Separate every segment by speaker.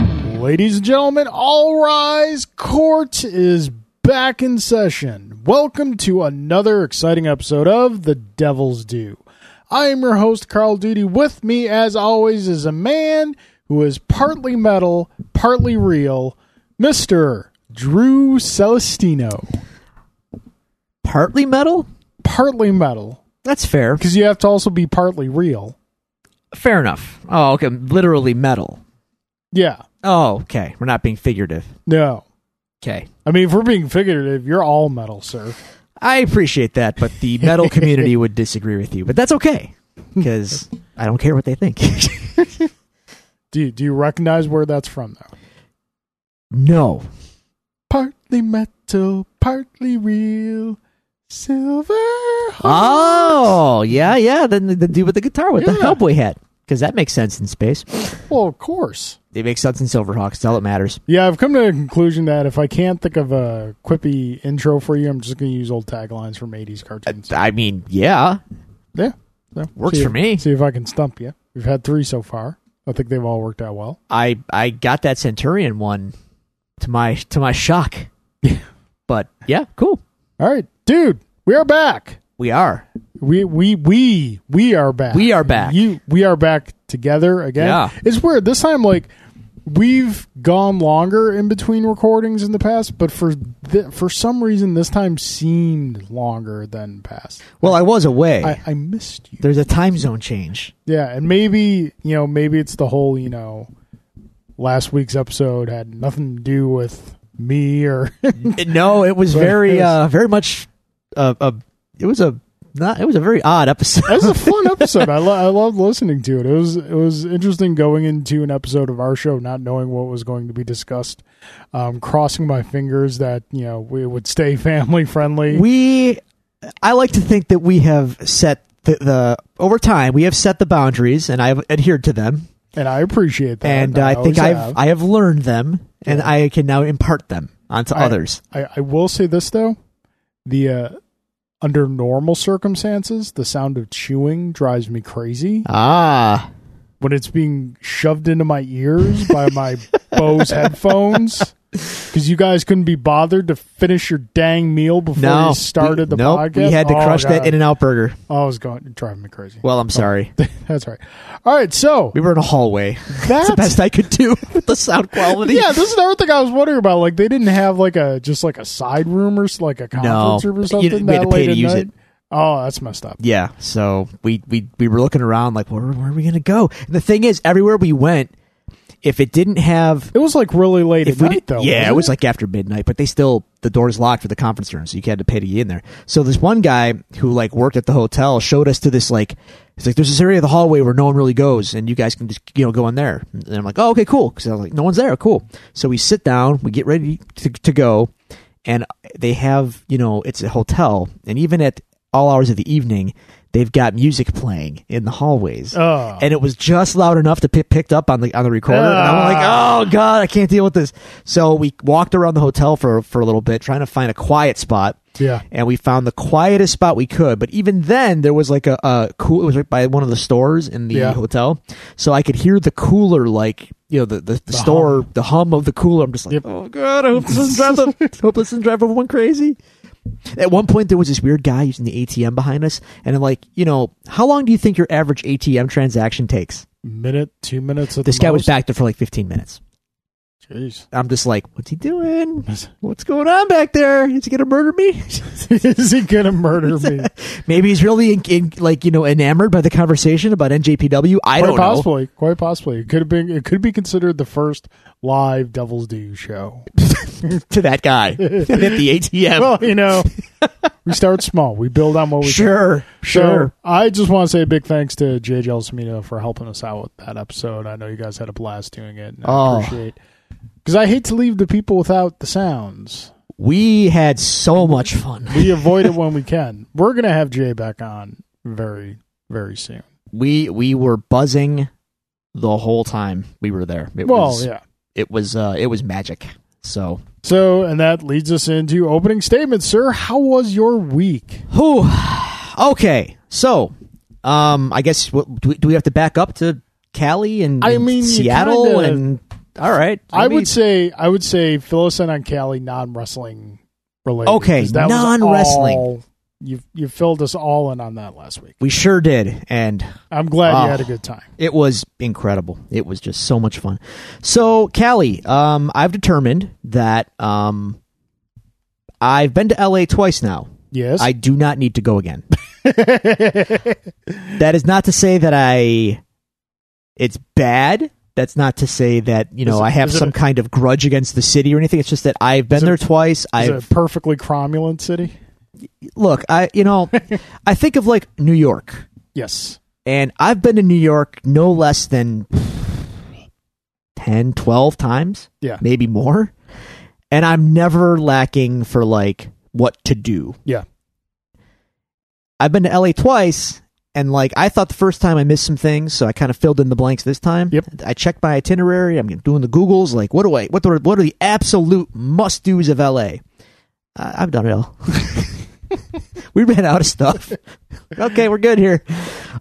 Speaker 1: Ladies and gentlemen, all rise. Court is back in session. Welcome to another exciting episode of The Devil's Due. I am your host, Carl Duty. With me, as always, is a man who is partly metal, partly real, Mr. Drew Celestino.
Speaker 2: Partly metal?
Speaker 1: Partly metal,
Speaker 2: That's fair.
Speaker 1: because you have to also be partly real.
Speaker 2: Fair enough. Oh, okay. Literally metal.
Speaker 1: Yeah,
Speaker 2: Oh, okay. We're not being figurative.
Speaker 1: no.
Speaker 2: Okay.
Speaker 1: I mean, if we're being figurative, you're all metal, sir.
Speaker 2: I appreciate that, but the metal community would disagree with you. But that's okay because I don't care what they think.
Speaker 1: Do you, do you recognize where that's from, though?
Speaker 2: no.
Speaker 1: partly metal, partly real, silver.
Speaker 2: Oh, yeah, yeah. Then the, the dude with the guitar with the
Speaker 1: Yeah.
Speaker 2: Hellboy hat because that makes sense in space.
Speaker 1: well, of course.
Speaker 2: They make sense in Silverhawks. That's all that matters.
Speaker 1: Yeah, I've come to the conclusion that if I can't think of a quippy intro for you, I'm just going to use old taglines from '80s cartoons.
Speaker 2: I mean, yeah.
Speaker 1: yeah, So,
Speaker 2: Works
Speaker 1: see-
Speaker 2: for me.
Speaker 1: See if I can stump you. We've had three so far. I think they've all worked out well.
Speaker 2: I I got that Centurion one to my to my shock. but yeah, cool.
Speaker 1: All right, dude, we are back.
Speaker 2: We are.
Speaker 1: We we we we are back.
Speaker 2: We are back.
Speaker 1: You we are back together again.
Speaker 2: Yeah.
Speaker 1: It's weird. This time like we've gone longer in between recordings in the past, but for th- for some reason this time seemed longer than past.
Speaker 2: Well, I was away.
Speaker 1: I, I missed you.
Speaker 2: There's a time zone change.
Speaker 1: Yeah, and maybe, you know, maybe it's the whole, you know, last week's episode had nothing to do with me or
Speaker 2: no, it was
Speaker 1: Right.
Speaker 2: very uh very much uh, uh it was a not it was a very odd episode.
Speaker 1: That was a fun episode. I, lo- I loved listening to it. It was it was interesting going into an episode of our show not knowing what was going to be discussed, um, crossing my fingers that you know we would stay family friendly.
Speaker 2: we I like to think that we have set the, the over time we have set the boundaries and I've adhered to them
Speaker 1: and I appreciate that.
Speaker 2: and uh, I think
Speaker 1: always
Speaker 2: I've
Speaker 1: have.
Speaker 2: I have learned them and I can now impart them onto
Speaker 1: I-
Speaker 2: others.
Speaker 1: I, I will say this though, the uh, under normal circumstances, the sound of chewing drives me crazy
Speaker 2: Ah.
Speaker 1: when it's being shoved into my ears by my Bose headphones. Because you guys couldn't be bothered to finish your dang meal before you started the
Speaker 2: we, nope,
Speaker 1: podcast.
Speaker 2: We had to
Speaker 1: Oh,
Speaker 2: crush that
Speaker 1: God. Oh.
Speaker 2: In and Out burger.
Speaker 1: I was going driving me crazy.
Speaker 2: Well, I'm sorry.
Speaker 1: That's all right. All right, so
Speaker 2: We were in a hallway. That's
Speaker 1: that's
Speaker 2: the best I could do with the sound quality.
Speaker 1: yeah. This is another thing I was wondering about. Like they didn't have like a just like a side room or s- like a conference room
Speaker 2: You
Speaker 1: or something
Speaker 2: didn't- we
Speaker 1: that
Speaker 2: had to
Speaker 1: late
Speaker 2: pay to
Speaker 1: at
Speaker 2: use
Speaker 1: night.
Speaker 2: it.
Speaker 1: Oh, that's messed up.
Speaker 2: Yeah, So we, we we were looking around like where where are we gonna go? And the thing is, everywhere we went, if it didn't have
Speaker 1: It was like really late
Speaker 2: if
Speaker 1: at
Speaker 2: we
Speaker 1: night
Speaker 2: did-
Speaker 1: though.
Speaker 2: yeah, it
Speaker 1: wasn't
Speaker 2: was like after midnight, but they still the doors locked for the conference room, so you had to pay to get in there. So this one guy who like worked at the hotel showed us to this like it's like there's this area of the hallway where no one really goes, and you guys can just you know go in there. And I'm like, oh okay, cool, because I was like, no one's there, cool. So we sit down, we get ready to, to go, and they have you know it's a hotel, and even at all hours of the evening, they've got music playing in the hallways
Speaker 1: Oh.
Speaker 2: and it was just loud enough to pick picked up on the on the recorder. and I'm like, oh god, I can't deal with this. So we walked around the hotel for for a little bit, trying to find a quiet spot.
Speaker 1: Yeah.
Speaker 2: And we found the quietest spot we could, but even then, there was like a, a cool. It was right by one of the stores in the
Speaker 1: Yeah.
Speaker 2: hotel, so I could hear the cooler, like you know, the the, the, store, the hum of the cooler. I'm just like,
Speaker 1: Yep.
Speaker 2: oh god, I hope this doesn't drive the, hope this doesn't drive everyone crazy. At one point, there was this weird guy using the ATM behind us, and I'm like, you know, how long do you think your average ATM transaction takes?
Speaker 1: minute, two minutes. At
Speaker 2: This
Speaker 1: the
Speaker 2: guy was
Speaker 1: most?
Speaker 2: back there for like 15 minutes.
Speaker 1: Jeez.
Speaker 2: I'm just like, what's he doing? What's going on back there? Is he gonna murder me?
Speaker 1: Is he gonna murder me?
Speaker 2: Maybe he's really in, in, like you know enamored by the conversation about NJPW. I
Speaker 1: quite
Speaker 2: don't know.
Speaker 1: possibly, quite possibly. It could have been. It could be considered the first live Devil's Due show.
Speaker 2: To that guy at the ATM.
Speaker 1: well, you know, we start small. We build on what we can.
Speaker 2: sure,
Speaker 1: So,
Speaker 2: sure.
Speaker 1: I just want to say a big thanks to JJ Elsmino for helping us out with that episode. I know you guys had a blast doing it. And
Speaker 2: Oh.
Speaker 1: I appreciate because I hate to leave the people without the sounds.
Speaker 2: We had so much fun.
Speaker 1: We avoid it when we can. We're gonna have Jay back on very, very soon.
Speaker 2: We we were buzzing the whole time we were there. It
Speaker 1: well,
Speaker 2: was,
Speaker 1: yeah.
Speaker 2: it was uh, it was magic. So
Speaker 1: So, and that leads us into opening statements, sir. How was your week?
Speaker 2: Whew. Okay. So, um, I guess what, do, we, do we have to back up to Cali and,
Speaker 1: I
Speaker 2: and
Speaker 1: mean, you
Speaker 2: Seattle
Speaker 1: kinda-
Speaker 2: and all right.
Speaker 1: I
Speaker 2: Let me-
Speaker 1: would say I would say Phyllis and on Cali non wrestling related.
Speaker 2: Okay,
Speaker 1: 'cause that was
Speaker 2: non-wrestling.
Speaker 1: all- You you filled us all in on that last week.
Speaker 2: We sure did, and
Speaker 1: I'm glad
Speaker 2: Oh.
Speaker 1: you had a good time.
Speaker 2: it was incredible. It was just so much fun. So, Callie, um, I've determined that um, I've been to LA twice now.
Speaker 1: Yes.
Speaker 2: I do not need to go again. that is not to say that I. It's bad. That's not to say that you know
Speaker 1: Is it-
Speaker 2: I have
Speaker 1: is it
Speaker 2: some
Speaker 1: a-
Speaker 2: kind of grudge against the city or anything. It's just that I've been
Speaker 1: it-
Speaker 2: there twice.
Speaker 1: Is
Speaker 2: I've
Speaker 1: it a perfectly cromulent city?
Speaker 2: look. I you know, I think of like New York,
Speaker 1: Yes.
Speaker 2: and I've been to New York no less than 10, 12 times
Speaker 1: Yeah.
Speaker 2: maybe more. And I'm never lacking for like what to do.
Speaker 1: Yeah.
Speaker 2: I've been to LA twice and like I thought the first time I missed some things, so I kind of filled in the blanks this time.
Speaker 1: Yep.
Speaker 2: I checked my itinerary, I'm doing the Googles, like what do I what are what are the absolute must do's of LA? I, I've done it all. we ran out of stuff. okay, we're good here.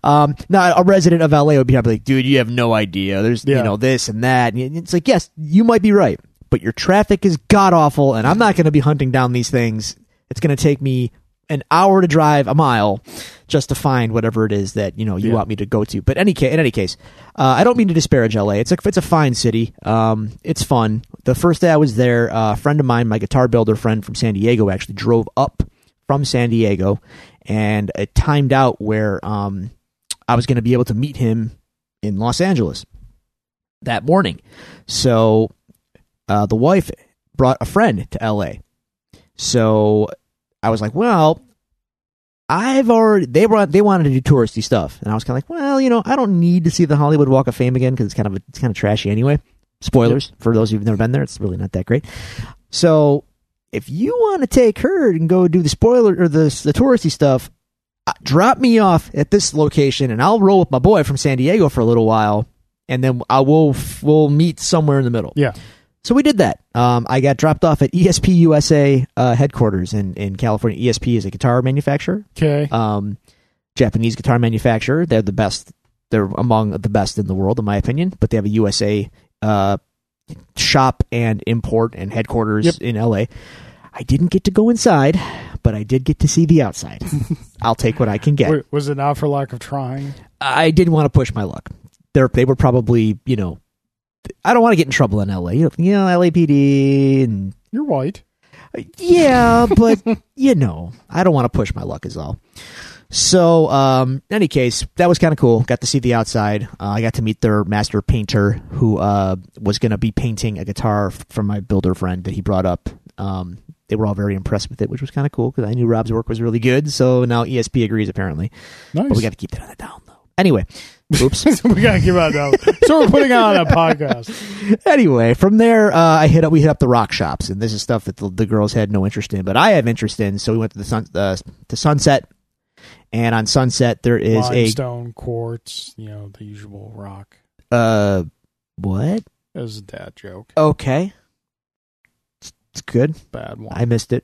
Speaker 2: Um, now a resident of LA would be probably like, dude, you have no idea. There's you
Speaker 1: Yeah.
Speaker 2: know this and that. And it's like, yes, you might be right, but your traffic is god awful, and I'm not going to be hunting down these things. It's going to take me an hour to drive a mile just to find whatever it is that you know you
Speaker 1: Yeah.
Speaker 2: want me to go to. But any ca- in any case, uh, I don't mean to disparage LA. It's a it's a fine city. Um, it's fun. The first day I was there, uh, a friend of mine, my guitar builder friend from San Diego, actually drove up from San Diego, and it timed out where um, I was going to be able to meet him in Los Angeles that morning. So uh, the wife brought a friend to LA. So I was like, well, I've already they were they wanted to do touristy stuff, and I was kind of like, well, you know, I don't need to see the Hollywood Walk of Fame again because it's kind of it's kind of trashy anyway. Spoilers for those who've never been there; it's really not that great. So if you want to take her and go do the spoiler or the the touristy stuff, uh, drop me off at this location, and I'll roll with my boy from San Diego for a little while, and then I will we'll meet somewhere in the middle.
Speaker 1: Yeah.
Speaker 2: So we did that. Um, I got dropped off at ESP USA uh, headquarters in, in California. ESP is a guitar manufacturer,
Speaker 1: Okay.
Speaker 2: um, Japanese guitar manufacturer. They're the best. They're among the best in the world, in my opinion. But they have a USA uh, shop and import and headquarters
Speaker 1: Yep.
Speaker 2: in LA. I didn't get to go inside, but I did get to see the outside. I'll take what I can get.
Speaker 1: Wa- Was it not for lack of trying?
Speaker 2: I didn't want to push my luck. They're, they were probably, you know, I don't want to get in trouble in LA. You know, you know LAPD and
Speaker 1: You're white.
Speaker 2: yeah, but you know, I don't want to push my luck is all. So, um, in any case, that was kind of cool. Got to see the outside. Uh, I got to meet their master painter, who uh, was going to be painting a guitar f- from my builder friend that he brought up. Um, they were all very impressed with it, which was kind of cool because I knew Rob's work was really good. So now ESP agrees, apparently.
Speaker 1: Nice.
Speaker 2: But we got to keep that on the down low. Anyway, oops.
Speaker 1: we gotta give out that. so we're putting on a podcast.
Speaker 2: anyway, from there, uh, I hit up. We hit up the rock shops, and this is stuff that the, the girls had no interest in, but I have interest in. So we went to the sun, uh, to Sunset, and on Sunset there is
Speaker 1: Limestone, quartz, you know, the usual rock.
Speaker 2: a uh, what?
Speaker 1: It was a dad joke.
Speaker 2: Okay, it's, it's good.
Speaker 1: Bad one.
Speaker 2: I missed it.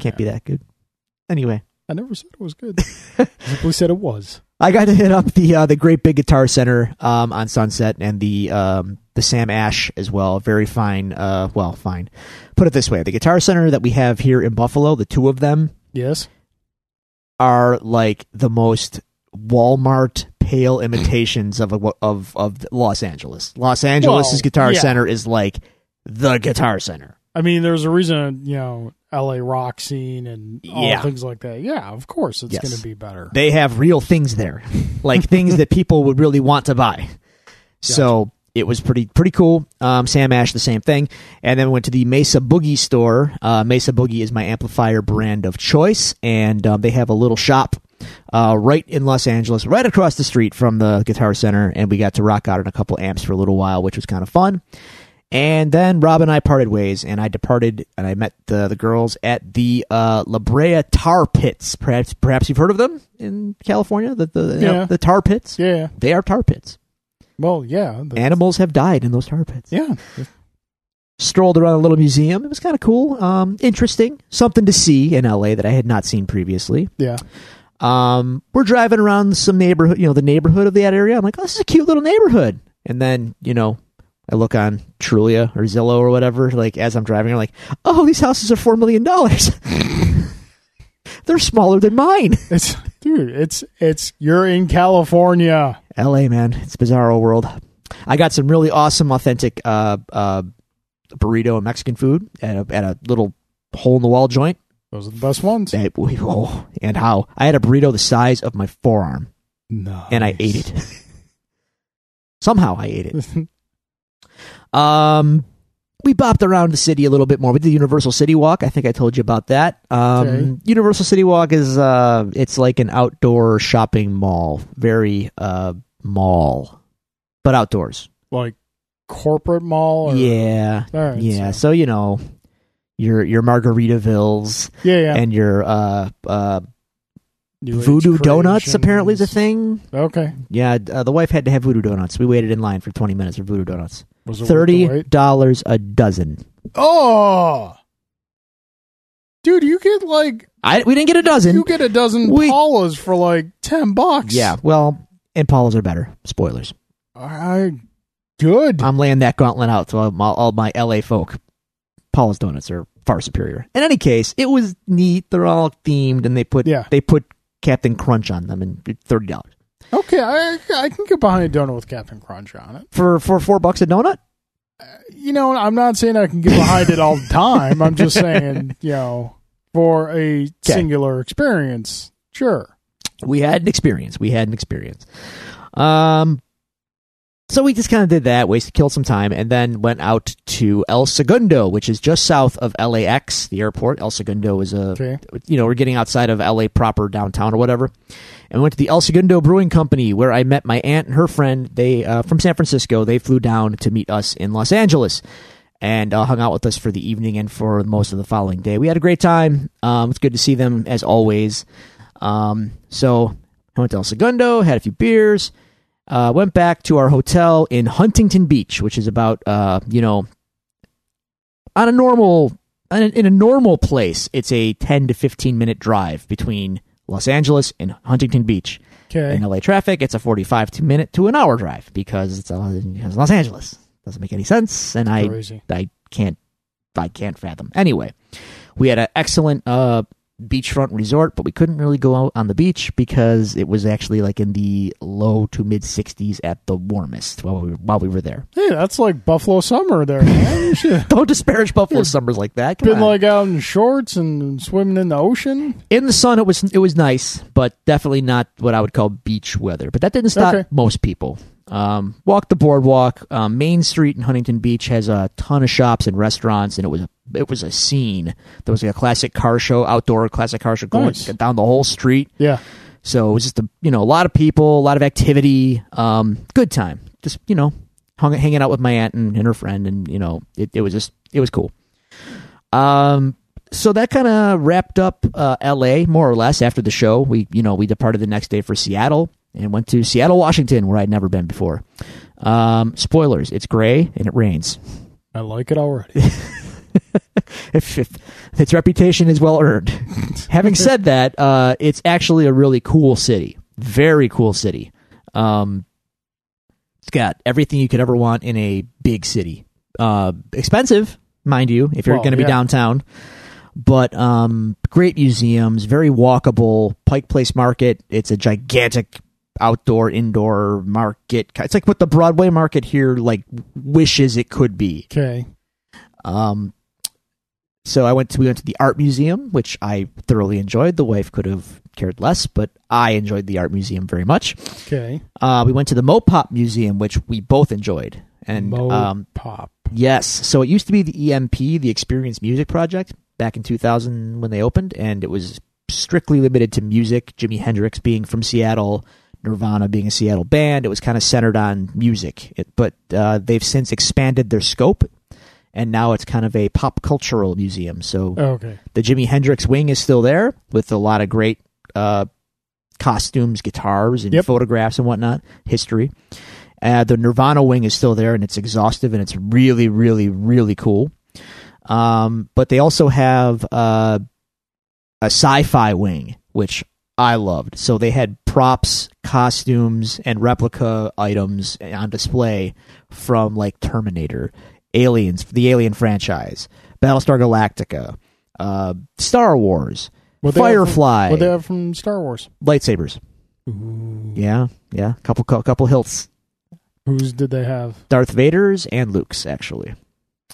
Speaker 2: Can't be that good. Anyway,
Speaker 1: I never said it was good. Simply said it was.
Speaker 2: I got to hit up the uh, the Great Big Guitar Center um, on Sunset and the um, the Sam Ash as well. Very fine. Uh, well, fine. Put it this way: the Guitar Center that we have here in Buffalo, the two of them
Speaker 1: Yes.
Speaker 2: are like the most Walmart pale imitations of of of Los Angeles. Los Angeles'
Speaker 1: Well,
Speaker 2: Guitar
Speaker 1: yeah.
Speaker 2: Center is like the Guitar Center.
Speaker 1: I mean, there's a reason, you know, LA rock scene and all
Speaker 2: Yeah.
Speaker 1: things like that. Yeah, of course it's
Speaker 2: Yes.
Speaker 1: going to be better.
Speaker 2: They have real things there, like things that people would really want to buy. So it was pretty pretty cool. Um, Sam Ash, the same thing, and then we went to the Mesa Boogie store. Uh, Mesa Boogie is my amplifier brand of choice, and um, they have a little shop uh, right in Los Angeles, right across the street from the Guitar Center, and we got to rock out on a couple amps for a little while, which was kind of fun. And then Rob and I parted ways, and I departed, and I met the, the girls at the uh, La Brea Tar Pits. Perhaps perhaps you've heard of them in California, the the,
Speaker 1: Yeah.
Speaker 2: the tar pits.
Speaker 1: yeah.
Speaker 2: They are tar pits.
Speaker 1: Well, yeah. the-
Speaker 2: Animals have died in those tar pits.
Speaker 1: yeah.
Speaker 2: Strolled around a little museum. It was kind of cool, um, interesting, something to see in LA that I had not seen previously.
Speaker 1: Yeah.
Speaker 2: Um, we're driving around some neighborhood, you know, the neighborhood of that area. I'm like, oh, this is a cute little neighborhood. And then, you know, I look on Trulia or Zillow or whatever, like as I'm driving, I'm like, oh, these houses are four million dollars. They're smaller than mine.
Speaker 1: It's dude, it's it's you're in California.
Speaker 2: LA, man, it's bizarro world. I got some really awesome, authentic uh, uh, burrito and Mexican food at a, at a little hole in the wall joint.
Speaker 1: Those are the best ones.
Speaker 2: That- oh, and how I had a burrito the size of my forearm,
Speaker 1: No.
Speaker 2: and I ate it. Somehow, I ate it. Um, we bopped around the city a little bit more. We did the Universal City Walk. I think I told you about that. Um,
Speaker 1: Okay.
Speaker 2: Universal City Walk is uh, it's like an outdoor shopping mall, very uh mall, but outdoors.
Speaker 1: like corporate mall or
Speaker 2: yeah,
Speaker 1: All right,
Speaker 2: yeah.
Speaker 1: so-
Speaker 2: So you know, your your Margaritavilles
Speaker 1: yeah, yeah.
Speaker 2: and your uh uh
Speaker 1: New Age
Speaker 2: voodoo donuts apparently is a
Speaker 1: creations.
Speaker 2: thing.
Speaker 1: Okay,
Speaker 2: Yeah, uh, the wife had to have voodoo donuts. We waited in line for twenty minutes for voodoo donuts.
Speaker 1: was it worth the
Speaker 2: Thirty
Speaker 1: wait?
Speaker 2: dollars a dozen.
Speaker 1: Oh, dude, you get like
Speaker 2: I we didn't get a dozen.
Speaker 1: you get a dozen
Speaker 2: we-
Speaker 1: Paulas for like ten bucks.
Speaker 2: Yeah, well, and Paulas are better. Spoilers.
Speaker 1: all right, good.
Speaker 2: I'm laying that gauntlet out to all my, all my LA folk. Paula's donuts are far superior. In any case, it was neat. They're all themed, and they put
Speaker 1: Yeah.
Speaker 2: they put Captain Crunch on them, and it's thirty dollars
Speaker 1: okay, I I can get behind a donut with Captain Crunch on it.
Speaker 2: for for four bucks a donut.
Speaker 1: You know, I'm not saying I can get behind it all the time. I'm just saying, you know, for a singular experience, sure.
Speaker 2: We had an experience. We had an experience. Um, so we just kind of did that, wasted, killed some time, and then went out to El Segundo, which is just south of LAX, the airport. El Segundo is a
Speaker 1: Okay,
Speaker 2: you know, we're getting outside of LA proper downtown or whatever. And went to the El Segundo Brewing Company where I met my aunt and her friend. They uh, from San Francisco. They flew down to meet us in Los Angeles and uh, hung out with us for the evening and for most of the following day. We had a great time. Um, it's good to see them as always. Um, so I went to El Segundo, had a few beers, uh, went back to our hotel in Huntington Beach, which is about uh, you know on a normal on a- in a normal place, it's a 10 to 15 minute drive between Los Angeles and Huntington Beach.
Speaker 1: okay,
Speaker 2: In LA traffic, it's a 45 to minute to an hour drive because it's, all- because Los Angeles. Doesn't make any sense, and I
Speaker 1: crazy.
Speaker 2: I can't I can't fathom. Anyway, we had an excellent uh, beachfront resort, but we couldn't really go out on the beach because it was actually like in the low to mid 60s at the warmest while we, while we were there.
Speaker 1: Hey, that's like Buffalo summer there. Man. You should have
Speaker 2: Don't disparage Buffalo summers like that. Come
Speaker 1: been
Speaker 2: on.
Speaker 1: like out in shorts and swimming in the ocean.
Speaker 2: in the sun it was it was nice but definitely not what i would call beach weather but that didn't stop
Speaker 1: Okay.
Speaker 2: most people um, walked the boardwalk um, main street in huntington beach has a ton of shops and restaurants and it was a it was a scene there was like a classic car show outdoor classic car show going
Speaker 1: Nice.
Speaker 2: down the whole street
Speaker 1: Yeah.
Speaker 2: so it was just a you know a lot of people, a lot of activity, um, good time. Just you know, hung, hanging out with my aunt and, and her friend, and you know, it, it was just it was cool. Um, so that kind of wrapped up uh, L.A. more or less. After the show, we you know we departed the next day for Seattle and went to Seattle, Washington, where I'd never been before. Um, spoilers: it's gray and it rains.
Speaker 1: I like it already.
Speaker 2: If, if its reputation is well earned. Having said that, uh, it's actually a really cool city. Very cool city. Um, it's got everything you could ever want in a big city. Uh, expensive, mind you, if you're
Speaker 1: Well,
Speaker 2: going to be
Speaker 1: yeah.
Speaker 2: downtown. But um, great museums, very walkable. Pike Place Market. It's a gigantic outdoor indoor market. It's like what the Broadway market here like wishes it could be.
Speaker 1: Okay.
Speaker 2: Um, so I went to we went to the art museum, which I thoroughly enjoyed. The wife could have cared less, but I enjoyed the art museum very much.
Speaker 1: Okay.
Speaker 2: Uh, we went to the Mopop museum, which we both enjoyed, and
Speaker 1: Mo
Speaker 2: um,
Speaker 1: pop.
Speaker 2: yes, so it used to be the EMP, the Experience Music Project, back in 2000 when they opened, and it was strictly limited to music. Jimi Hendrix being from Seattle. Nirvana being a Seattle band, it was kind of centered on music, it, but uh, they've since expanded their scope and now it's kind of a pop cultural museum. So
Speaker 1: Oh, Okay.
Speaker 2: the Jimi Hendrix wing is still there with a lot of great uh, costumes, guitars, and
Speaker 1: Yep.
Speaker 2: photographs and whatnot, history. Uh, the Nirvana wing is still there, and it's exhaustive, and it's really, really, really cool. Um, but they also have uh, a sci-fi wing, which I loved. So they had props, costumes, and replica items on display from like Terminator, Aliens, the Alien franchise, Battlestar Galactica, uh, Star Wars,
Speaker 1: What they have from-
Speaker 2: Firefly,
Speaker 1: What they have from Star Wars?
Speaker 2: lightsabers. Yeah, yeah, couple couple hilts.
Speaker 1: Whose did they have?
Speaker 2: Darth Vader's and Luke's actually.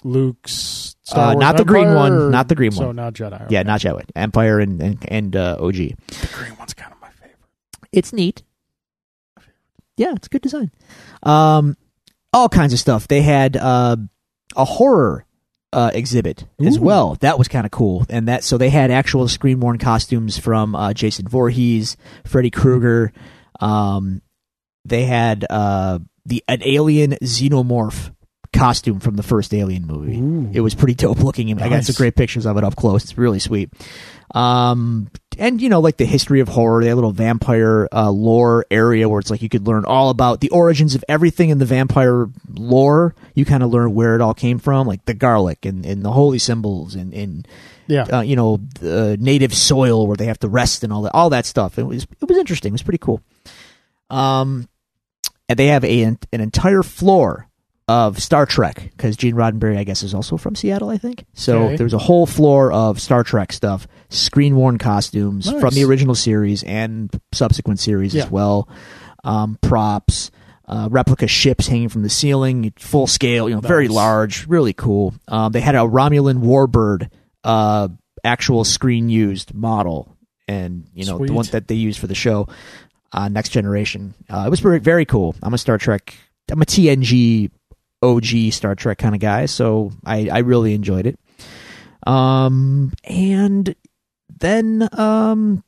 Speaker 1: Luke's. Star
Speaker 2: Uh,
Speaker 1: Wars
Speaker 2: not the green
Speaker 1: Empire,
Speaker 2: one,
Speaker 1: or-
Speaker 2: not the green
Speaker 1: So
Speaker 2: one.
Speaker 1: not Jedi.
Speaker 2: Yeah,
Speaker 1: okay.
Speaker 2: not Jedi. Empire and and, and uh, OG.
Speaker 1: the green one's kind of my favorite.
Speaker 2: It's neat. Yeah, it's good design. Um, all kinds of stuff. They had uh, a horror uh, exhibit as
Speaker 1: Ooh.
Speaker 2: well. That was kind of cool, and that so they had actual screen worn costumes from uh, Jason Voorhees, Freddy Krueger. Um, they had uh, the an alien xenomorph costume from the first Alien movie.
Speaker 1: Ooh.
Speaker 2: It was pretty dope looking. I got
Speaker 1: Nice.
Speaker 2: some great pictures of it up close. It's really sweet. Um, and you know, like the history of horror, they had a little vampire uh, lore area where it's like you could learn all about the origins of everything in the vampire lore. You kind of learn where it all came from, like the garlic and, and the holy symbols and, and
Speaker 1: Yeah.
Speaker 2: uh, you know, the native soil where they have to rest and all that, all that stuff. It was it was interesting. It was pretty cool. Um, and they have a, an entire floor of Star Trek because Gene Roddenberry, I guess, is also from Seattle. I think so.
Speaker 1: Okay.
Speaker 2: There's a whole floor of Star Trek stuff, screen worn costumes
Speaker 1: Nice.
Speaker 2: from the original series and subsequent series
Speaker 1: Yeah.
Speaker 2: as well. Um, props. Uh, replica ships hanging from the ceiling, full scale, you know, very
Speaker 1: Nice.
Speaker 2: large, really cool. Um, they had a Romulan warbird uh, actual screen used model, and you know the
Speaker 1: Sweet.
Speaker 2: one that they used for the show, uh, Next Generation. Uh, it was very, very cool. I'm a Star Trek. I'm a TNG OG Star Trek kind of guy, so I, I really enjoyed it. Um, and then um,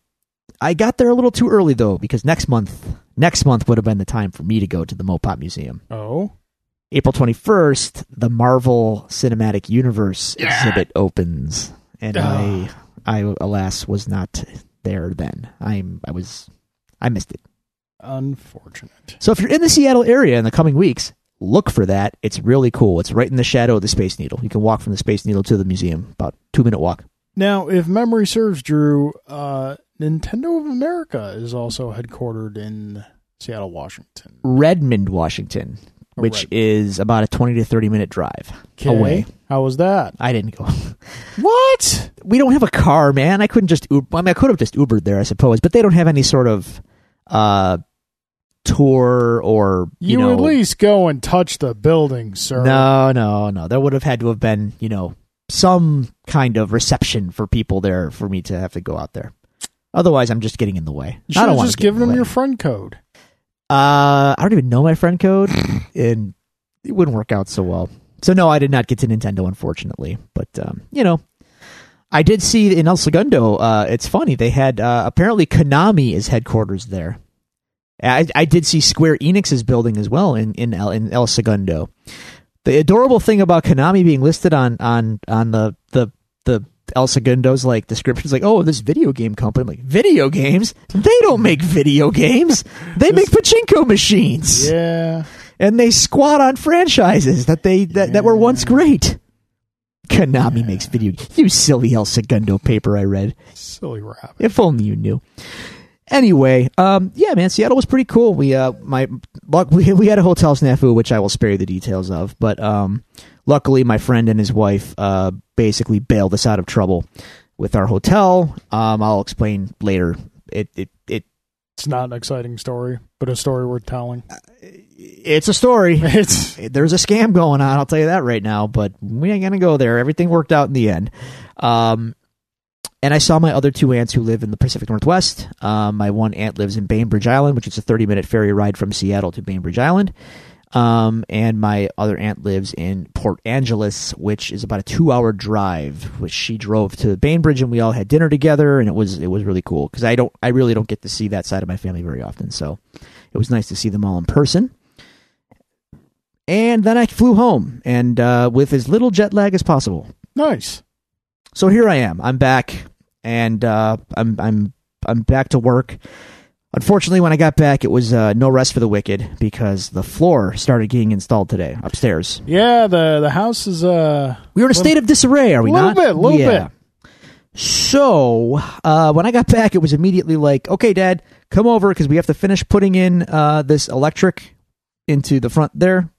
Speaker 2: I got there a little too early though because next month, next month would have been the time for me to go to the Mopop Museum.
Speaker 1: oh.
Speaker 2: April 21st, the Marvel Cinematic Universe exhibit opens, and
Speaker 1: Ah.
Speaker 2: I, I alas was not there then. I'm I was I missed it.
Speaker 1: Unfortunate.
Speaker 2: So if you're in the Seattle area in the coming weeks, look for that. It's really cool. It's right in the shadow of the Space Needle. You can walk from the Space Needle to the museum, about two minute walk.
Speaker 1: Now, if memory serves, Drew, uh, Nintendo of America is also headquartered in Seattle, Washington.
Speaker 2: Redmond, Washington, which
Speaker 1: Redmond.
Speaker 2: is about a twenty to thirty minute drive away.
Speaker 1: How was that?
Speaker 2: I didn't go.
Speaker 1: What?
Speaker 2: we don't have a car, man. I couldn't just Uber. I mean, I could have just Ubered there, I suppose, but they don't have any sort of uh, tour or you,
Speaker 1: You,
Speaker 2: know.
Speaker 1: at least go and touch the building, sir.
Speaker 2: no, no, no. There would have had to have been you know some kind of reception for people there for me to have to go out there. Otherwise, I'm just getting in the way.
Speaker 1: You should
Speaker 2: I don't
Speaker 1: have
Speaker 2: want
Speaker 1: just
Speaker 2: to give
Speaker 1: given
Speaker 2: them
Speaker 1: them your friend code.
Speaker 2: Uh, I don't even know my friend code, and it wouldn't work out so well. So no, I did not get to Nintendo, unfortunately. But um, you know, I did see in El Segundo. Uh, it's funny they had uh, apparently Konami is headquarters there. I, I did see Square Enix's building as well in in El, in El Segundo. The adorable thing about Konami being listed on on on the the the El Segundo's like descriptions like oh this video game company I'm like video games they don't make video games they make pachinko machines
Speaker 1: Yeah.
Speaker 2: and they squat on franchises that they that, that were once great. Konami makes video. You silly El Segundo paper I read.
Speaker 1: Silly rabbit.
Speaker 2: If only you knew. Anyway, um, yeah, man, Seattle was pretty cool. We uh, my luck, we, we had a hotel snafu, which I will spare you the details of. But um, luckily, my friend and his wife uh, basically bailed us out of trouble with our hotel. Um, I'll explain later. It it it
Speaker 1: It's not an exciting story, but a story worth telling.
Speaker 2: it's a story.
Speaker 1: It's
Speaker 2: there's a scam going on. I'll tell you that right now, but we ain't gonna go there. Everything worked out in the end. Um, and I saw my other two aunts who live in the Pacific Northwest. Um, my one aunt lives in Bainbridge Island, which is a 30 minute ferry ride from Seattle to Bainbridge Island. Um, and my other aunt lives in Port Angeles, which is about a two hour drive, which she drove to Bainbridge and we all had dinner together. And it was, it was really cool because I don't, I really don't get to see that side of my family very often. So it was nice to see them all in person. And then I flew home and uh, with as little jet lag as possible.
Speaker 1: nice.
Speaker 2: So here I am. I'm back and uh, I'm I'm I'm back to work. Unfortunately, when I got back, it was uh, no rest for the wicked because the floor started getting installed today upstairs.
Speaker 1: Yeah, the the house is uh
Speaker 2: We were in a
Speaker 1: Little-
Speaker 2: state of disarray, are we
Speaker 1: little
Speaker 2: not?
Speaker 1: bit, little
Speaker 2: So uh, when I got back, it was immediately like, okay, Dad, come over because we have to finish putting in uh, this electric into the front there.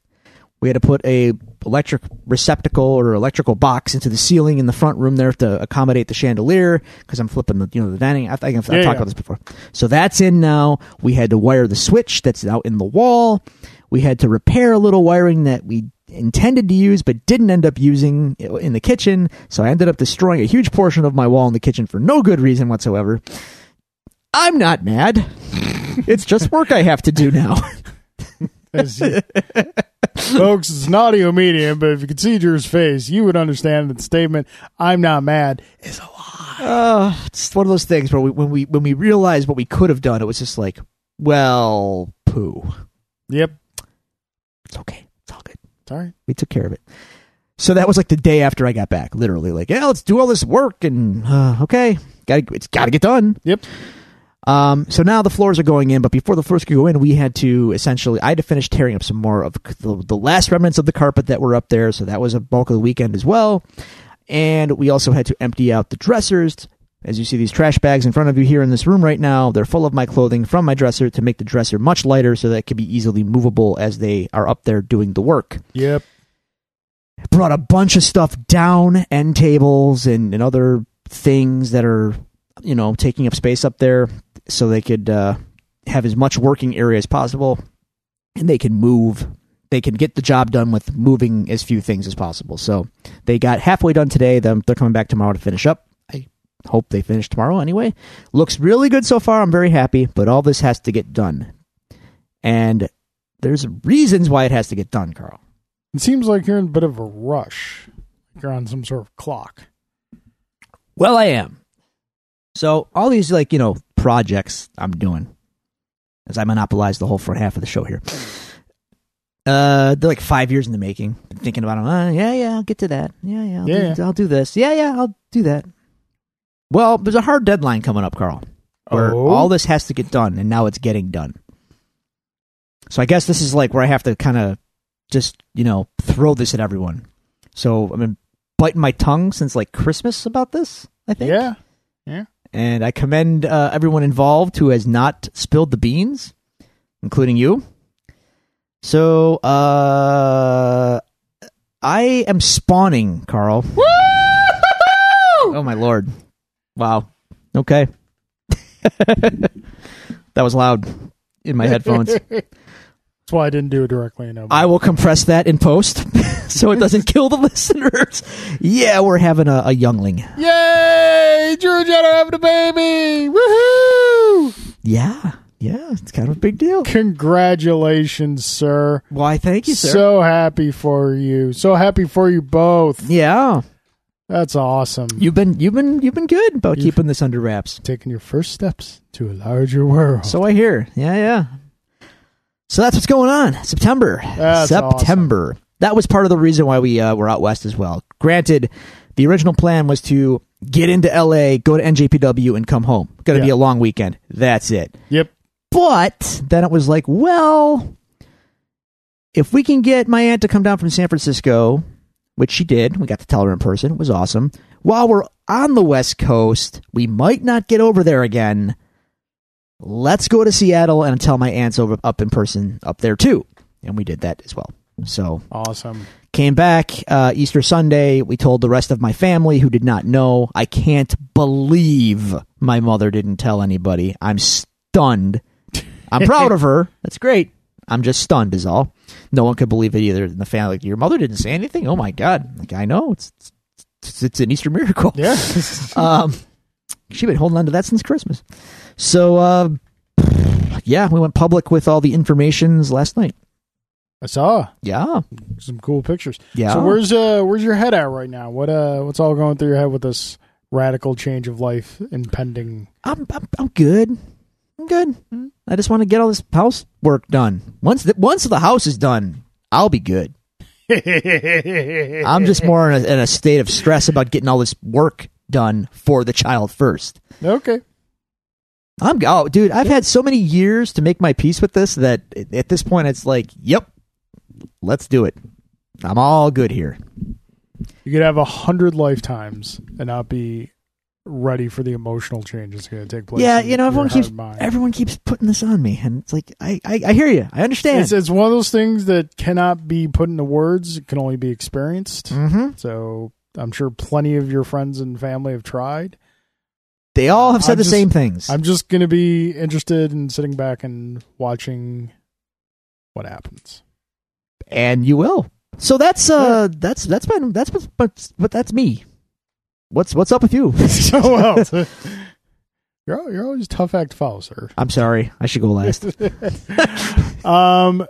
Speaker 2: We had to put a electric receptacle or electrical box into the ceiling in the front room there to accommodate the chandelier because I'm flipping the you know the dining. I think I've, I've
Speaker 1: Yeah,
Speaker 2: talked
Speaker 1: yeah.
Speaker 2: about this before. So that's in now. We had to wire the switch that's out in the wall. We had to repair a little wiring that we intended to use but didn't end up using in the kitchen. So I ended up destroying a huge portion of my wall in the kitchen for no good reason whatsoever. I'm not mad. it's just work I have to do now.
Speaker 1: As you- folks, it's an audio medium, but if you could see Drew's face, you would understand that the statement "I'm not mad" is a lie.
Speaker 2: Uh, it's one of those things where we, when we when we realized what we could have done, it was just like, well, poo.
Speaker 1: Yep.
Speaker 2: It's okay. It's all good.
Speaker 1: Sorry.
Speaker 2: We took care of it. So that was like the day after I got back. Literally, like, yeah, let's do all this work and uh, okay, got it's got to get done.
Speaker 1: Yep.
Speaker 2: Um, so now the floors are going in, but before the floors could go in, we had to essentially I had to finish tearing up some more of the, the last remnants of the carpet that were up there. So that was a bulk of the weekend as well, and we also had to empty out the dressers. As you see these trash bags in front of you here in this room right now, they're full of my clothing from my dresser to make the dresser much lighter so that it can be easily movable as they are up there doing the work
Speaker 1: Yep.
Speaker 2: brought a bunch of stuff down end tables and, and other things that are you know taking up space up there so they could uh, have as much working area as possible and they can move they can get the job done with moving as few things as possible so they got halfway done today them they're coming back tomorrow to finish up i hope they finish tomorrow anyway looks really good so far i'm very happy but all this has to get done and there's reasons why it has to get done carl
Speaker 1: It seems like you're in a bit of a rush. You're on some sort of clock.
Speaker 2: Well, I am. So all these like you know projects I'm doing, as I monopolize the whole front half of the show here. Uh, they're like five years in the making. Been thinking about them. Uh, yeah, yeah, I'll get to that. Yeah, yeah, I'll,
Speaker 1: Yeah.
Speaker 2: Do, I'll do this. Yeah, yeah, I'll do that. Well, there's a hard deadline coming up, Carl, where
Speaker 1: Oh.
Speaker 2: all this has to get done, and now it's getting done. So I guess this is like where I have to kind of just you know throw this at everyone. So I've been biting my tongue since like Christmas about this. I think.
Speaker 1: Yeah.
Speaker 2: And I commend uh, everyone involved who has not spilled the beans, including you. So, uh, I am spawning, Carl. Oh, my Lord. Wow. Okay. that was loud in my headphones.
Speaker 1: That's why I didn't do it directly. No.
Speaker 2: I will compress that in post so it doesn't kill the listeners. Yeah, we're having a, a youngling.
Speaker 1: Yay! Drew Jenner having a baby! Woohoo!
Speaker 2: Yeah. Yeah, it's kind of a big deal.
Speaker 1: Congratulations, sir.
Speaker 2: Why, thank you, sir.
Speaker 1: So happy for you. So happy for you both.
Speaker 2: yeah.
Speaker 1: That's awesome.
Speaker 2: You've been you've been you've been good about
Speaker 1: You've-
Speaker 2: keeping this under wraps.
Speaker 1: taking your first steps to a larger world.
Speaker 2: So I hear. Yeah, yeah. So that's what's going on. September.
Speaker 1: That's
Speaker 2: September. That was part of the reason why we uh, were out west as well. Granted, the original plan was to get into LA, go to NJPW and come home. Going to be
Speaker 1: Yeah.
Speaker 2: a long weekend. That's it.
Speaker 1: yep.
Speaker 2: But then it was like, well, if we can get my aunt to come down from San Francisco, which she did, we got to tell her in person, it was awesome. While we're on the West Coast, we might not get over there again. Let's go to Seattle and tell my aunt's over up in person up there too. And we did that as well. So
Speaker 1: Awesome.
Speaker 2: came back uh, Easter Sunday. We told the rest of my family who did not know. I can't believe my mother didn't tell anybody. I'm stunned. I'm proud of her. That's great. I'm just stunned, is all. No one could believe it either. in the family, like, your mother didn't say anything. Oh my god! Like I know it's it's, it's an Easter miracle.
Speaker 1: Yeah.
Speaker 2: Um, she been holding on to that since Christmas. So uh, yeah, we went public with all the informations last night.
Speaker 1: I saw
Speaker 2: Yeah,
Speaker 1: some cool pictures.
Speaker 2: yeah.
Speaker 1: So where's uh where's your head at right now? What uh what's all going through your head with this radical change of life impending?
Speaker 2: I'm, I'm I'm good. I'm good. I just want to get all this house work done. Once the, once the house is done, I'll be good. I'm just more in a, in a state of stress about getting all this work done for the child first.
Speaker 1: okay.
Speaker 2: I'm oh dude, I've had so many years to make my peace with this that at- at this point it's like, yep, let's do it. I'm all good here.
Speaker 1: You could have a hundred lifetimes and not be ready for the emotional change that's going to take place.
Speaker 2: yeah,
Speaker 1: in
Speaker 2: you know,
Speaker 1: your
Speaker 2: everyone
Speaker 1: heart
Speaker 2: keeps
Speaker 1: and mind.
Speaker 2: everyone keeps putting this on me, and it's like I I, I hear you, I understand.
Speaker 1: It's, it's one of those things that cannot be put into words. It can only be experienced.
Speaker 2: mm-hmm.
Speaker 1: So I'm sure plenty of your friends and family have tried.
Speaker 2: They all have said
Speaker 1: I'm
Speaker 2: the
Speaker 1: just-
Speaker 2: same things.
Speaker 1: I'm just going to be interested in sitting back and watching what happens.
Speaker 2: and you will. So that's uh that's that's been that's but but but that's me. What's what's up with you?
Speaker 1: so well, you're al- you're always a tough act to follow, sir.
Speaker 2: I'm sorry. I should go last.
Speaker 1: um,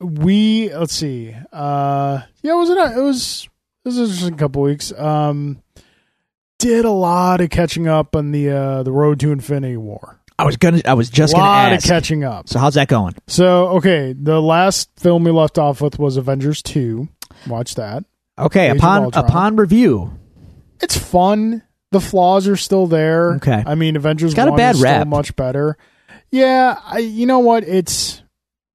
Speaker 1: we let's see. Uh, yeah, it was an, it was it was an interesting couple weeks. Um, did a lot of catching up on the uh the Road to Infinity War.
Speaker 2: I was gonna. I was just
Speaker 1: a
Speaker 2: gonna
Speaker 1: lot
Speaker 2: ask.
Speaker 1: of catching up.
Speaker 2: so how's that going?
Speaker 1: So okay, the last film we left off with was Avengers Two. Watch that.
Speaker 2: Okay.
Speaker 1: Age of
Speaker 2: upon
Speaker 1: Ultron.
Speaker 2: upon review,
Speaker 1: It's fun. The flaws are still there.
Speaker 2: Okay.
Speaker 1: I mean, Avengers
Speaker 2: It's got a
Speaker 1: 1
Speaker 2: bad
Speaker 1: is still
Speaker 2: rap.
Speaker 1: much better. Yeah, I, you know what? It's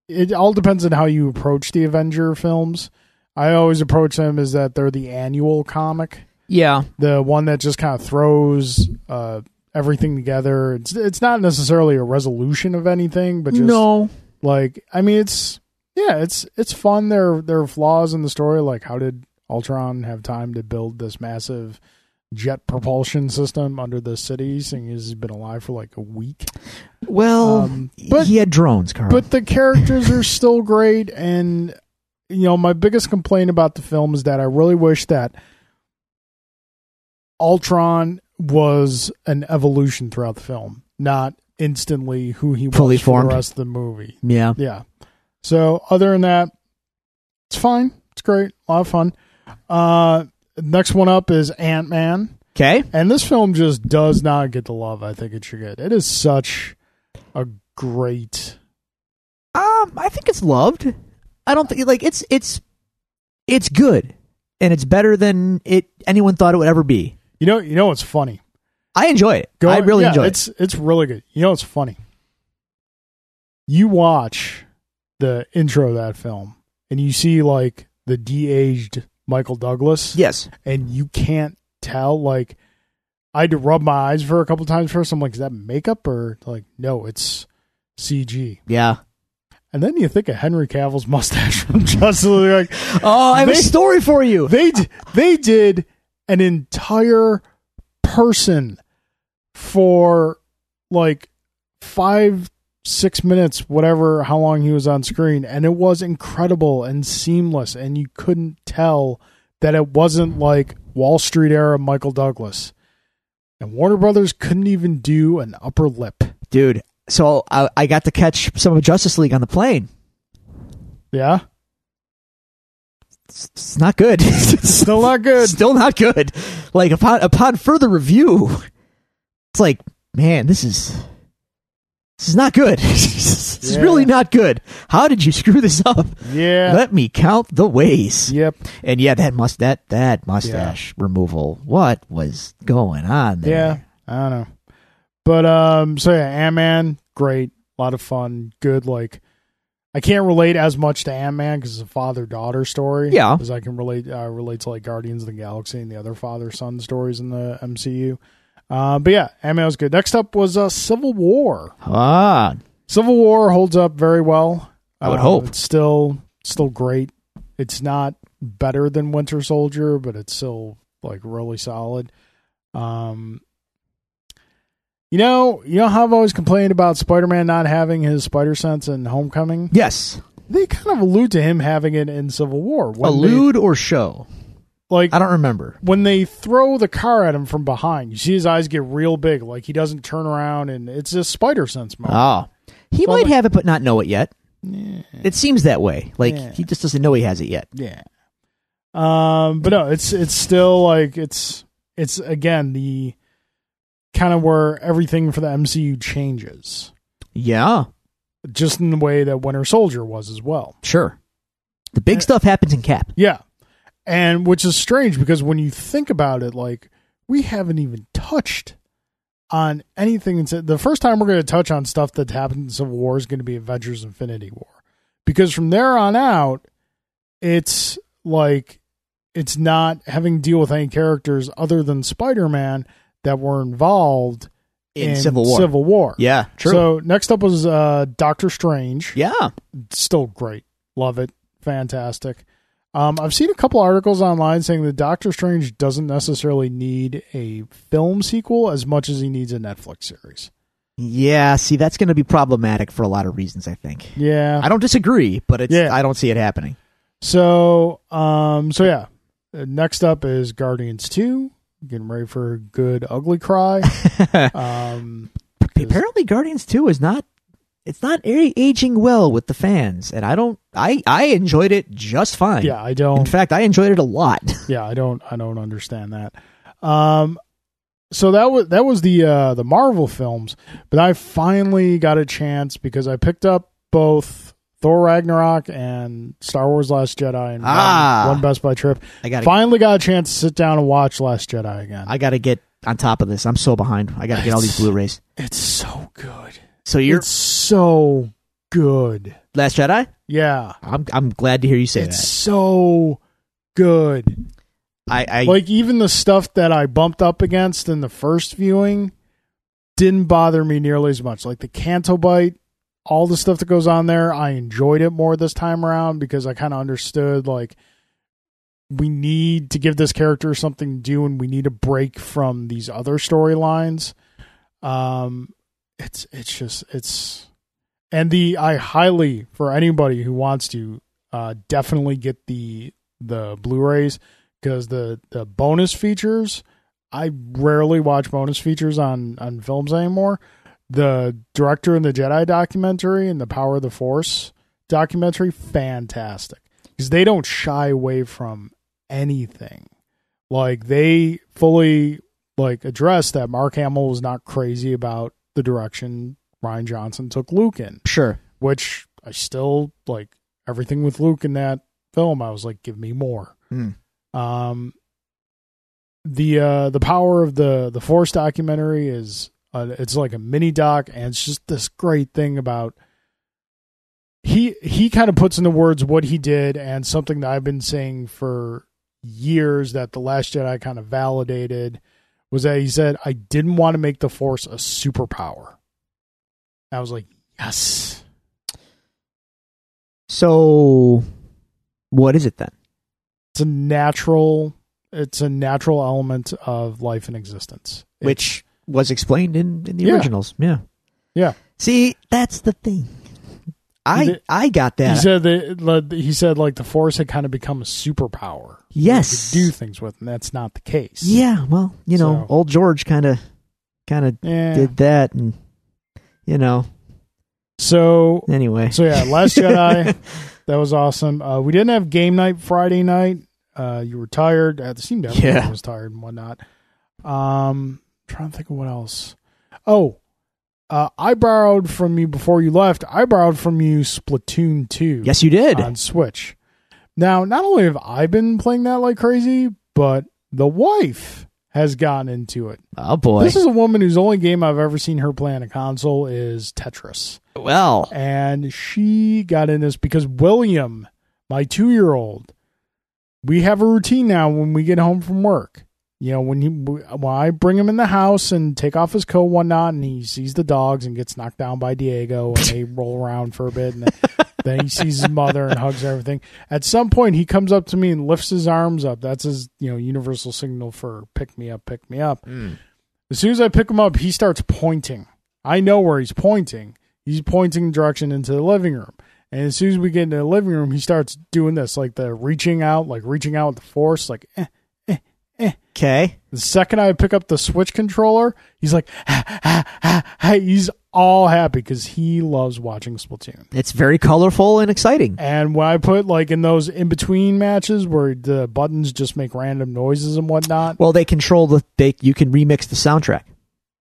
Speaker 1: it all depends on how you approach the Avenger films. I always approach them as that they're the annual comic,
Speaker 2: yeah,
Speaker 1: the one that just kind of throws uh, everything together. It's it's not necessarily a resolution of anything, but just
Speaker 2: no,
Speaker 1: like I mean, it's yeah, it's it's fun. There there are flaws in the story, like how did Ultron have time to build this massive jet propulsion system under the city, seeing as he's been alive for like a week?
Speaker 2: well,
Speaker 1: Um, but-
Speaker 2: he had drones, Carl.
Speaker 1: But the characters are still great, and you know, my biggest complaint about the film is that I really wish that Ultron was an evolution throughout the film, not instantly who he was
Speaker 2: Fully
Speaker 1: for
Speaker 2: formed.
Speaker 1: the rest of the movie.
Speaker 2: yeah,
Speaker 1: Yeah. So other than that, it's fine. It's great. A lot of fun. Uh, next one up is Ant Man,
Speaker 2: okay,
Speaker 1: and this film just does not get the love I think it should get. It is such a great.
Speaker 2: um, I think it's loved. I don't think like it's it's it's good, and it's better than it anyone thought it would ever be.
Speaker 1: You know. You know what's funny?
Speaker 2: I enjoy it. I really
Speaker 1: yeah,
Speaker 2: enjoy it.
Speaker 1: It's it's really good. You know what's funny? You watch the intro of that film, and you see like the de-aged Michael Douglas.
Speaker 2: Yes,
Speaker 1: and you can't tell like i had to rub my eyes for a couple times first i'm like is that makeup or like no it's cg
Speaker 2: yeah.
Speaker 1: and then you think of henry cavill's mustache from justice League like
Speaker 2: Oh, I have
Speaker 1: They-
Speaker 2: a story for you.
Speaker 1: they d- they did an entire person for like five six minutes whatever how long he was on screen and it was incredible and seamless and you couldn't tell that it wasn't like wall street era michael douglas and warner brothers couldn't even do an upper lip
Speaker 2: Dude, so I, I got to catch some of Justice League on the plane.
Speaker 1: yeah
Speaker 2: It's, it's not good. it's
Speaker 1: still not good
Speaker 2: still not good. Like upon upon further review, it's like, man, this is this is not good. this is
Speaker 1: Yeah.
Speaker 2: really not good. How did you screw this up?
Speaker 1: yeah
Speaker 2: Let me count the ways.
Speaker 1: yep
Speaker 2: And yeah, that must that that mustache removal. What was going on there?
Speaker 1: Yeah, I don't know. But um, so yeah, Ant Man, great, a lot of fun, good. Like, I can't relate as much to Ant Man because it's a father daughter story.
Speaker 2: Yeah.
Speaker 1: because I can relate uh, relate to like Guardians of the Galaxy and the other father son stories in the MCU. Uh, but yeah, Ant Man was good. Next up was uh, Civil War.
Speaker 2: Ah,
Speaker 1: Civil War holds up very well.
Speaker 2: I would
Speaker 1: Uh,
Speaker 2: hope.
Speaker 1: it's still still great. It's not better than Winter Soldier, but it's still like really solid. Um, you know, you know how I've always complained about Spider-Man not having his spider sense in Homecoming.
Speaker 2: yes.
Speaker 1: They kind of allude to him having it in Civil War. When they-
Speaker 2: Allude or show?
Speaker 1: like
Speaker 2: I don't remember.
Speaker 1: when they throw the car at him from behind. You see his eyes get real big, like he doesn't turn around, and it's a spider sense moment.
Speaker 2: Oh. He
Speaker 1: Well,
Speaker 2: might
Speaker 1: like-
Speaker 2: have it but not know it yet. It seems that way. Like
Speaker 1: Yeah.
Speaker 2: he just doesn't know he has it yet.
Speaker 1: Yeah. Um, but no, it's it's still like it's it's again the kind of where everything for the MCU changes,
Speaker 2: Yeah,
Speaker 1: just in the way that Winter Soldier was as well.
Speaker 2: sure. The big
Speaker 1: Eh.
Speaker 2: stuff happens in Cap.
Speaker 1: Yeah, and which is strange because when you think about it, like we haven't even touched on anything. That's, the first time we're going to touch on stuff that happened in Civil War is going to be Avengers: Infinity War, because from there on out, it's like it's not having to deal with any characters other than Spider Man that were involved
Speaker 2: In Civil War.
Speaker 1: Civil War.
Speaker 2: Yeah, true.
Speaker 1: So next up was uh, Doctor Strange.
Speaker 2: yeah,
Speaker 1: Still great. Love it. Fantastic. Um, I've seen a couple articles online saying that Doctor Strange doesn't necessarily need a film sequel as much as he needs a Netflix series.
Speaker 2: yeah. See, that's going to be problematic for a lot of reasons. I think.
Speaker 1: Yeah.
Speaker 2: I don't disagree, but it's
Speaker 1: Yeah.
Speaker 2: I don't see it happening.
Speaker 1: So, um, so yeah. Uh, Next up is Guardians Two. Getting ready for a good ugly cry. um,
Speaker 2: Apparently, Guardians Two is not. It's not a- aging well with the fans, and I don't. I I enjoyed it just fine.
Speaker 1: yeah, I
Speaker 2: In
Speaker 1: don't.
Speaker 2: fact, I enjoyed it a lot.
Speaker 1: Yeah, I don't. I don't understand that. Um, so that was that was the uh, the Marvel films, but I finally got a chance because I picked up both Thor Ragnarok and Star Wars Last Jedi in one-
Speaker 2: Ah.
Speaker 1: one Best Buy trip.
Speaker 2: I got. to
Speaker 1: Finally got a chance to sit down and watch Last Jedi again.
Speaker 2: I got to get on top of this. I'm so behind. I got to get all these
Speaker 1: It's-
Speaker 2: Blu-rays.
Speaker 1: it's so good.
Speaker 2: So you're
Speaker 1: it's so good.
Speaker 2: Last Jedi.
Speaker 1: Yeah.
Speaker 2: I'm I'm glad to hear you say
Speaker 1: It's so good.
Speaker 2: that. I, I
Speaker 1: like even the stuff that I bumped up against in the first viewing didn't bother me nearly as much. Like the Canto Bite, all the stuff that goes on there, I enjoyed it more this time around because I kind of understood like we need to give this character something to do and we need a break from these other storylines. Um it's it's just it's and the I highly for anybody who wants to uh definitely get the the Blu-rays because the the bonus features I rarely watch bonus features on on films anymore. The director in the Jedi documentary and the Power of the Force documentary fantastic because they don't shy away from anything. Like they fully like address that Mark Hamill was not crazy about the direction Ryan Johnson took Luke in
Speaker 2: sure.
Speaker 1: which I still like everything with Luke in that film. I was like, give me more.
Speaker 2: Hmm.
Speaker 1: Um, the uh, the power of the the Force documentary is uh, it's like a mini doc, and it's just this great thing about he he kind of puts into words what he did and something that I've been saying for years that the Last Jedi kind of validated was that he said I didn't want to make the Force a superpower. I was like, yes.
Speaker 2: So, what is it then?
Speaker 1: it's a natural it's a natural element of life and existence It's-
Speaker 2: Which was explained in in the
Speaker 1: Yeah.
Speaker 2: originals. Yeah.
Speaker 1: Yeah.
Speaker 2: See, that's the thing. I
Speaker 1: The-
Speaker 2: I got
Speaker 1: he
Speaker 2: that.
Speaker 1: said that like, he said like the force had kind of become a superpower that you
Speaker 2: Yes.
Speaker 1: could do things with and that's not the case
Speaker 2: yeah. Well, you know,
Speaker 1: So-
Speaker 2: old George kind of kind of
Speaker 1: yeah
Speaker 2: did that, and you know,
Speaker 1: so
Speaker 2: anyway.
Speaker 1: so yeah last jedi that was awesome uh we didn't have game night friday night uh you were tired uh, it seemed to everyone
Speaker 2: Yeah.
Speaker 1: was tired and whatnot um trying to think of what else oh uh, I borrowed from you before you left. I borrowed from you Splatoon 2.
Speaker 2: yes, you did.
Speaker 1: on Switch. Now, not only have I been playing that like crazy, but the wife has gotten into it.
Speaker 2: oh boy.
Speaker 1: This is a woman whose only game I've ever seen her play on a console is Tetris.
Speaker 2: well,
Speaker 1: And she got in this because William, my two year old, we have a routine now when we get home from work. You know, when, he, when I bring him in the house and take off his coat and whatnot, and he sees the dogs and gets knocked down by Diego, and they roll around for a bit, and then he sees his mother and hugs everything. At some point, he comes up to me and lifts his arms up. That's his, you know, universal signal for pick me up, pick me up.
Speaker 2: Mm.
Speaker 1: As soon as I pick him up, he starts pointing. I know where he's pointing. He's pointing direction into the living room. And as soon as we get into the living room, he starts doing this, like the reaching out, like reaching out with the force, like eh.
Speaker 2: okay.
Speaker 1: The second I pick up the Switch controller, he's like, he's all happy because he loves watching Splatoon.
Speaker 2: It's very colorful and exciting.
Speaker 1: And when I put like in those in between matches where the buttons just make random noises and whatnot,
Speaker 2: Well, they control the. They you can remix the soundtrack.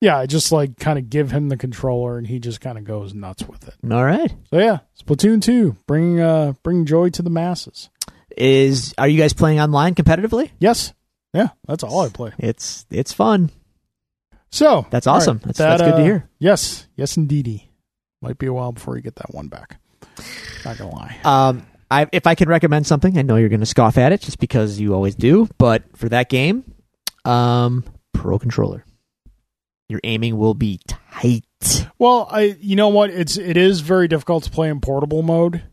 Speaker 1: yeah, I just like kind of give him the controller and he just kind of goes nuts with it.
Speaker 2: All right.
Speaker 1: So yeah, Splatoon two, bring uh bring joy to the masses.
Speaker 2: Is are you guys playing online competitively?
Speaker 1: Yes, yeah, that's all I play.
Speaker 2: It's it's fun.
Speaker 1: So
Speaker 2: That's
Speaker 1: all
Speaker 2: awesome. That's- that's good to hear.
Speaker 1: Yes, yes, indeedy. Might be a while before you get that one back. Not gonna lie.
Speaker 2: Um, I, if I can recommend something, I know you're going to scoff at it just because you always do, but for that game, um, Pro Controller. Your aiming will be tight.
Speaker 1: Well, I you know what? It's it is very difficult to play in portable mode.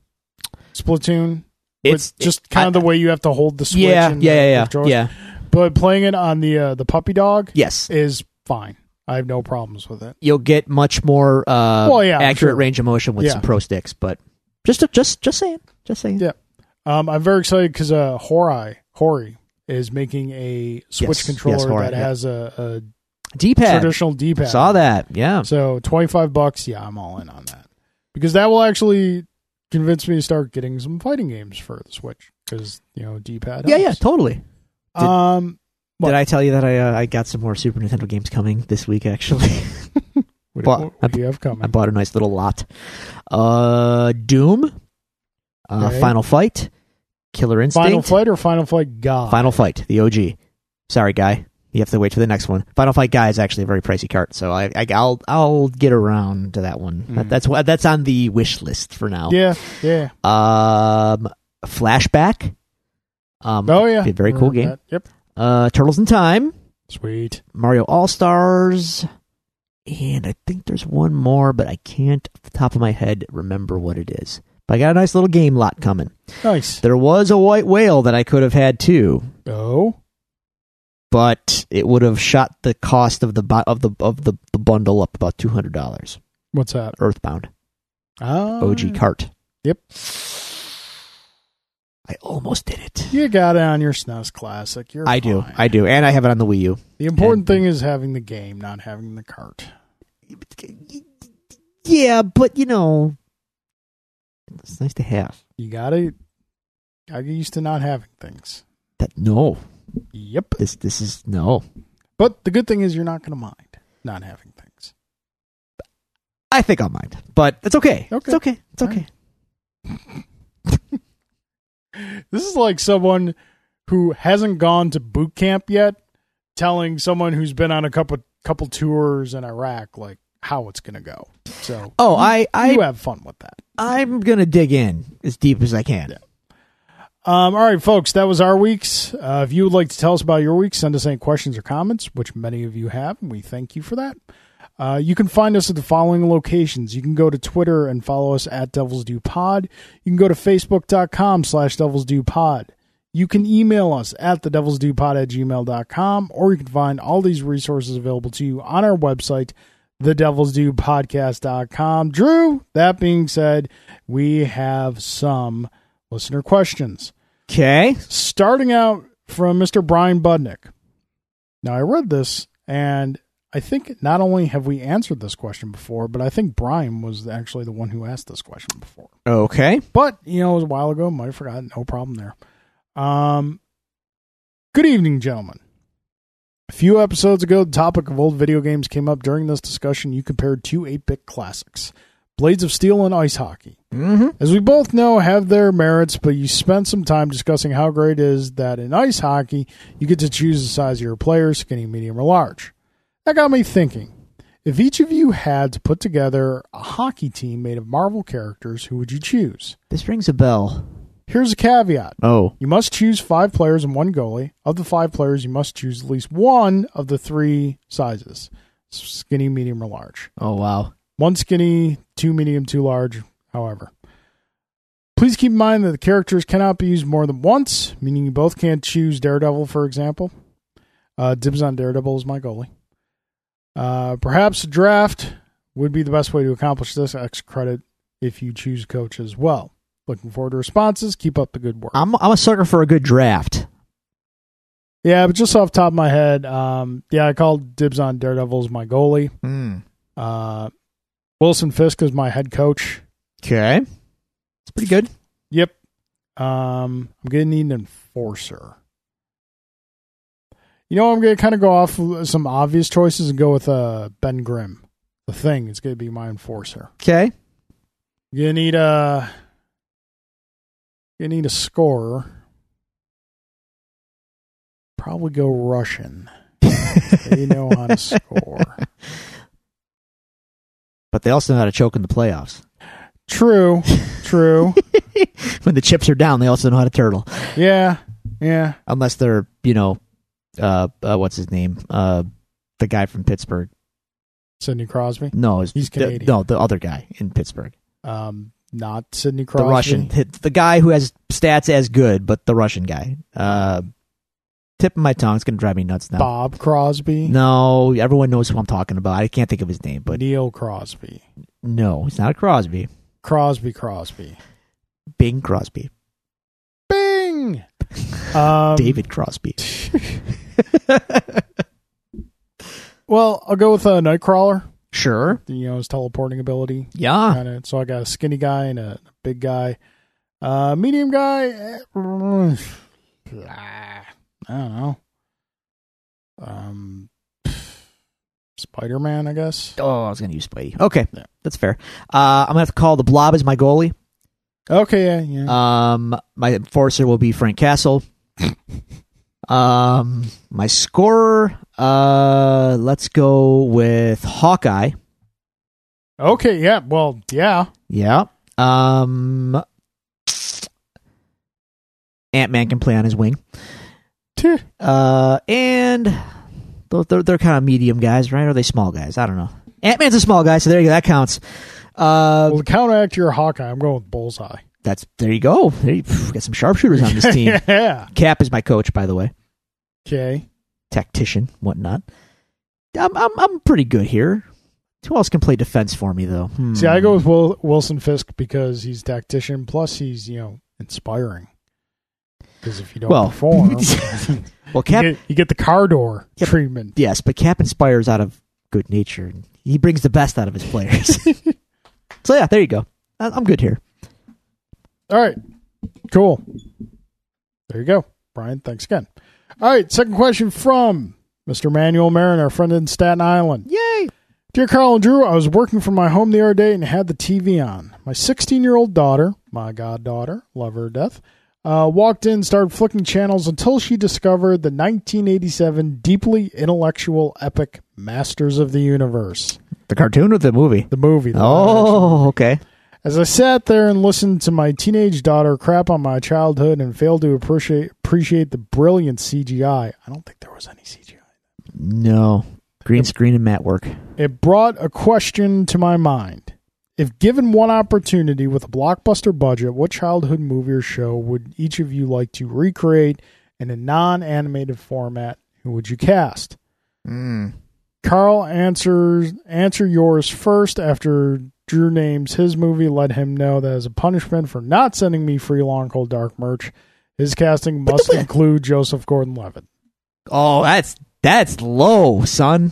Speaker 1: Splatoon. with
Speaker 2: It's
Speaker 1: just
Speaker 2: it-
Speaker 1: kind
Speaker 2: I-
Speaker 1: of the way you have to hold the switch.
Speaker 2: yeah,
Speaker 1: and the-
Speaker 2: yeah, yeah, yeah,
Speaker 1: the controller.
Speaker 2: yeah.
Speaker 1: But playing it on the uh, the puppy dog
Speaker 2: Yes,
Speaker 1: is fine. I have no problems with it.
Speaker 2: you'll get much more uh,
Speaker 1: Well, yeah, I'm
Speaker 2: accurate
Speaker 1: sure.
Speaker 2: range of motion with
Speaker 1: Yeah.
Speaker 2: some pro sticks, but just just just saying, just saying.
Speaker 1: Yeah. Um, I'm very excited because uh, Hori Hori is making a Switch
Speaker 2: Yes, yes,
Speaker 1: controller
Speaker 2: Hori,
Speaker 1: that
Speaker 2: yeah.
Speaker 1: has a, a
Speaker 2: D-pad.
Speaker 1: traditional D-pad.
Speaker 2: Saw that. Yeah.
Speaker 1: So 25 bucks, yeah, I'm all in on that. Because that will actually convince me to start getting some fighting games for the Switch cuz you know, D-pad.
Speaker 2: Yeah, yeah,
Speaker 1: helps.
Speaker 2: totally. Did-
Speaker 1: um What?
Speaker 2: Did I tell you that I uh, I got some more Super Nintendo games coming this week actually?
Speaker 1: what,
Speaker 2: but-
Speaker 1: what- what do you have
Speaker 2: I
Speaker 1: coming?
Speaker 2: bought a nice little lot. Uh Doom, uh
Speaker 1: Okay.
Speaker 2: Final Fight, Killer Instinct,
Speaker 1: Final Flight or Final Flight God?
Speaker 2: Final Fight, the OG. Sorry, guy. You have to wait for the next one. Final Fight Guy is actually a very pricey cart, so I, I will I'll get around to that one. That,
Speaker 1: Mm.
Speaker 2: that's wha- that's on the wish list for now.
Speaker 1: Yeah, yeah.
Speaker 2: Um, Flashback. Um,
Speaker 1: Oh yeah.
Speaker 2: be a very cool
Speaker 1: Remember
Speaker 2: game.
Speaker 1: that. Yep.
Speaker 2: uh, Turtles in Time,
Speaker 1: Sweet.
Speaker 2: Mario All Stars, and I think there's one more, but I can't off the top of my head remember what it is. But I got a nice little game lot coming.
Speaker 1: Nice.
Speaker 2: There was a white whale that I could have had too,
Speaker 1: Oh.
Speaker 2: but it would have shot the cost of the bu- of the of the, the bundle up about two hundred dollars.
Speaker 1: What's that?
Speaker 2: Earthbound
Speaker 1: Oh.
Speaker 2: OG cart.
Speaker 1: Yep.
Speaker 2: I almost did it.
Speaker 1: You got it on your SNES classic. You're
Speaker 2: I do,
Speaker 1: fine.
Speaker 2: I do, and I have it on the Wii U.
Speaker 1: the important
Speaker 2: and-
Speaker 1: thing is having the game, not having the cart.
Speaker 2: Yeah, but you know, it's nice to have.
Speaker 1: You gotta I get used to not having things.
Speaker 2: That no,
Speaker 1: Yep.
Speaker 2: this this is no.
Speaker 1: But the good thing is you're not going to mind not having things.
Speaker 2: I think I'll mind, but it's okay.
Speaker 1: Okay.
Speaker 2: It's okay. It's
Speaker 1: All
Speaker 2: okay.
Speaker 1: This is like someone who hasn't gone to boot camp yet telling someone who's been on a couple couple tours in Iraq like how it's going to go. So
Speaker 2: Oh, I I
Speaker 1: you have fun with that.
Speaker 2: I'm gonna dig in as deep as I can.
Speaker 1: Yeah. Um, all right, folks, that was our weeks. Uh, if you would like to tell us about your week, send us any questions or comments, which many of you have, and we thank you for that. Uh, you can find us at the following locations. You can go to Twitter and follow us at Devils Do Pod. You can go to Facebook.com slash Devils Do Pod. You can email us at the Devils Do Pod at gmail.com, or you can find all these resources available to you on our website, the Devils Do Podcast.com. Drew, that being said, we have some listener questions
Speaker 2: Okay.
Speaker 1: starting out from Mr. Brian Budnick. Now, I read this, and I think not only have we answered this question before, but I think Brian was actually the one who asked this question before.
Speaker 2: Okay.
Speaker 1: But, you know, it was a while ago. Might have forgotten. No problem there. Um, good evening, gentlemen. A few episodes ago, the topic of old video games came up. During this discussion, you compared two 8 bit classics Blades of Steel and Ice Hockey
Speaker 2: Mm-hmm.
Speaker 1: as we both know, have their merits, but you spent some time discussing how great it is that in ice hockey, you get to choose the size of your player, skinny, medium, or large. That got me thinking. If each of you had to put together a hockey team made of Marvel characters, who would you choose?
Speaker 2: This rings a bell.
Speaker 1: Here's a caveat.
Speaker 2: Oh.
Speaker 1: You must choose five players and one goalie. Of the five players, you must choose at least one of the three sizes skinny, medium, or large
Speaker 2: Oh wow.
Speaker 1: one skinny, two medium, two large, however. Please keep in mind that the characters cannot be used more than once, meaning you both can't choose Daredevil, for example. Uh, dibs on Daredevil is my goalie. Uh, perhaps a draft would be the best way to accomplish this. X credit if you choose coach as well. Looking forward to responses. Keep up the good work.
Speaker 2: I'm I'm a sucker for a good draft.
Speaker 1: Yeah, but just off the top of my head, um, yeah, I called dibs on Daredevil as my goalie. Uh, Wilson Fisk is my head coach.
Speaker 2: Okay. It's pretty good.
Speaker 1: Yep. Um, I'm gonna need an enforcer. You know, I'm gonna kind of go off of some obvious choices and go with uh Ben Grimm. The thing is gonna be my enforcer.
Speaker 2: Okay.
Speaker 1: You are gonna need a you need a scorer. Probably go Russian. They know how to score.
Speaker 2: But they also know how to choke in the playoffs.
Speaker 1: True, true.
Speaker 2: when the chips are down, they also know how to turtle.
Speaker 1: Yeah, yeah.
Speaker 2: unless they're you know uh, uh what's his name uh the guy from Pittsburgh
Speaker 1: Sidney Crosby.
Speaker 2: No, it's-
Speaker 1: He's
Speaker 2: the-
Speaker 1: Canadian.
Speaker 2: no, the other guy in Pittsburgh,
Speaker 1: Um, not Sidney
Speaker 2: the
Speaker 1: Crosby.
Speaker 2: Russian, the guy who has stats as good, but the Russian guy. Uh, tip of my tongue. It's gonna drive me nuts now.
Speaker 1: Bob Crosby.
Speaker 2: No, everyone knows who I'm talking about. I can't think of his name, but
Speaker 1: Neil Crosby.
Speaker 2: no, it's not a Crosby.
Speaker 1: Crosby Crosby.
Speaker 2: Bing Crosby,
Speaker 1: Bing. Um,
Speaker 2: David Crosby.
Speaker 1: Well, I'll go with uh, Nightcrawler.
Speaker 2: sure.
Speaker 1: You know his teleporting ability.
Speaker 2: Yeah.
Speaker 1: Kind of. So I got a skinny guy and a big guy. Uh, medium guy. eh, mm, I don't know. Um, Spider Man, I guess.
Speaker 2: Oh, I was gonna use Spidey. Okay,
Speaker 1: Yeah.
Speaker 2: that's fair. Uh, I'm gonna have to call the Blob as my goalie.
Speaker 1: Okay, yeah, yeah.
Speaker 2: Um, my enforcer will be Frank Castle. um, my scorer. Uh, let's go with Hawkeye.
Speaker 1: okay, yeah. Well, yeah.
Speaker 2: Yeah. Um, Ant Man can play on his wing.
Speaker 1: Tch.
Speaker 2: Uh, and they're, they're, they're kind of medium guys, right? Or are they small guys? I don't know. Ant Man's a small guy, so there you go. That counts. Uh,
Speaker 1: Well, to counteract your Hawkeye, I'm going with Bullseye.
Speaker 2: that's there you go. There you, phew, got some sharpshooters on this team.
Speaker 1: yeah.
Speaker 2: Cap is my coach, by the way,
Speaker 1: Okay.
Speaker 2: tactician, whatnot. I'm I'm, I'm pretty good here. Who else can play defense for me though? Hmm.
Speaker 1: See, I go with Will, Wilson Fisk because he's tactician. Plus, he's you know inspiring. Because if you don't
Speaker 2: Well-
Speaker 1: perform,
Speaker 2: well
Speaker 1: you,
Speaker 2: Cap.
Speaker 1: get, you get the car door
Speaker 2: Yep.
Speaker 1: treatment.
Speaker 2: Yes, but Cap inspires out of good nature. and He brings the best out of his players. so yeah, there you go. I- I'm good here.
Speaker 1: All right, cool. There you go, Brian. Thanks again. All right, second question from Mr. Manuel Marin, our friend in Staten Island.
Speaker 2: Yay!
Speaker 1: Dear Carl and Drew, I was working from my home the other day and had the TV on. My 16 year old daughter, my goddaughter, love her to death, uh, walked in, started flicking channels until she discovered the 1987 deeply intellectual epic Masters of the Universe,
Speaker 2: The cartoon or the movie?
Speaker 1: the movie. the live-action.
Speaker 2: Oh, okay.
Speaker 1: As I sat there and listened to my teenage daughter crap on my childhood and failed to appreciate appreciate the brilliant CGI, I don't think there was any CGI.
Speaker 2: No. Green screen and mat work.
Speaker 1: It brought a question to my mind. If given one opportunity with a blockbuster budget, what childhood movie or show would each of you like to recreate in a non-animated format? Who would you cast? Carl answers answer yours first after Drew names his movie. Let him know that as a punishment for not sending me free Long Cold Dark merch, his casting must include Joseph Gordon-Levitt.
Speaker 2: Oh, that's that's low, son.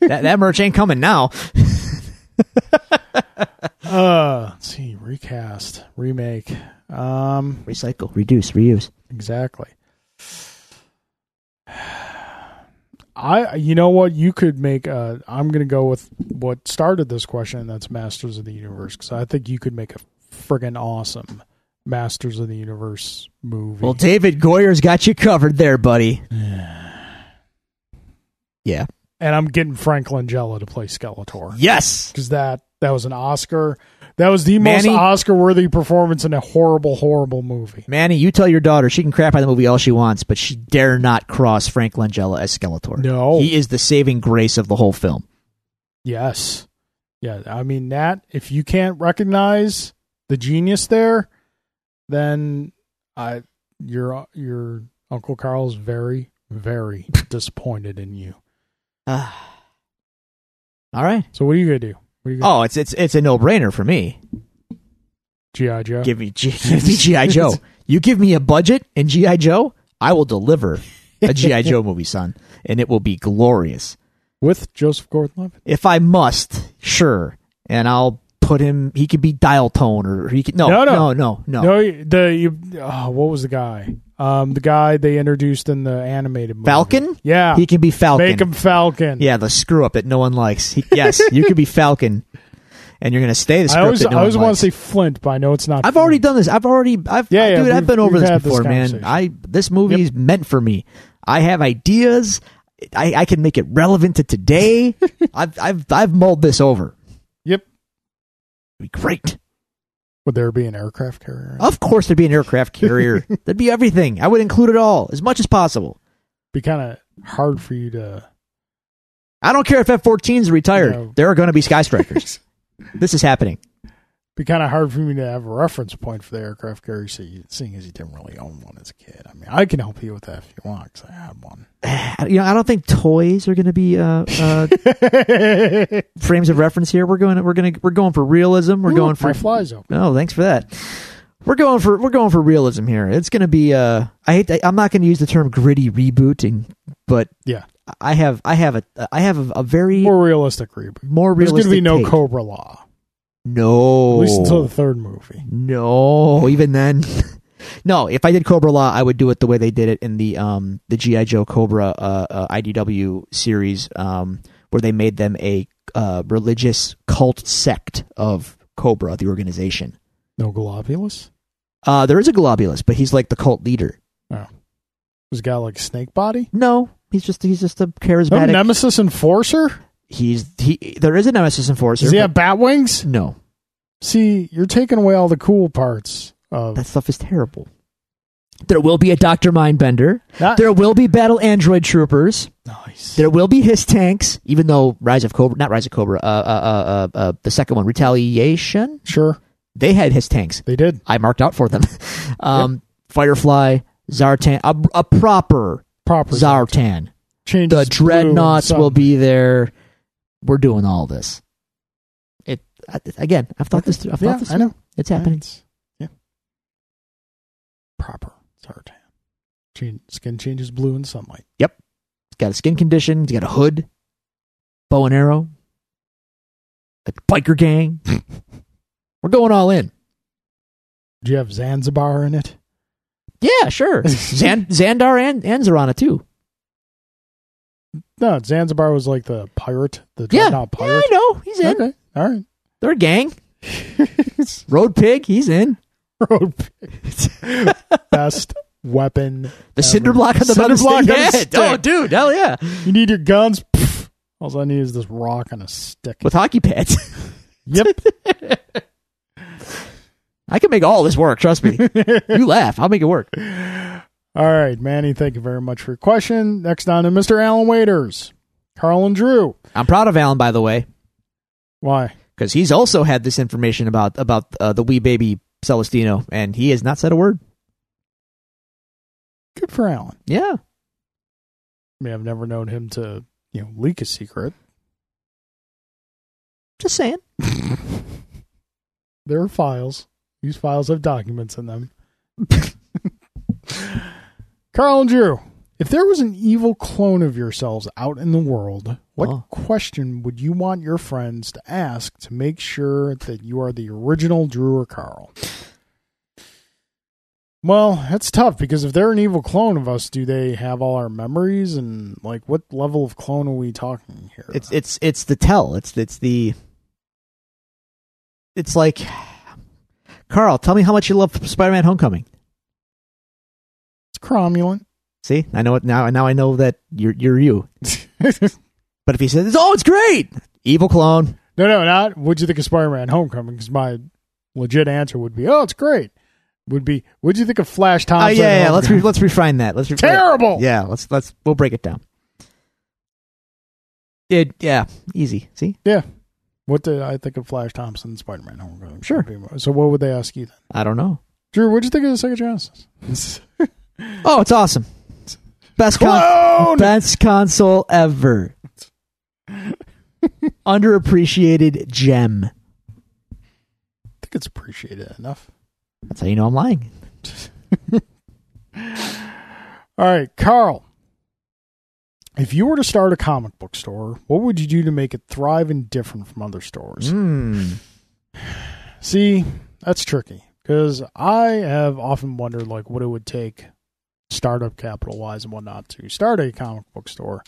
Speaker 2: that that merch ain't coming now.
Speaker 1: Uh, let's see, recast, remake. Um,
Speaker 2: Recycle, reduce, reuse.
Speaker 1: exactly. I, you know what, you could make. Uh, I'm gonna go with what started this question, and that's Masters of the Universe, because I think you could make a friggin' awesome Masters of the Universe movie.
Speaker 2: Well, David Goyer's got you covered there, buddy. yeah.
Speaker 1: and I'm getting Frank Langella to play Skeletor
Speaker 2: Yes.
Speaker 1: because that that was an Oscar. That was the
Speaker 2: Manny?
Speaker 1: most Oscar-worthy performance in a horrible, horrible movie.
Speaker 2: Manny, you tell your daughter she can crap on the movie all she wants, but she dare not cross Frank Langella as Skeletor.
Speaker 1: No.
Speaker 2: He is the saving grace of the whole film.
Speaker 1: Yes, yeah. I mean that. If you can't recognize the genius there, then I your your Uncle Carl's very very disappointed in you.
Speaker 2: All right.
Speaker 1: So what are you gonna do? What are you gonna
Speaker 2: Oh, it's it's it's a no brainer for me.
Speaker 1: GI Joe?
Speaker 2: Give me, G- give me GI Joe. You give me a budget and GI Joe, I will deliver a GI Joe movie, son, and it will be glorious.
Speaker 1: with Joseph Gordon-Levitt.
Speaker 2: If I must, sure, and I'll put him. He could be dial tone, or he could no,
Speaker 1: No, no.
Speaker 2: no, no, no, no.
Speaker 1: No, the you, oh, what was the guy? Um, the guy they introduced in the animated movie.
Speaker 2: Falcon.
Speaker 1: Yeah,
Speaker 2: He can be Falcon.
Speaker 1: make him Falcon.
Speaker 2: yeah, the screw up that no one likes. He, yes, you could be Falcon, and you're gonna stay the
Speaker 1: I
Speaker 2: screw up
Speaker 1: always
Speaker 2: that no
Speaker 1: I always
Speaker 2: one
Speaker 1: want
Speaker 2: likes.
Speaker 1: to say Flint, but I know it's not.
Speaker 2: I've already done this. I've already. I've,
Speaker 1: Yeah, yeah,
Speaker 2: dude.
Speaker 1: we've-
Speaker 2: I've been over
Speaker 1: we've
Speaker 2: this
Speaker 1: had this
Speaker 2: before, man.
Speaker 1: conversation.
Speaker 2: I this movie is meant for me. I have ideas. I, I can make it relevant to today. I've I've I've mulled this over.
Speaker 1: Yep.
Speaker 2: It'd be great.
Speaker 1: Would there be an aircraft carrier?
Speaker 2: Of course, there'd be an aircraft carrier. there'd be everything. I would include it all as much as possible.
Speaker 1: be kind of hard for you to
Speaker 2: I don't care if F 14s retired.
Speaker 1: No.
Speaker 2: There are going to be sky strikers. this is happening.
Speaker 1: be kind of hard for me to have a reference point for the aircraft carrier, se- seeing as you didn't really own one as a kid. I mean, I can help you with that if you want, 'cause I had one.
Speaker 2: You know, I don't think toys are going to be uh, uh, frames of reference here. We're going. We're going. to We're going for realism. We're
Speaker 1: Ooh,
Speaker 2: going for
Speaker 1: my flies open.
Speaker 2: Oh, thanks for that. We're going for we're going for realism here. It's going to be uh I hate I, am not going to use the term gritty rebooting, but
Speaker 1: Yeah,
Speaker 2: I have I have a I have a, a very more,
Speaker 1: more realistic reboot. There's going
Speaker 2: realistic
Speaker 1: to be no
Speaker 2: take. Oh.
Speaker 1: Cobra Law,
Speaker 2: no.
Speaker 1: at least until the third movie.
Speaker 2: no, even then. no, if I did Cobra Law, I would do it the way they did it in the um the GI Joe Cobra uh, uh IDW series um where they made them a uh, religious cult sect of Cobra the organization.
Speaker 1: No Globulus.
Speaker 2: Uh there is a globulus, but he's like the cult leader.
Speaker 1: He's got like a snake body.
Speaker 2: No, he's just he's just a
Speaker 1: Oh, No
Speaker 2: charismatic.
Speaker 1: Nemesis Enforcer.
Speaker 2: he's he. There is a nemesis enforcer.
Speaker 1: Does he
Speaker 2: but-
Speaker 1: have bat wings?
Speaker 2: no,
Speaker 1: See, you're taking away all the cool parts of
Speaker 2: that stuff is terrible. There will be a Doctor Mindbender.
Speaker 1: that.
Speaker 2: There will be battle android troopers.
Speaker 1: nice.
Speaker 2: There will be his tanks. Even though Rise of Cobra, not Rise of Cobra, uh, uh, uh, uh, uh the second one, Retaliation,
Speaker 1: sure,
Speaker 2: they had his tanks.
Speaker 1: they did.
Speaker 2: I marked out for them. um, Firefly, Zartan, a, a proper
Speaker 1: Proper
Speaker 2: Zartan.
Speaker 1: changes.
Speaker 2: the
Speaker 1: blue and
Speaker 2: dreadnoughts will
Speaker 1: something.
Speaker 2: be there. We're doing all this. It I- again. I've thought this through. I've
Speaker 1: Yeah,
Speaker 2: thought this.
Speaker 1: I
Speaker 2: Through.
Speaker 1: know.
Speaker 2: It's happening.
Speaker 1: It's- Yeah. Proper Zartan. Change, skin changes blue in sunlight.
Speaker 2: It's got a skin condition. It's got a hood, bow and arrow, a biker gang. We're going all in.
Speaker 1: Do you have Zanzibar in it?
Speaker 2: Yeah, sure. Zan, Xandar and and Zorana too.
Speaker 1: No, Zanzibar was like the pirate, the
Speaker 2: Yeah, yeah,
Speaker 1: dreadnought
Speaker 2: I
Speaker 1: pirate.
Speaker 2: know. He's in.
Speaker 1: okay, all right.
Speaker 2: They're a gang. Road Pig. He's in.
Speaker 1: Road pig. best weapon.
Speaker 2: The cinder
Speaker 1: ever.
Speaker 2: block on the
Speaker 1: Cinder
Speaker 2: mother's
Speaker 1: block
Speaker 2: thing.
Speaker 1: on a
Speaker 2: Yeah.
Speaker 1: stick.
Speaker 2: Oh, dude. Hell yeah.
Speaker 1: You need your guns. Pff. All I need is this rock and a stick.
Speaker 2: With hockey pads.
Speaker 1: Yep.
Speaker 2: I can make all this work. Trust me. you laugh. I'll make it work.
Speaker 1: All right, Manny, thank you very much for your question. Next on to Mr. Alan Waiters, Carl and Drew.
Speaker 2: I'm proud of Alan, by the way,
Speaker 1: Why?
Speaker 2: because he's also had this information about about uh, the wee baby Celestino, and he has not said a word.
Speaker 1: Good for Alan.
Speaker 2: Yeah,
Speaker 1: I mean, I've never known him to, you know, leak a secret.
Speaker 2: just saying.
Speaker 1: There are files. These files have documents in them. Carl and Drew, if there was an evil clone of yourselves out in the world, what
Speaker 2: Oh.
Speaker 1: question would you want your friends to ask to make sure that you are the original Drew or Carl? Well, that's tough because if they're an evil clone of us, do they have all our memories and like what level of clone are we talking here?
Speaker 2: It's it's it's the tell. It's it's the. It's like, Carl, tell me how much you love Spider-Man: Homecoming.
Speaker 1: it's cromulent.
Speaker 2: See, I know it now. Now I know that you're you're you. But if he says, "Oh, it's great," evil clone.
Speaker 1: No, no, not what'd you think of Spider Man Homecoming? Because my legit answer would be, oh, it's great. Would be, what'd you think of Flash
Speaker 2: Oh
Speaker 1: Thompson?
Speaker 2: yeah, yeah. Let's re-
Speaker 1: Homecoming?"
Speaker 2: let's refine that. Let's re-
Speaker 1: terrible.
Speaker 2: Yeah, let's let's we'll break it down. It yeah, easy. See,
Speaker 1: What did I think of Flash Thompson Spider Man Homecoming?
Speaker 2: Sure.
Speaker 1: So what would they ask you then?
Speaker 2: I don't know.
Speaker 1: Drew, what'd you think of the Second Genesis?
Speaker 2: Oh, it's awesome. Best con-
Speaker 1: Clone.
Speaker 2: best console ever. Underappreciated gem.
Speaker 1: I think it's appreciated enough.
Speaker 2: That's how you know I'm lying.
Speaker 1: All right, Carl. If you were to start a comic book store, what would you do to make it thrive and different from other stores? Hmm.
Speaker 2: Mm.
Speaker 1: See, that's tricky because I have often wondered like what it would take, startup capital wise and whatnot, to start a comic book store.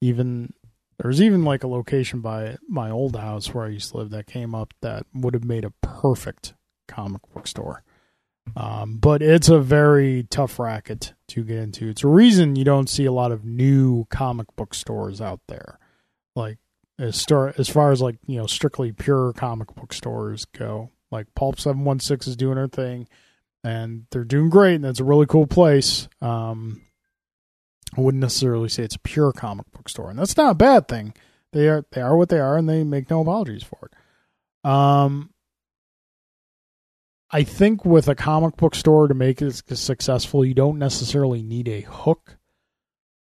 Speaker 1: Even there's even like a location by my old house where I used to live that came up that would have made a perfect comic book store. Um, but it's a very tough racket to get into. It's a reason you don't see a lot of new comic book stores out there. Like as star as far as like you know strictly pure comic book stores go like pulp 716 is doing her thing and they're doing great and that's a really cool place um I wouldn't necessarily say it's a pure comic book store, and that's not a bad thing. They are they are what they are, and they make no apologies for it. Um, I think with a comic book store to make it successful, you don't necessarily need a hook,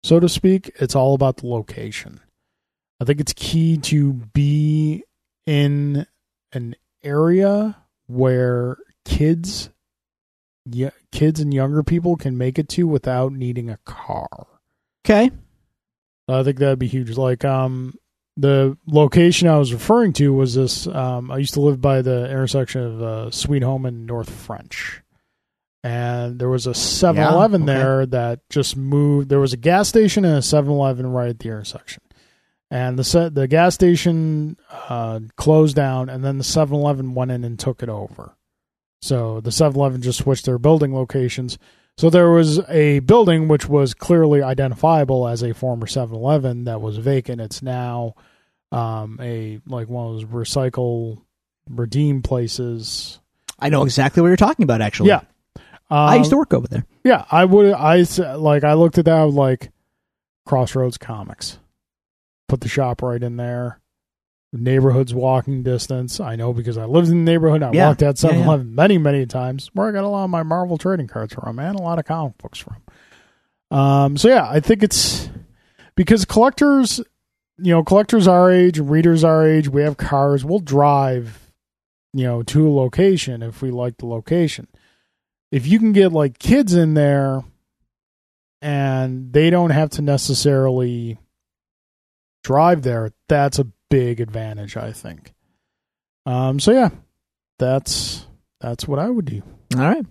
Speaker 1: so to speak. It's all about the location. I think it's key to be in an area where kids yeah, kids and younger people can make it to without needing a car.
Speaker 2: Okay.
Speaker 1: I think that'd be huge. Like um the location I was referring to was this um I used to live by the intersection of uh, Sweet Home and North French. And there was a 7-Eleven
Speaker 2: Yeah, okay.
Speaker 1: there that just moved. There was a gas station and a 7-Eleven right at the intersection. And the se- the gas station uh, closed down, and then the 7-Eleven went in and took it over. So the 7-Eleven just switched their building locations. So there was a building which was clearly identifiable as a former 7-Eleven that was vacant. It's now um, a like one of those recycle redeem places.
Speaker 2: I know exactly what you're talking about, actually.
Speaker 1: Yeah. Um,
Speaker 2: I used to work over there.
Speaker 1: yeah, I would. I s- like. I looked at that I was like Crossroads Comics. Put the shop right in there. Neighborhood's walking distance. I know because I lived in the neighborhood. I
Speaker 2: Yeah.
Speaker 1: walked that
Speaker 2: Yeah, yeah.
Speaker 1: 7 Eleven many, many times where I got a lot of my Marvel trading cards from and a lot of comic books from. Um, so, yeah, I think it's because collectors, you know, collectors our age, readers our age, we have cars, we'll drive, you know, to a location if we like the location. If you can get like kids in there and they don't have to necessarily drive there, that's a big advantage, I think. Um, so yeah, that's that's what I would do.
Speaker 2: All right.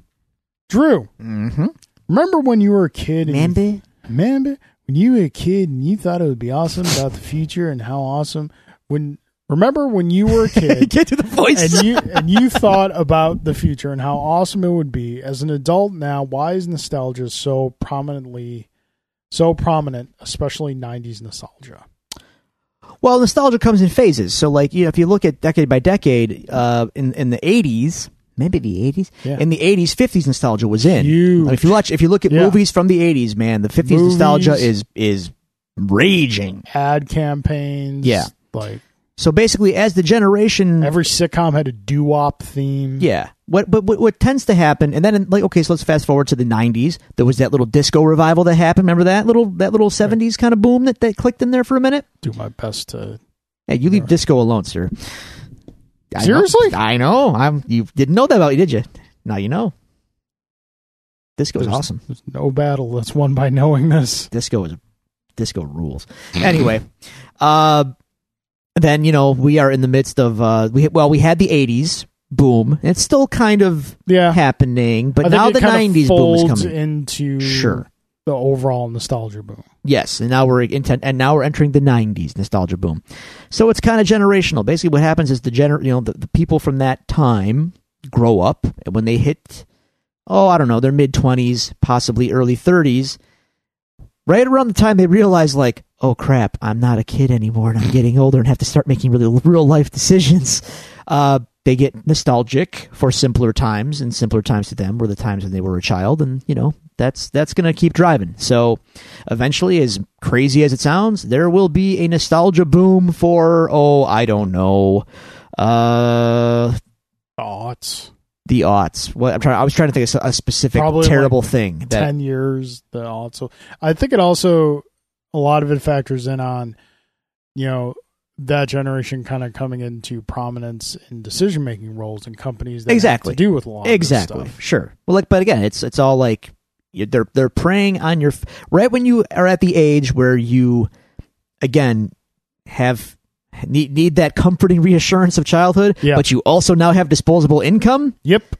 Speaker 1: Drew,
Speaker 2: Mm-hmm.
Speaker 1: remember when you were a kid? and-
Speaker 2: Mandy?
Speaker 1: remember when you were a kid and you thought it would be awesome about the future and how awesome when? Remember when you were a
Speaker 2: You
Speaker 1: kid
Speaker 2: can't do the voice.
Speaker 1: and you and you thought about the future and how awesome it would be as an adult now? Why is nostalgia so prominently so prominent, especially '90s nostalgia?
Speaker 2: Well, nostalgia comes in phases. So, like, you know, if you look at decade by decade, uh, in in the '80s, maybe the '80s,
Speaker 1: Yeah.
Speaker 2: in the '80s, '50s nostalgia was in.
Speaker 1: Huge.
Speaker 2: Like, if you watch, if you look at
Speaker 1: Yeah.
Speaker 2: movies from the '80s, man, the '50s nostalgia
Speaker 1: Movies.
Speaker 2: is is raging.
Speaker 1: Ad campaigns,
Speaker 2: Yeah.
Speaker 1: like
Speaker 2: So basically, as the generation,
Speaker 1: Every sitcom had a doo wop theme.
Speaker 2: yeah. What, but what, what tends to happen, and then in, like okay, so let's fast forward to the '90s. There was that little disco revival that happened. Remember that little that little '70s kind of boom that, that clicked in there for a minute.
Speaker 1: Do my best to.
Speaker 2: Hey, you leave disco alone, sir. I know-
Speaker 1: Seriously?
Speaker 2: I know. I'm. You didn't know that about you, did you? Now you know. Disco is awesome.
Speaker 1: There's no battle that's won by knowing this.
Speaker 2: Disco is disco rules. anyway, uh, then you know we are in the midst of uh, we well we had the '80s boom. It's still kind of
Speaker 1: Yeah.
Speaker 2: happening, but
Speaker 1: I think
Speaker 2: now
Speaker 1: it
Speaker 2: the
Speaker 1: kind of
Speaker 2: '90s boom is
Speaker 1: folds
Speaker 2: coming.
Speaker 1: into
Speaker 2: Sure.
Speaker 1: the overall nostalgia boom.
Speaker 2: Yes, and now we're intent, and now we're entering the '90s nostalgia boom. So it's kind of generational. Basically, what happens is the gener, you know, the, the people from that time grow up, and when they hit, oh, I don't know, their mid 20s, possibly early 30s, right around the time they realize, like, oh crap, I'm not a kid anymore, and I'm getting older, and have to start making really real life decisions. Uh, they get nostalgic for simpler times, and simpler times to them were the times when they were a child, and you know that's that's gonna keep driving. So eventually, as crazy as it sounds, there will be a nostalgia boom for oh, I don't know, uh,
Speaker 1: Oh, it's
Speaker 2: the aughts. What I'm trying, I was trying to think of a specific
Speaker 1: Probably
Speaker 2: terrible thing that
Speaker 1: 10 years. The also, I think it also, a lot of it factors in on, you know, that generation kind of coming into prominence in decision making roles in companies that have
Speaker 2: Exactly.
Speaker 1: to do with a lot of this
Speaker 2: exactly
Speaker 1: stuff.
Speaker 2: sure. Well, like, but again, it's it's all like you- they're they're preying on your f- right when you are at the age where you again have need need that comforting reassurance of childhood,
Speaker 1: Yeah.
Speaker 2: but you also now have disposable income,
Speaker 1: Yep.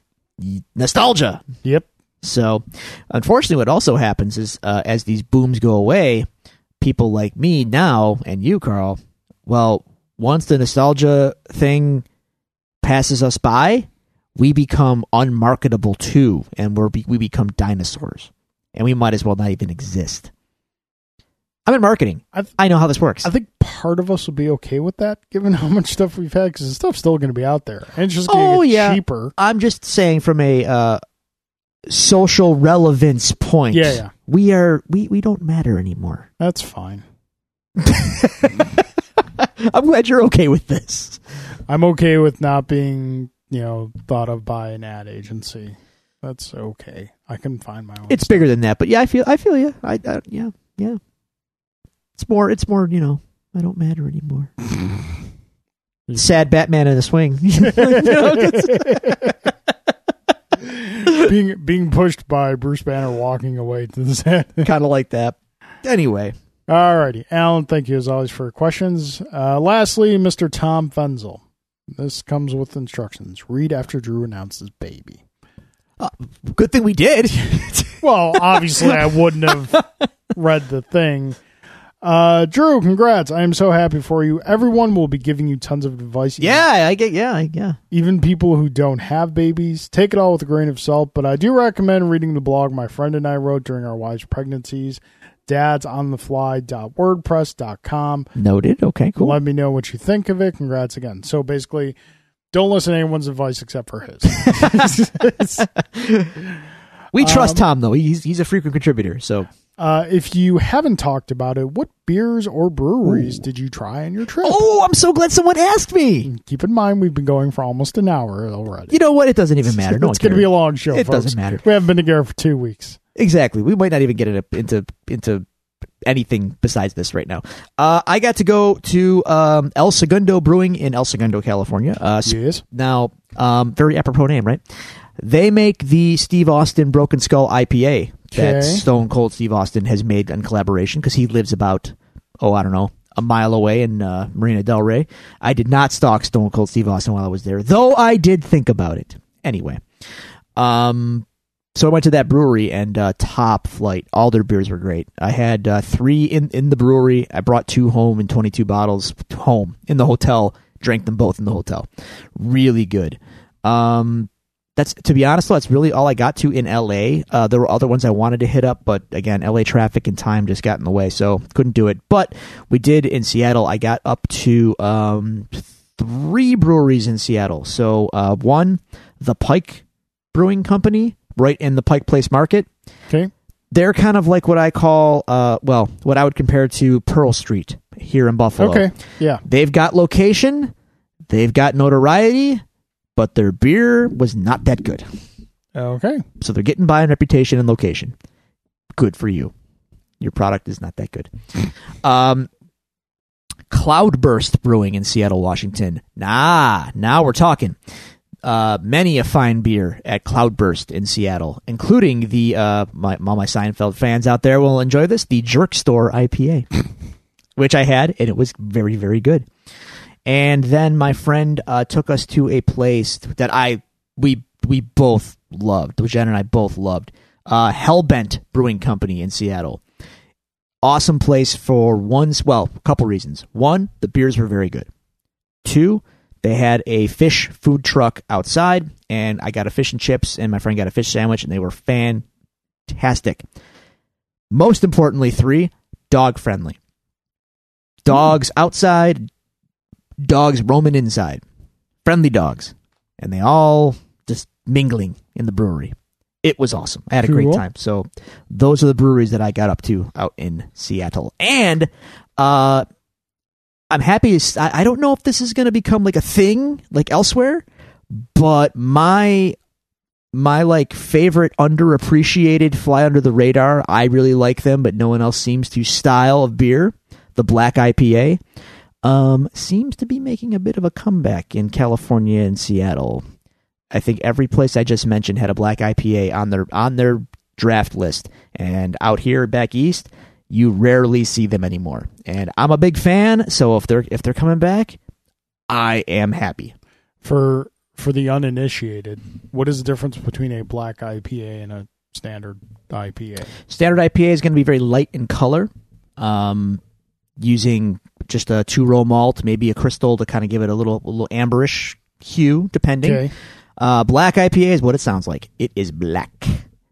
Speaker 2: nostalgia.
Speaker 1: Yep.
Speaker 2: So, unfortunately, what also happens is uh, as these booms go away, people like me now and you, Carl, well, once the nostalgia thing passes us by, we become unmarketable too, and we're, we become dinosaurs, and we might as well not even exist. I'm in marketing. i
Speaker 1: I've-
Speaker 2: know how this works.
Speaker 1: I think part of us will be okay with that, given how much stuff we've had, because the stuff's still going to be out there, and it's just going to
Speaker 2: Oh,
Speaker 1: get
Speaker 2: yeah.
Speaker 1: cheaper.
Speaker 2: I'm just saying from a uh, social relevance point.
Speaker 1: Yeah, yeah.
Speaker 2: we are we we don't matter anymore.
Speaker 1: That's fine.
Speaker 2: I'm glad you're okay with this.
Speaker 1: I'm okay with not being, you know, thought of by an ad agency. That's okay. I can find my own.
Speaker 2: It's bigger than that, but yeah, I feel I feel you. I, I yeah yeah. It's more it's more you know I don't matter anymore. Sad Batman in the swing.
Speaker 1: being being pushed by Bruce Banner walking away to the set.
Speaker 2: kind of like that. Anyway,
Speaker 1: All righty. Alan, thank you as always for your questions. Uh, lastly, Mr. Tom Funzel. This comes with instructions. Read after Drew announces baby.
Speaker 2: good thing we did.
Speaker 1: Well, obviously, I wouldn't have read the thing. Uh, Drew, congrats. I am so happy for you. Everyone will be giving you tons of advice. even-
Speaker 2: yeah, I get. Yeah, I- yeah.
Speaker 1: Even people who don't have babies. Take it all with a grain of salt, but I do recommend reading the blog my friend and I wrote during our wives' pregnancies. Dadsonthefly.wordpress.com.
Speaker 2: Noted. Okay. Cool.
Speaker 1: Let me know what you think of it. Congrats again. So basically, don't listen to anyone's advice except for his.
Speaker 2: We
Speaker 1: um,
Speaker 2: trust Tom though. He's he's a frequent contributor. So
Speaker 1: Uh, if you haven't talked about it, what beers or breweries did you try on your trip?
Speaker 2: oh, I'm so glad someone asked me.
Speaker 1: Keep in mind, we've been going for almost an hour already.
Speaker 2: You know what? It doesn't even matter. No
Speaker 1: it's going to be a long show.
Speaker 2: It
Speaker 1: folks.
Speaker 2: doesn't matter.
Speaker 1: We haven't been together for two weeks.
Speaker 2: Exactly. We might not even get it up into into anything besides this right now. Uh, I got to go to um, El Segundo Brewing in El Segundo, California. Uh, sp-
Speaker 1: Yes.
Speaker 2: Now, um, very apropos name, right? They make the Steve Austin Broken Skull IPA that
Speaker 1: Okay.
Speaker 2: Stone Cold Steve Austin has made in collaboration because he lives about oh I don't know a mile away in uh, Marina Del Rey. I did not stalk Stone Cold Steve Austin while I was there, though I did think about it anyway. Um, so I went to that brewery and uh, top flight. All their beers were great. I had uh, three in, in the brewery. I brought two home in 22 bottles home in the hotel. Drank them both in the hotel. Really good. Um, that's to be honest, though, that's really all I got to in LA. Uh, there were other ones I wanted to hit up, but again, LA traffic and time just got in the way, so couldn't do it. But we did in Seattle. I got up to um, three breweries in Seattle. So uh, one, the Pike Brewing Company, right in the Pike Place Market.
Speaker 1: Okay.
Speaker 2: They're kind of like what I call, uh, well, what I would compare to Pearl Street here in Buffalo.
Speaker 1: Okay. Yeah.
Speaker 2: They've got location, they've got notoriety, but their beer was not that good.
Speaker 1: Okay.
Speaker 2: So they're getting by on reputation and location. Good for you. Your product is not that good. Um, Cloudburst Brewing in Seattle, Washington. Nah, now we're talking. Uh, many a fine beer at Cloudburst in Seattle, including the uh, my, all my Seinfeld fans out there will enjoy this the Jerk Store IPA, which I had and it was very very good. And then my friend uh, took us to a place that I we we both loved. Jen and I both loved uh, Hellbent Brewing Company in Seattle awesome place for one well a couple reasons one the beers were very good two they had a fish food truck outside and i got a fish and chips and my friend got a fish sandwich and they were fantastic most importantly three dog friendly dogs outside dogs roaming inside friendly dogs and they all just mingling in the brewery it was awesome i had a great
Speaker 1: Cool.
Speaker 2: time so those are the breweries that I got up to out in Seattle. And uh, I'm happy. To, s- I I don't know if this is going to become like a thing like elsewhere, but my my like favorite underappreciated fly under the radar. I really like them, but no one else seems to style of beer. The black IPA um, seems to be making a bit of a comeback in California and Seattle. I think every place I just mentioned had a black IPA on their on their draft list, and out here back east, you rarely see them anymore. And I'm a big fan, so if they're if they're coming back, I am happy.
Speaker 1: For for the uninitiated, what is the difference between a black IPA and a standard IPA?
Speaker 2: Standard IPA is going to be very light in color, um, using just a two row malt, maybe a crystal to kind of give it a little a little amberish hue, depending.
Speaker 1: Okay.
Speaker 2: Uh, black IPA is what it sounds like. It is black.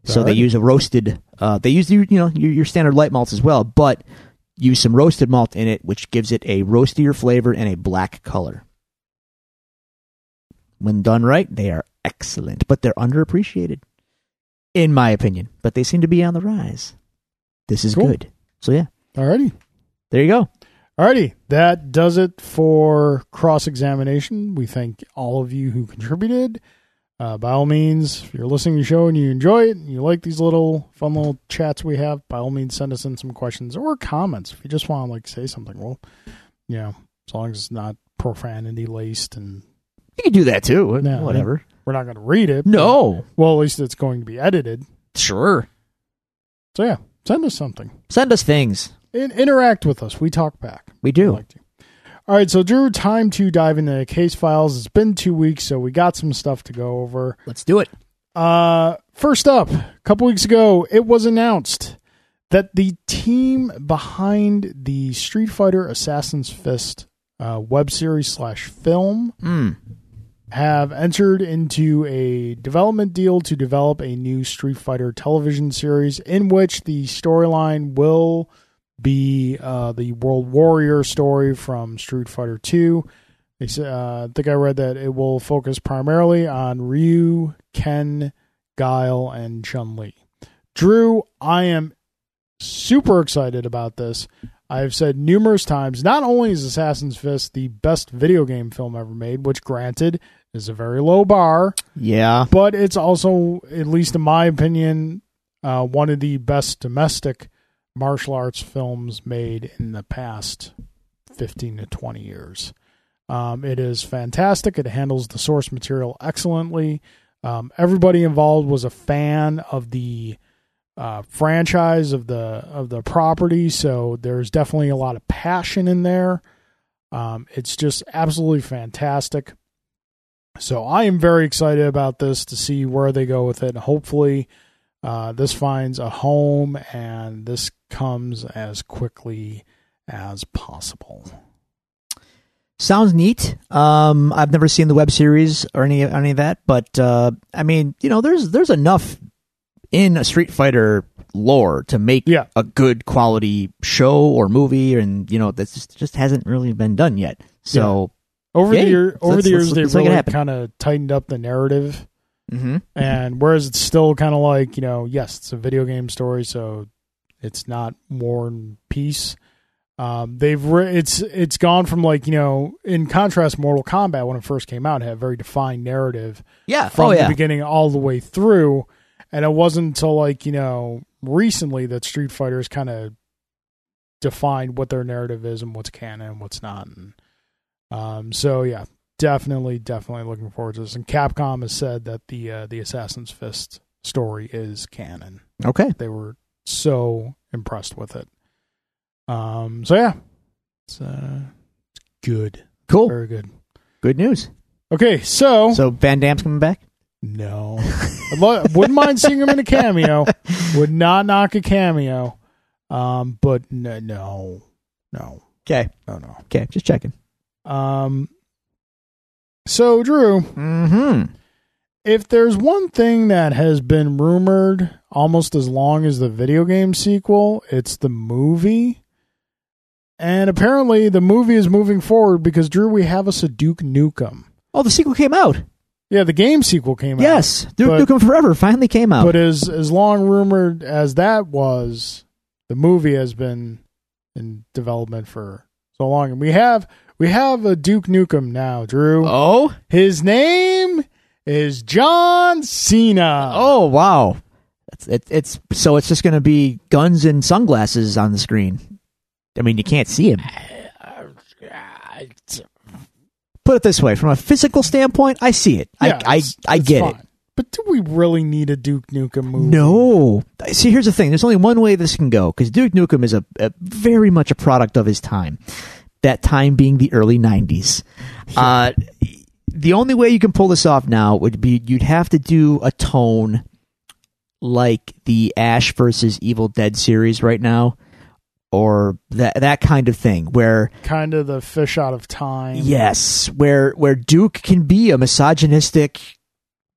Speaker 2: So they
Speaker 1: Alright.
Speaker 2: use a roasted. Uh, they use your, you know your, your standard light malts as well, but use some roasted malt in it, which gives it a roastier flavor and a black color. When done right, they are excellent, but they're underappreciated, in my opinion. But they seem to be on the rise. this is
Speaker 1: Cool.
Speaker 2: good. So yeah,
Speaker 1: Alrighty.
Speaker 2: there you go.
Speaker 1: Alrighty. That does it for cross examination. We thank all of you who contributed. Uh, by all means, if you're listening to the show and you enjoy it and you like these little fun little chats we have, by all means, send us in some questions or comments. If you just want to like say something, well, you know, as long as it's not profanity laced and
Speaker 2: You can do that too.
Speaker 1: No,
Speaker 2: Whatever.
Speaker 1: we're not going to read it.
Speaker 2: No,
Speaker 1: Well, at least it's going to be edited.
Speaker 2: sure.
Speaker 1: So yeah, send us something
Speaker 2: Send us things.
Speaker 1: and interact with us. We talk back.
Speaker 2: We
Speaker 1: We
Speaker 2: do.
Speaker 1: like to. All right, so Drew, time to dive into the case files. It's been two weeks, so we got some stuff to go over.
Speaker 2: Let's do it.
Speaker 1: Uh, first up, a couple weeks ago, it was announced that the team behind the Street Fighter Assassin's Fist uh, web series slash film
Speaker 2: Mm.
Speaker 1: have entered into a development deal to develop a new Street Fighter television series in which the storyline will be uh, the World Warrior story from Street Fighter 2. They s- uh, I think I read that it will focus primarily on Ryu, Ken, Guile, and Chun Li. Drew, I am super excited about this. I've said numerous times, not only is Assassin's Fist the best video game film ever made, which granted is a very low bar,
Speaker 2: Yeah.
Speaker 1: but it's also, at least in my opinion, uh, one of the best domestic martial arts films made in the past 15 to 20 years. Um, it is fantastic. It handles the source material excellently. Um, everybody involved was a fan of the uh, franchise of the of the property, so there's definitely a lot of passion in there. Um, it's just absolutely fantastic. So I am very excited about this to see where they go with it. Hopefully, uh, this finds a home and this comes as quickly as possible.
Speaker 2: Sounds neat. Um, I've never seen the web series or any any of that, but uh, I mean, you know, there's there's enough in a Street Fighter lore to make
Speaker 1: Yeah.
Speaker 2: a good quality show or movie, and you know, that just, just hasn't really been done yet. So,
Speaker 1: Over
Speaker 2: Yay.
Speaker 1: the year, over
Speaker 2: Let's-
Speaker 1: the years,
Speaker 2: let's-
Speaker 1: they
Speaker 2: let's make it
Speaker 1: really
Speaker 2: happen.
Speaker 1: kind of tightened up the narrative,
Speaker 2: mhm.
Speaker 1: and whereas it's still kind of like you know, yes, it's a video game story, so it's not War and Peace. Um, they've re- it's it's gone from like you know, in contrast, Mortal Kombat when it first came out had a very defined narrative
Speaker 2: yeah,
Speaker 1: from
Speaker 2: oh
Speaker 1: the
Speaker 2: yeah,
Speaker 1: beginning all the way through, and it wasn't until like you know recently that Street Fighters kind of defined what their narrative is and what's canon and what's not. And, um, so yeah, definitely, definitely looking forward to this. And Capcom has said that the uh, the Assassin's Fist story is canon.
Speaker 2: okay,
Speaker 1: They were so impressed with it. Um, so yeah, it's uh, it's good,
Speaker 2: cool,
Speaker 1: very good.
Speaker 2: good news.
Speaker 1: Okay, so
Speaker 2: So Van Damme's coming back.
Speaker 1: no. I'd lo- wouldn't mind seeing him in a cameo. Would not knock a cameo. Um, but no, no, no,
Speaker 2: Okay,
Speaker 1: no, no.
Speaker 2: okay, just checking.
Speaker 1: Um, so Drew,
Speaker 2: Mm-hmm.
Speaker 1: if there's one thing that has been rumored almost as long as the video game sequel, it's the movie. And apparently, the movie is moving forward because Drew, we have a Duke Nukem.
Speaker 2: Oh, the sequel came out.
Speaker 1: Yeah, the game sequel came out.
Speaker 2: Yes, Duke
Speaker 1: But-
Speaker 2: Nukem Forever finally came out.
Speaker 1: But as as long rumored as that was, the movie has been in development for so long, and we have we have a Duke Nukem now, Drew.
Speaker 2: oh,
Speaker 1: His name is John Cena.
Speaker 2: Oh wow, it's it, it's so it's just going to be guns and sunglasses on the screen. I mean, you can't see him. Put it this way: from a physical standpoint, I see it.
Speaker 1: Yeah,
Speaker 2: I I,
Speaker 1: it's-
Speaker 2: I
Speaker 1: it's
Speaker 2: get it.
Speaker 1: fine. But do we really need a Duke Nukem movie?
Speaker 2: No, see, here's the thing: there's only one way this can go because Duke Nukem is a, a very much a product of his time. That time being the early '90s. Uh, the only way you can pull this off now would be you'd have to do a tone like the Ash versus Evil Dead series right now, or that that kind of thing where
Speaker 1: kind of the fish out of time.
Speaker 2: yes, where where Duke can be a misogynistic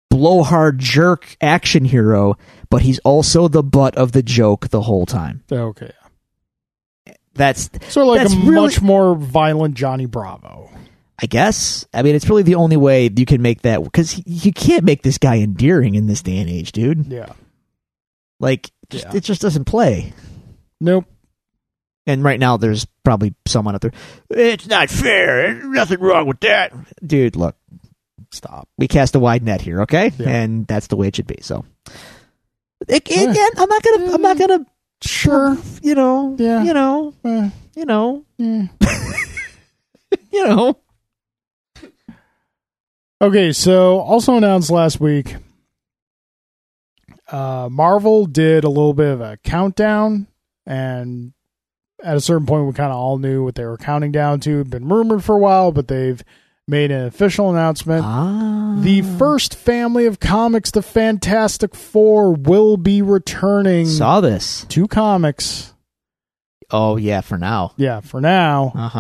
Speaker 2: blowhard jerk action hero, but he's also the butt of the joke the whole time.
Speaker 1: Okay.
Speaker 2: That's
Speaker 1: So like
Speaker 2: That's
Speaker 1: a
Speaker 2: really-
Speaker 1: much more violent Johnny Bravo.
Speaker 2: I guess. I mean, it's really the only way you can make that because you can't make this guy endearing in this day and age, dude.
Speaker 1: Yeah.
Speaker 2: Like, just,
Speaker 1: Yeah.
Speaker 2: it just doesn't play.
Speaker 1: Nope.
Speaker 2: And right now, there's probably someone out there. It's not fair. There's nothing wrong with that, dude. Look, stop. We cast a wide net here, okay?
Speaker 1: Yeah.
Speaker 2: And that's the way it should be. So, Ag-
Speaker 1: Yeah.
Speaker 2: again, I'm not gonna. I'm not gonna.
Speaker 1: Sure.
Speaker 2: You know.
Speaker 1: Yeah.
Speaker 2: You know.
Speaker 1: Eh,
Speaker 2: You know.
Speaker 1: yeah.
Speaker 2: You know.
Speaker 1: Okay, so also announced last week, uh, Marvel did a little bit of a countdown, and at a certain point, we kind of all knew what they were counting down to. It'd been rumored for a while, but they've made an official announcement.
Speaker 2: Ah.
Speaker 1: Uh, The first family of comics, the Fantastic Four, will be returning
Speaker 2: saw this.
Speaker 1: to comics.
Speaker 2: Oh yeah. For now.
Speaker 1: Yeah, for now.
Speaker 2: Uh huh.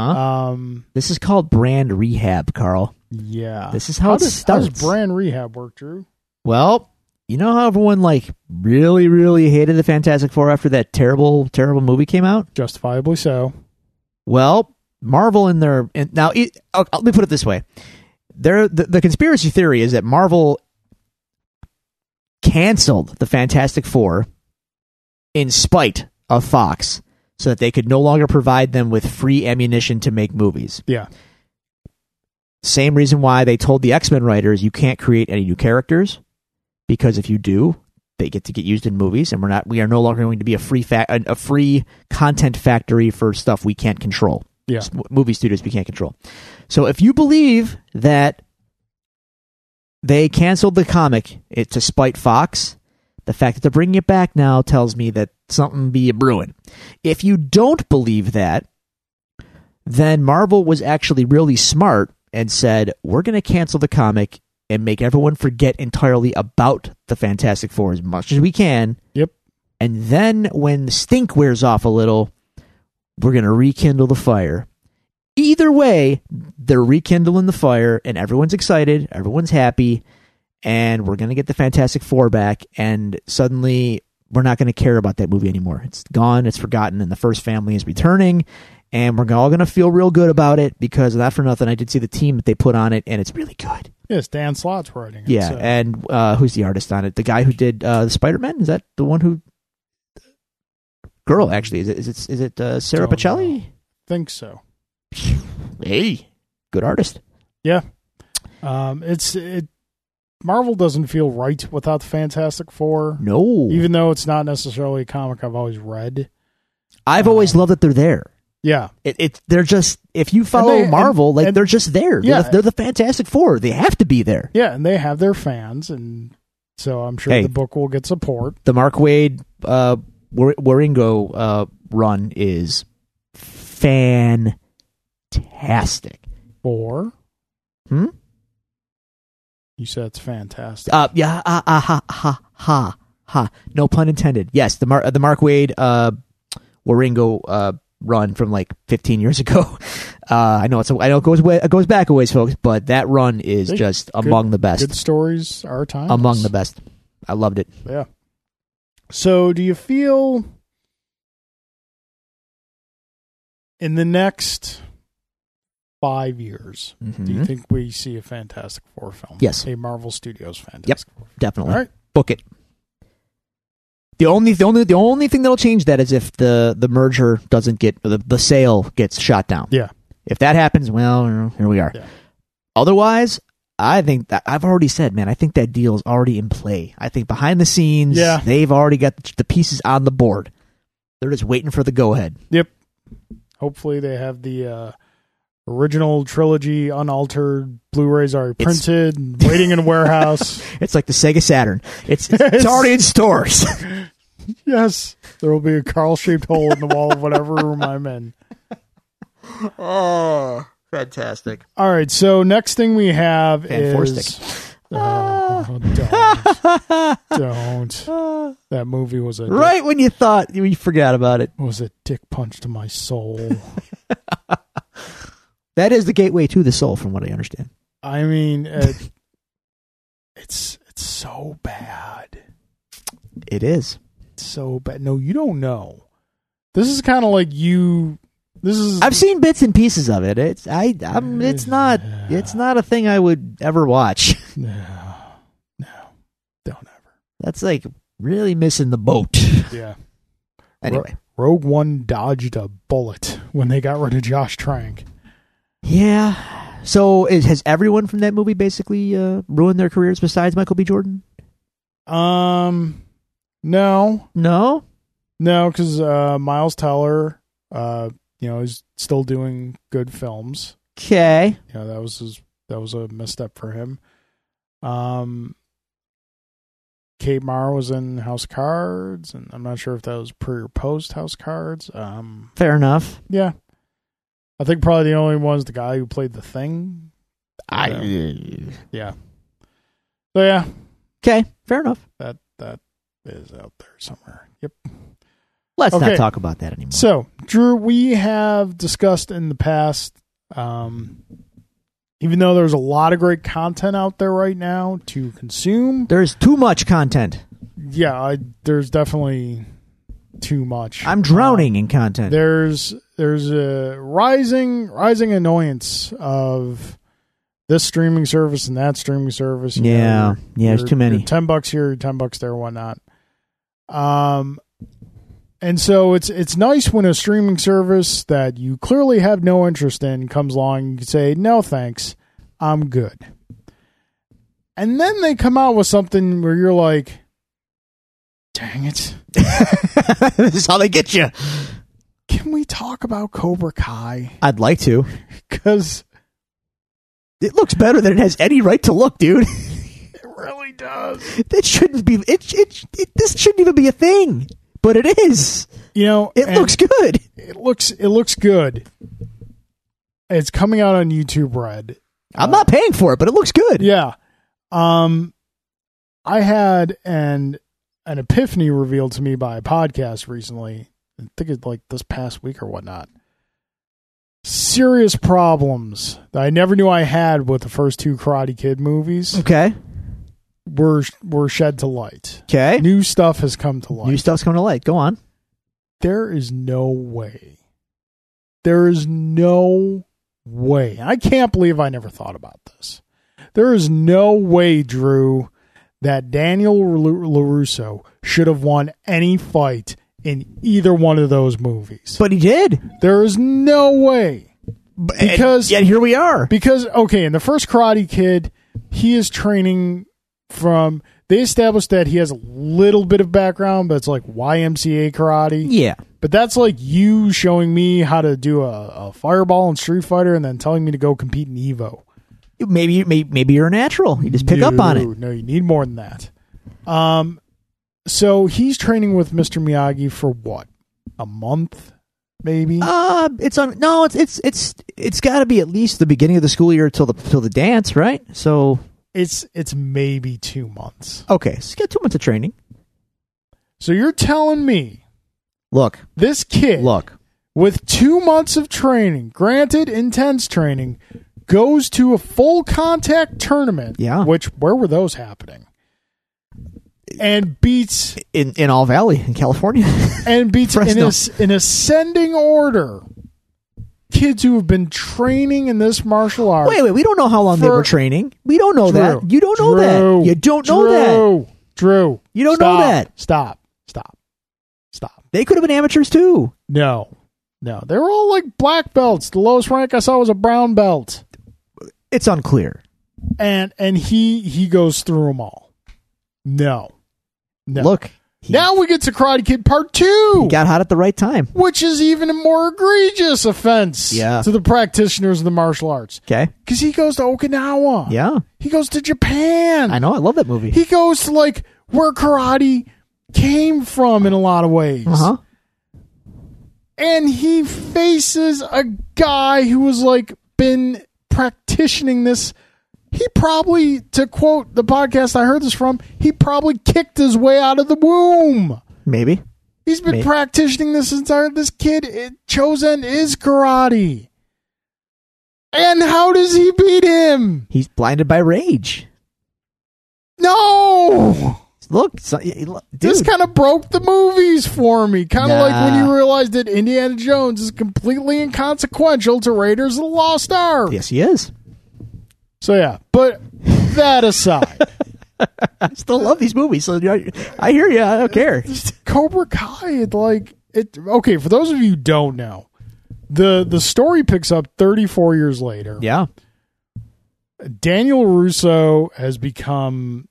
Speaker 1: Um,
Speaker 2: this is called brand rehab, Carl.
Speaker 1: yeah.
Speaker 2: This is how,
Speaker 1: how
Speaker 2: it
Speaker 1: does, how
Speaker 2: starts.
Speaker 1: does brand rehab work, Drew?
Speaker 2: Well, you know how everyone like really, really hated the Fantastic Four after that terrible, terrible movie came out.
Speaker 1: Justifiably so.
Speaker 2: Well, Marvel in their and now it, oh, let me put it this way: there, the, the conspiracy theory is that Marvel canceled the Fantastic Four in spite of Fox, so that they could no longer provide them with free ammunition to make movies.
Speaker 1: Yeah.
Speaker 2: Same reason why they told the X Men writers you can't create any new characters because if you do, they get to get used in movies, and we're not we are no longer going to be a free fa- a a free content factory for stuff we can't control.
Speaker 1: Yeah.
Speaker 2: S- movie studios we can't control. So if you believe that they canceled the comic it, to spite Fox, the fact that they're bringing it back now tells me that something be a brewing. If you don't believe that, then Marvel was actually really smart and said, "We're going to cancel the comic and make everyone forget entirely about the Fantastic Four as much as we can."
Speaker 1: Yep.
Speaker 2: And then when the stink wears off a little, we're going to rekindle the fire. Either way, they're rekindling the fire and everyone's excited, everyone's happy, and we're going to get the Fantastic Four back and suddenly we're not going to care about that movie anymore. It's gone, it's forgotten, and the first family is returning and we're all going to feel real good about it because not for nothing I did see the team that they put on it and it's really good.
Speaker 1: Yes, Dan Slott's writing it.
Speaker 2: Yeah,
Speaker 1: so-
Speaker 2: and uh, who's the artist on it? The guy who did uh, the Spider Man is that the one who? Girl, actually, is it is it is it uh, Sarah
Speaker 1: Don't
Speaker 2: Pacelli?
Speaker 1: think so.
Speaker 2: Hey, good artist.
Speaker 1: Um, it's it. Marvel doesn't feel right without the Fantastic Four,
Speaker 2: No,
Speaker 1: even though it's not necessarily a comic I've always read.
Speaker 2: I've always loved that they're there.
Speaker 1: Yeah,
Speaker 2: It, it they're just if you follow
Speaker 1: they- and-
Speaker 2: Marvel, like
Speaker 1: and-
Speaker 2: they're just there.
Speaker 1: Yeah.
Speaker 2: they're, the- they're the Fantastic Four. They have to be there.
Speaker 1: yeah, and they have their fans, and so I'm sure
Speaker 2: Hey.
Speaker 1: the book will get support.
Speaker 2: The Mark Wade uh, War- Waringo uh, run is fantastic.
Speaker 1: Or
Speaker 2: Hmm?
Speaker 1: you said it's fantastic.
Speaker 2: Uh, yeah, ah, ah, ha, ha, ha, ha. No pun intended. Yes, the Mar- the Mark Wade uh, Waringo uh, run from like 15 years ago. Uh, I know it's a, I know it goes way, it goes back a ways, folks, but that run is
Speaker 1: Hey,
Speaker 2: just
Speaker 1: good-
Speaker 2: among the best.
Speaker 1: Good stories are time
Speaker 2: among the best. I loved it.
Speaker 1: Yeah. So, do you feel in the next five years, do you
Speaker 2: Mhm.
Speaker 1: think we see a Fantastic Four film?
Speaker 2: Yes.
Speaker 1: A Marvel Studios Fantastic Four.
Speaker 2: Definitely
Speaker 1: All right.
Speaker 2: book it. The only the only the only thing that'll change that is if the the merger doesn't get the, the sale gets shot down.
Speaker 1: Yeah.
Speaker 2: If that happens, well, you know, here we are.
Speaker 1: Yeah.
Speaker 2: Otherwise, I think that I've already said, man, I think that deal is already in play. I think behind the scenes,
Speaker 1: Yeah.
Speaker 2: they've already got the pieces on the board. They're just waiting for the go ahead.
Speaker 1: Hopefully, they have the uh, original trilogy unaltered Blu rays already
Speaker 2: It's-
Speaker 1: printed, and waiting in a warehouse.
Speaker 2: It's like the Sega Saturn. It's it's already in stores.
Speaker 1: Yes. There will be a Carl shaped hole in the wall of whatever room I'm in.
Speaker 2: oh, fantastic!
Speaker 1: All right. So, next thing we have is.
Speaker 2: Fanforstic. Ah.
Speaker 1: Oh, don't. don't. That movie was a dick,
Speaker 2: Right when you thought you forgot about it.
Speaker 1: was a dick punch to my soul.
Speaker 2: That is the gateway to the soul, from what I understand.
Speaker 1: I mean, it, it's it's so bad,
Speaker 2: It is.
Speaker 1: it's so bad. No, you don't know. This is kind of like you. This is
Speaker 2: I've seen bits and pieces of it. It's I. I'm, it's not. It's not a thing I would ever watch.
Speaker 1: no, no, don't ever.
Speaker 2: That's like really missing the boat.
Speaker 1: Yeah,
Speaker 2: Anyway,
Speaker 1: Rogue One dodged a bullet when they got rid of Josh Trank.
Speaker 2: Yeah. So is, has everyone from that movie basically uh, ruined their careers besides Michael B. Jordan?
Speaker 1: Um, no,
Speaker 2: No.
Speaker 1: no, because uh, Miles Teller, uh, you know, is still doing good films.
Speaker 2: Okay.
Speaker 1: You know, that was his, that was a misstep for him. Um, Kate Mara was in House of Cards, and I'm not sure if that was pre or post House of Cards. Um,
Speaker 2: Fair enough.
Speaker 1: Yeah. I think probably the only one's the guy who played the thing.
Speaker 2: I.
Speaker 1: Yeah. So yeah,
Speaker 2: Okay. Fair enough.
Speaker 1: that that is out there somewhere. Yep.
Speaker 2: Let's
Speaker 1: Okay.
Speaker 2: not talk about that anymore.
Speaker 1: So, Drew, we have discussed in the past um even though there's a lot of great content out there right now to consume,
Speaker 2: There's too much content.
Speaker 1: yeah, I, there's definitely too much. Um,
Speaker 2: I'm drowning in content.
Speaker 1: there's there's a rising rising annoyance of this streaming service and that streaming service. you know,
Speaker 2: yeah.
Speaker 1: your-
Speaker 2: Yeah. There's
Speaker 1: your-
Speaker 2: too
Speaker 1: your
Speaker 2: many.
Speaker 1: Ten bucks here, ten bucks there, whatnot. Um, and so it's it's nice when a streaming service that you clearly have no interest in comes along and you can say no thanks, I'm good. And then they come out with something where you're like, dang it.
Speaker 2: this is how they get you.
Speaker 1: Can we talk about Cobra Kai?
Speaker 2: I'd like to.
Speaker 1: Because
Speaker 2: It looks better than it has any right to look, dude.
Speaker 1: It really does.
Speaker 2: That shouldn't be. It, it, it. This shouldn't even be a thing. But it is.
Speaker 1: You know,
Speaker 2: It
Speaker 1: and
Speaker 2: looks good.
Speaker 1: it looks it looks good. It's coming out on YouTube Red.
Speaker 2: I'm not paying for it, but it looks good.
Speaker 1: uh, Yeah. Um I had an an epiphany revealed to me by a podcast recently. I think it's like this past week or whatnot. Serious problems that I never knew I had with the first two Karate Kid movies
Speaker 2: Okay.
Speaker 1: were were shed to light.
Speaker 2: Okay.
Speaker 1: New stuff has come to light.
Speaker 2: New stuff's coming to light. Go on.
Speaker 1: there is no way. There is no way. I can't believe I never thought about this. There is no way, Drew, that Daniel Lu- LaRusso should have won any fight in either one of those movies.
Speaker 2: But he did.
Speaker 1: there is no way. Because-
Speaker 2: yeah, here we are.
Speaker 1: Because, okay, in the first Karate Kid, he is training from. They established that he has a little bit of background, but it's like YMCA karate.
Speaker 2: Yeah.
Speaker 1: But that's like you showing me how to do a, a fireball in Street Fighter and then telling me to go compete in Evo.
Speaker 2: Maybe maybe, maybe you're a natural. You just pick up on it.
Speaker 1: No, you need more than that. Um, so he's training with Mr. Miyagi for what? A month, maybe?
Speaker 2: Uh it's on no, it's it's it's it's got to be at least the beginning of the school year till the till the dance, right? So,
Speaker 1: it's it's maybe two months.
Speaker 2: okay, so get 2 months of training.
Speaker 1: So you're telling me
Speaker 2: Look.
Speaker 1: this kid
Speaker 2: Look.
Speaker 1: with two months of training, granted intense training, goes to a full contact tournament.
Speaker 2: Yeah.
Speaker 1: Which where were those happening? And beats
Speaker 2: In in All Valley in California.
Speaker 1: and beats in,
Speaker 2: Fresno.
Speaker 1: as, in ascending order kids who have been training in this martial art.
Speaker 2: wait, wait, we don't know how long they
Speaker 1: For-
Speaker 2: were training. We don't know that. You don't know that. You don't know that.
Speaker 1: that. Drew.
Speaker 2: You don't know
Speaker 1: stop,
Speaker 2: that.
Speaker 1: Stop. Stop. Stop.
Speaker 2: They could have been amateurs too.
Speaker 1: No. No. They were all like black belts. The lowest rank I saw was a brown belt.
Speaker 2: It's unclear.
Speaker 1: and and he he goes through them all. No, no.
Speaker 2: Look. He,
Speaker 1: now we get to Karate Kid Part Two,
Speaker 2: he got hot at the right time.
Speaker 1: which is even a more egregious offense
Speaker 2: Yeah.
Speaker 1: to the practitioners of the martial arts
Speaker 2: Okay.
Speaker 1: because he goes to Okinawa.
Speaker 2: Yeah.
Speaker 1: he goes to Japan.
Speaker 2: I know. I love that movie.
Speaker 1: He goes to like where karate came from in a lot of ways,
Speaker 2: Uh huh.
Speaker 1: and he faces a guy who was like been practicing this he probably to quote the podcast i heard this from he probably kicked his way out of the womb
Speaker 2: Maybe.
Speaker 1: he's been
Speaker 2: May-
Speaker 1: practicing this entire this kid it, chosen is karate and how does he beat him
Speaker 2: He's blinded by rage.
Speaker 1: no
Speaker 2: Look, so, y- y- dude,
Speaker 1: this kind of broke the movies for me kind of like when
Speaker 2: Nah.
Speaker 1: you realized that indiana jones is completely inconsequential to raiders of the lost ark
Speaker 2: yes, he is.
Speaker 1: So yeah, but that aside,
Speaker 2: I still love these movies. So you know, I hear you. I don't care.
Speaker 1: Cobra Kai had like it okay for those of you who don't know the the story picks up 34 years later
Speaker 2: Yeah.
Speaker 1: daniel russo has become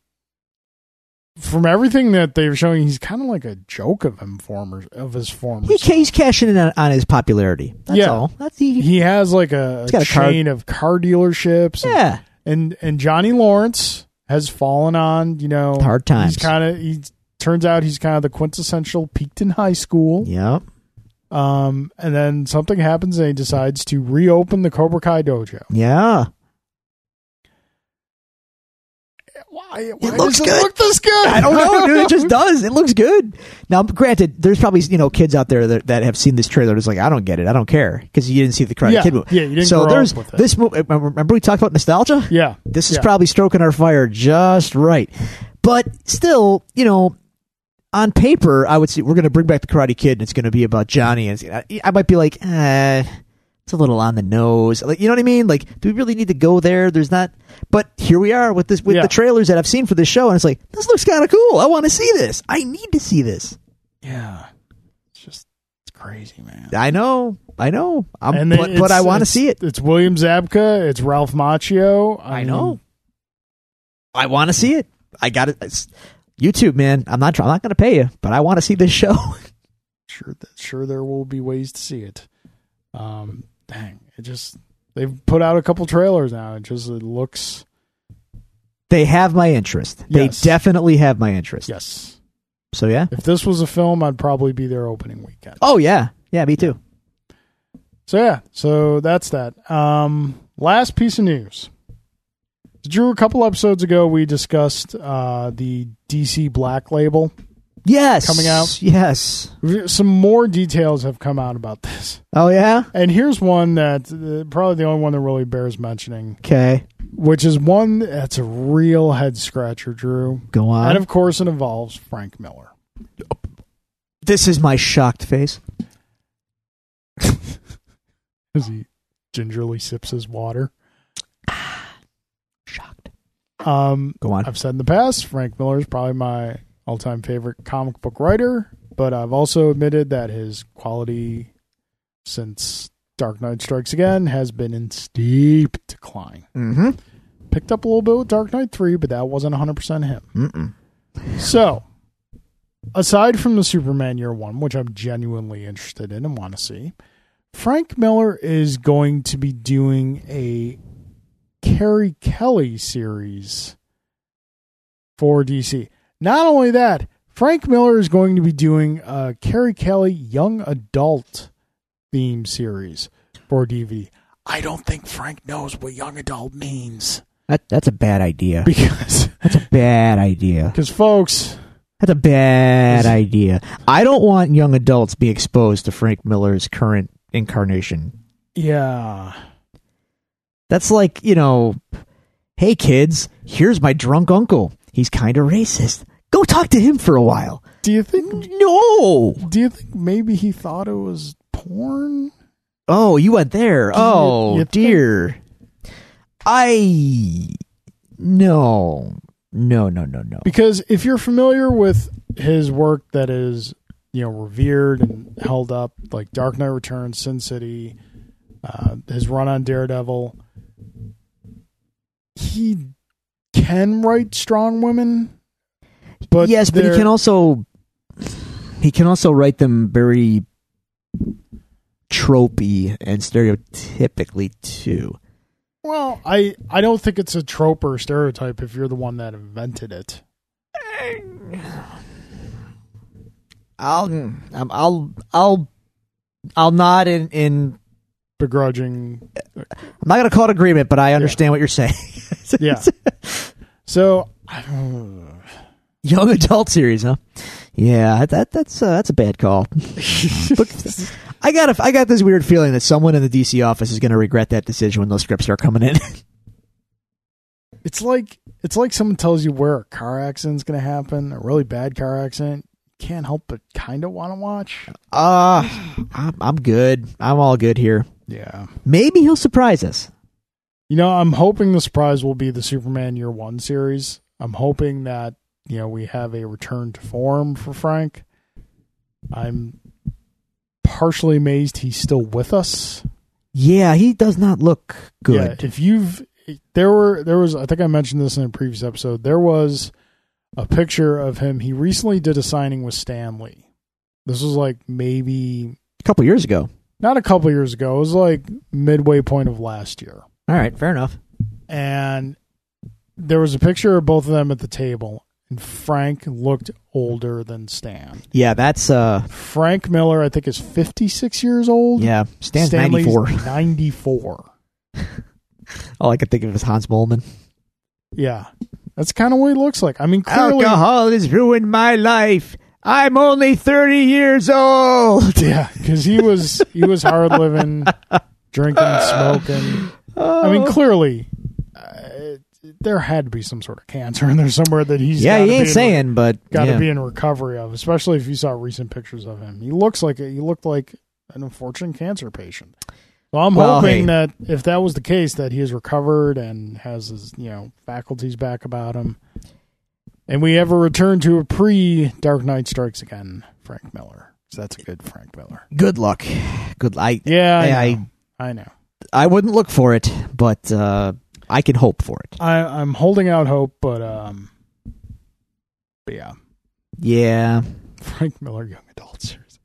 Speaker 1: from everything that they're showing he's kind of like a joke of him former of his former
Speaker 2: He, ca- he's cashing in on, on his popularity. That's
Speaker 1: Yeah.
Speaker 2: all. That's he,
Speaker 1: he has like a,
Speaker 2: got a car-
Speaker 1: chain of car dealerships and-
Speaker 2: yeah.
Speaker 1: and, and johnny lawrence has fallen on you know
Speaker 2: Hard times.
Speaker 1: he's kind of he turns out he's kind of the quintessential peaked in high school
Speaker 2: Yep.
Speaker 1: Um, and then something happens and he decides to reopen the Cobra Kai dojo.
Speaker 2: Yeah.
Speaker 1: Why, why
Speaker 2: It looks
Speaker 1: does
Speaker 2: good.
Speaker 1: it look this good?
Speaker 2: I don't know, dude. It just does. It looks good. Now, granted, there's probably you know kids out there that, that have seen this trailer. That's like, I don't get it. I don't care because you didn't see the Karate
Speaker 1: Yeah.
Speaker 2: Kid movie.
Speaker 1: Yeah, you didn't
Speaker 2: So
Speaker 1: grow up
Speaker 2: there's
Speaker 1: with it.
Speaker 2: this movie. Remember we talked about nostalgia?
Speaker 1: Yeah.
Speaker 2: This is
Speaker 1: Yeah.
Speaker 2: probably stroking our fire just right. But still, you know, on paper, I would say we're going to bring back the Karate Kid, and it's going to be about Johnny. And it's- I, I might be like, eh, it's a little on the nose. Like, you know what I mean? Like, do we really need to go there? There's not. But here we are with this with
Speaker 1: Yeah.
Speaker 2: the trailers that I've seen for this show, and it's like this looks kind of cool. I want to see this. I need to see this.
Speaker 1: Yeah. It's just it's crazy, man.
Speaker 2: I know, I know. I'm,
Speaker 1: And
Speaker 2: but,
Speaker 1: then
Speaker 2: but I
Speaker 1: it's-
Speaker 2: want to
Speaker 1: it's-
Speaker 2: see it.
Speaker 1: It's William Zabka. It's Ralph Macchio.
Speaker 2: I
Speaker 1: mean,
Speaker 2: know. I want to see it. I got it. YouTube, man. I'm not. try- I'm not going to pay you, but I want to see this show.
Speaker 1: Sure, that sure there will be ways to see it. Um, dang, it just they've put out a couple trailers now. It just it looks
Speaker 2: they have my interest.
Speaker 1: Yes.
Speaker 2: They definitely have my interest.
Speaker 1: yes.
Speaker 2: So yeah.
Speaker 1: If this was a film, I'd probably be there opening weekend.
Speaker 2: Oh yeah. Yeah, me too.
Speaker 1: So yeah, so that's that. Um, last piece of news. Drew, a couple episodes ago, we discussed uh, the DC Black Label.
Speaker 2: Yes.
Speaker 1: Coming out.
Speaker 2: Yes.
Speaker 1: Some more details have come out about this,
Speaker 2: Oh yeah.
Speaker 1: and here's one that uh, probably the only one that really bears mentioning,
Speaker 2: Okay.
Speaker 1: which is one that's a real head scratcher, Drew.
Speaker 2: Go on.
Speaker 1: And of course, it involves Frank Miller.
Speaker 2: this is my shocked face.
Speaker 1: As he gingerly sips his water.
Speaker 2: Shocked.
Speaker 1: Um,
Speaker 2: Go on.
Speaker 1: I've said in the past, Frank Miller is probably my all time favorite comic book writer, but I've also admitted that his quality since Dark Knight Strikes Again has been in steep decline.
Speaker 2: Mm-hmm.
Speaker 1: Picked up a little bit with Dark Knight 3, but that wasn't 100% him.
Speaker 2: Mm-mm.
Speaker 1: So, aside from the Superman Year One, which I'm genuinely interested in and want to see, Frank Miller is going to be doing a Carrie Kelly series for DC. Not only that, Frank Miller is going to be doing a Carrie Kelly young adult theme series for DVD. I don't think Frank knows what young adult means
Speaker 2: That, that's a bad idea.
Speaker 1: because
Speaker 2: Bad idea.
Speaker 1: because folks,
Speaker 2: That's a bad idea. I don't want young adults be exposed to Frank Miller's current incarnation.
Speaker 1: yeah.
Speaker 2: That's like, you know, hey kids, here's my drunk uncle. He's kind of racist. Go talk to him for a while.
Speaker 1: Do you think
Speaker 2: No.
Speaker 1: Do you think maybe he thought it was porn?
Speaker 2: Oh, you went there. Oh,
Speaker 1: you think-
Speaker 2: dear. I no. No, no, no, no.
Speaker 1: Because if you're familiar with his work that is, you know, revered and held up, like Dark Knight Returns, Sin City, uh, his run on Daredevil, he can write strong women. But
Speaker 2: yes, but he
Speaker 1: they're-
Speaker 2: can also he can also write them very tropey and stereotypically too.
Speaker 1: Well, I I don't think it's a trope or stereotype if you're the one that invented it.
Speaker 2: I'll I'm- I'll I'll I'll nod in in
Speaker 1: Begrudging
Speaker 2: I'm not gonna call it agreement, but I understand what you're saying.
Speaker 1: Yeah. So
Speaker 2: Young adult series, huh? Yeah, that that's uh, that's a bad call. Look, I got a, I got this weird feeling that someone in the DC office is gonna regret that decision when those scripts start coming in.
Speaker 1: it's like it's like someone tells you where a car accident's going to happen, a really bad car accident. Can't help but kind of want to watch.
Speaker 2: uh I'm, I'm good. I'm all good here.
Speaker 1: Yeah,
Speaker 2: Maybe he'll surprise us.
Speaker 1: you know, I'm hoping the surprise will be the Superman Year One series. I'm hoping that you know we have a return to form for Frank. I'm partially amazed he's still with us.
Speaker 2: Yeah, he does not look good.
Speaker 1: Yeah, if you've there were there was I think I mentioned this in a previous episode. There was a picture of him. He recently did a signing with Stanley. This was like maybe
Speaker 2: A couple years ago.
Speaker 1: not a couple years ago. It was like midway point of last year.
Speaker 2: All right, fair enough.
Speaker 1: And there was a picture of both of them at the table. And Frank looked older than Stan.
Speaker 2: Yeah, that's uh
Speaker 1: Frank Miller, I think, is 56 years old.
Speaker 2: yeah, Stan's
Speaker 1: Stanley's
Speaker 2: 94.
Speaker 1: 94.
Speaker 2: All I could think of is Hans Molman.
Speaker 1: Yeah. That's kind of what he looks like. I mean,
Speaker 2: Oh,
Speaker 1: clearly.
Speaker 2: Alcohol has ruined my life. I'm only 30 years old.
Speaker 1: Yeah, because he was he was hard living, drinking, smoking.
Speaker 2: Oh.
Speaker 1: I mean, clearly, uh, there had to be some sort of cancer in there somewhere that he's
Speaker 2: yeah,
Speaker 1: gotta
Speaker 2: he
Speaker 1: be
Speaker 2: ain't
Speaker 1: in-
Speaker 2: saying, but
Speaker 1: got to
Speaker 2: yeah.
Speaker 1: be in recovery of, especially if you saw recent pictures of him. He looks like he looked like an unfortunate cancer patient. So I'm
Speaker 2: Well,
Speaker 1: hoping
Speaker 2: hey.
Speaker 1: that if that was the case, that he is recovered and has his you know faculties back about him, and we ever return to a pre Dark Knight Strikes again, Frank Miller. So that's a good Frank Miller.
Speaker 2: good luck. Good. I
Speaker 1: Yeah, I,
Speaker 2: I-
Speaker 1: know. I know.
Speaker 2: I wouldn't look for it, but uh, I can hope for it.
Speaker 1: I, I'm holding out hope, but um, but yeah.
Speaker 2: Yeah.
Speaker 1: Frank Miller Young Adult Series.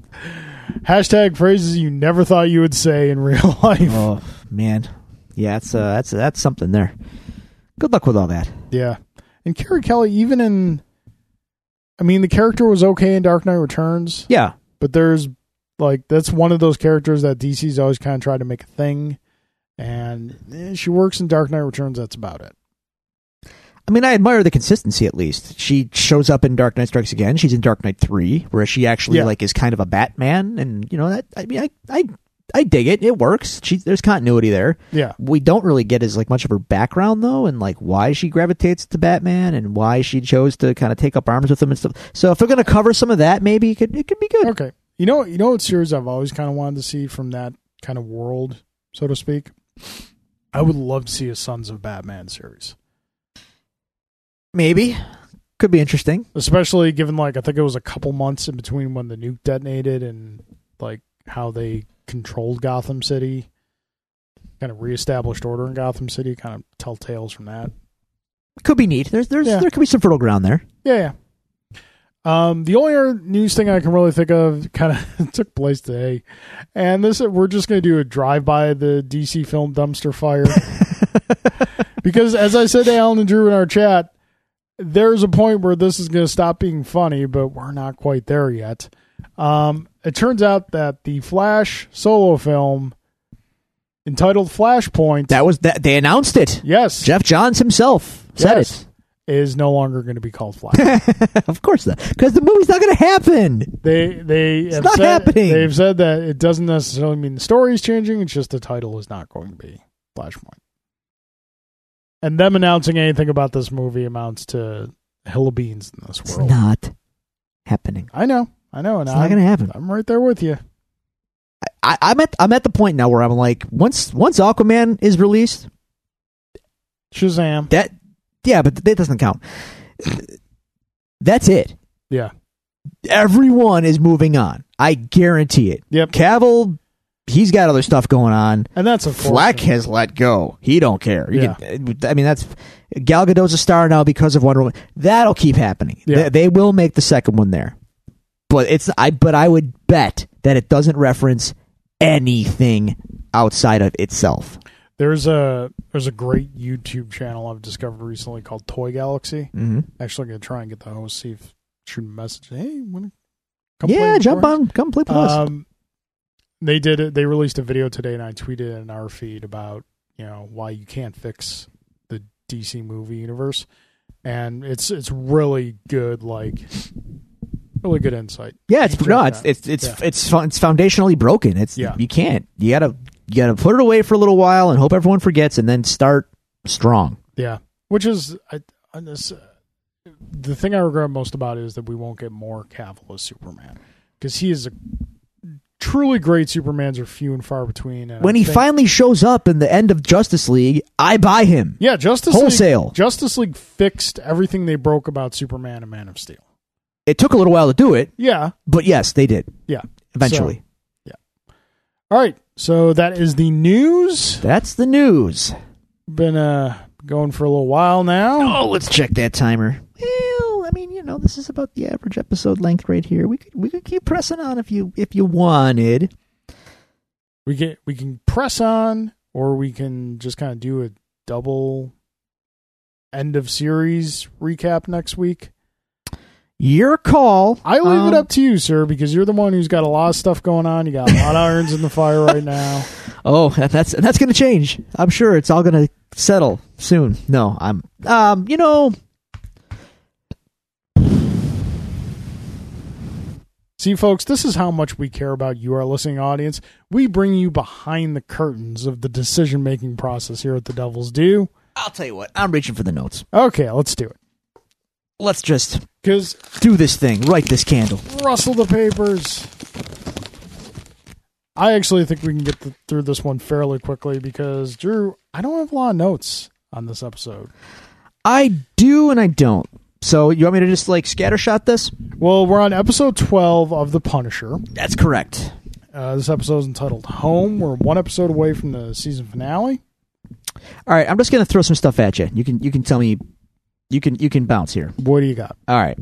Speaker 1: Hashtag phrases you never thought you would say in real life.
Speaker 2: Oh man. Yeah, that's uh, that's that's something there. Good luck with all that.
Speaker 1: Yeah. And Carrie Kelly, even in, I mean, the character was okay in Dark Knight Returns,
Speaker 2: Yeah.
Speaker 1: but there's like, that's one of those characters that DC's always kind of tried to make a thing. And eh, she works in Dark Knight Returns. That's about it.
Speaker 2: I mean, I admire the consistency at least. She shows up in Dark Knight Strikes Again. She's in Dark Knight 3, where she actually
Speaker 1: Yeah.
Speaker 2: like is kind of a Batman and you know that I mean I I I dig it. It works. She there's continuity there.
Speaker 1: Yeah.
Speaker 2: We don't really get as like much of her background though and like why she gravitates to Batman and why she chose to kind of take up arms with him and stuff. So if we're going to cover some of that, maybe it could it could be good.
Speaker 1: Okay. You know, you know what series I've always kind of wanted to see from that kind of world, so to speak? I would love to see a Sons of Batman series.
Speaker 2: Maybe could be interesting.
Speaker 1: especially given like I think it was a couple months in between when the nuke detonated and like how they controlled Gotham City, kind of reestablished order in Gotham City, kind of tell tales from that.
Speaker 2: Could be neat. There's there's
Speaker 1: Yeah.
Speaker 2: there could be some fertile ground there.
Speaker 1: Yeah, yeah. Um, the only other news thing I can really think of kind of took place today, and this we're just going to do a drive by the DC film dumpster fire because, as I said to Alan and Drew in our chat, there's a point where this is going to stop being funny, but we're not quite there yet. Um, it turns out that the Flash solo film entitled Flashpoint,
Speaker 2: That was that they announced it.
Speaker 1: yes,
Speaker 2: Jeff Johns himself said
Speaker 1: Yes.
Speaker 2: it.
Speaker 1: is no longer going to be called Flash.
Speaker 2: of course not, because the movie's not going to happen.
Speaker 1: They they have
Speaker 2: not
Speaker 1: said,
Speaker 2: happening.
Speaker 1: They've said that it doesn't necessarily mean the story is changing. It's just the title is not going to be Flashpoint. And them announcing anything about this movie amounts to hill of beans in this
Speaker 2: It's
Speaker 1: world.
Speaker 2: not happening.
Speaker 1: I know, I know, and
Speaker 2: It's not
Speaker 1: I'm,
Speaker 2: going to happen.
Speaker 1: I'm right there with you.
Speaker 2: I, I'm at I'm at the point now where I'm like, once once Aquaman is released,
Speaker 1: Shazam.
Speaker 2: that yeah, but that doesn't count. That's it.
Speaker 1: Yeah.
Speaker 2: Everyone is moving on. I guarantee it.
Speaker 1: Yep.
Speaker 2: Cavill, he's got other stuff going on.
Speaker 1: And that's a
Speaker 2: Flack has let go. He don't care. You
Speaker 1: Yeah.
Speaker 2: can, uh, I mean, that's Gal Gadot's a star now because of Wonder Woman. That'll keep happening.
Speaker 1: Yeah.
Speaker 2: They, they will make the second one there, but it's I. But I would bet that it doesn't reference anything outside of itself.
Speaker 1: There's a there's a great YouTube channel I've discovered recently called Toy Galaxy.
Speaker 2: Mm-hmm.
Speaker 1: Actually, gonna try and get the host see if shoot a message. Hey, wanna come play
Speaker 2: Yeah,
Speaker 1: with
Speaker 2: jump
Speaker 1: us?
Speaker 2: on, come play with us.
Speaker 1: Um, they did it. They released a video today, and I tweeted it in our feed about you know why you can't fix the DC movie universe, and it's it's really good, like really good insight.
Speaker 2: Yeah, it's
Speaker 1: check
Speaker 2: no,
Speaker 1: it
Speaker 2: it's
Speaker 1: out.
Speaker 2: it's it's
Speaker 1: Yeah.
Speaker 2: it's, fun, it's foundationally broken. It's
Speaker 1: Yeah.
Speaker 2: you can't. You gotta you gotta put it away for a little while and hope everyone forgets, and then start strong.
Speaker 1: Yeah, which is I, I this, uh, the thing I regret most about it is that we won't get more Cavill as Superman because he is a truly great Supermans are few and far between. And
Speaker 2: when
Speaker 1: I
Speaker 2: he
Speaker 1: think-
Speaker 2: finally shows up in the end of Justice League, I buy him.
Speaker 1: yeah Justice
Speaker 2: Wholesale.
Speaker 1: League, Justice League fixed everything they broke about Superman and Man of Steel.
Speaker 2: It took a little while to do it,
Speaker 1: Yeah,
Speaker 2: but yes, they did
Speaker 1: yeah.
Speaker 2: eventually.
Speaker 1: So, All right. So that is the news.
Speaker 2: That's the news.
Speaker 1: Been uh going for a little while now.
Speaker 2: Oh, let's check that timer. Well, I mean, you know, this is about the average episode length right here. We could we could keep pressing on if you if you wanted.
Speaker 1: We can we can press on or we can just kind of do a double end of series recap next week.
Speaker 2: Your call.
Speaker 1: I leave
Speaker 2: Um,
Speaker 1: it up to you, sir, because you're the one who's got a lot of stuff going on. You got a lot of irons in the fire right now.
Speaker 2: Oh, that's that's going to change. I'm sure it's all going to settle soon. No, I'm um, you know,
Speaker 1: See, folks, this is how much we care about you, our listening audience. We bring you behind the curtains of the decision making process here at the Devils Do.
Speaker 2: I'll tell you what. I'm reaching for the notes.
Speaker 1: Okay, let's do it.
Speaker 2: Let's just
Speaker 1: Because
Speaker 2: do this thing. Light this candle.
Speaker 1: rustle the papers. I actually think we can get th- through this one fairly quickly because, Drew, I don't have a lot of notes on this episode.
Speaker 2: I do and I don't. So you want me to just like scattershot this?
Speaker 1: Well, we're on episode 12 of The Punisher.
Speaker 2: That's correct.
Speaker 1: Uh, this episode is entitled Home. We're one episode away from the season finale.
Speaker 2: All right, I'm just going to throw some stuff at you. You can you can tell me you can you can bounce here.
Speaker 1: What do you got?
Speaker 2: All right.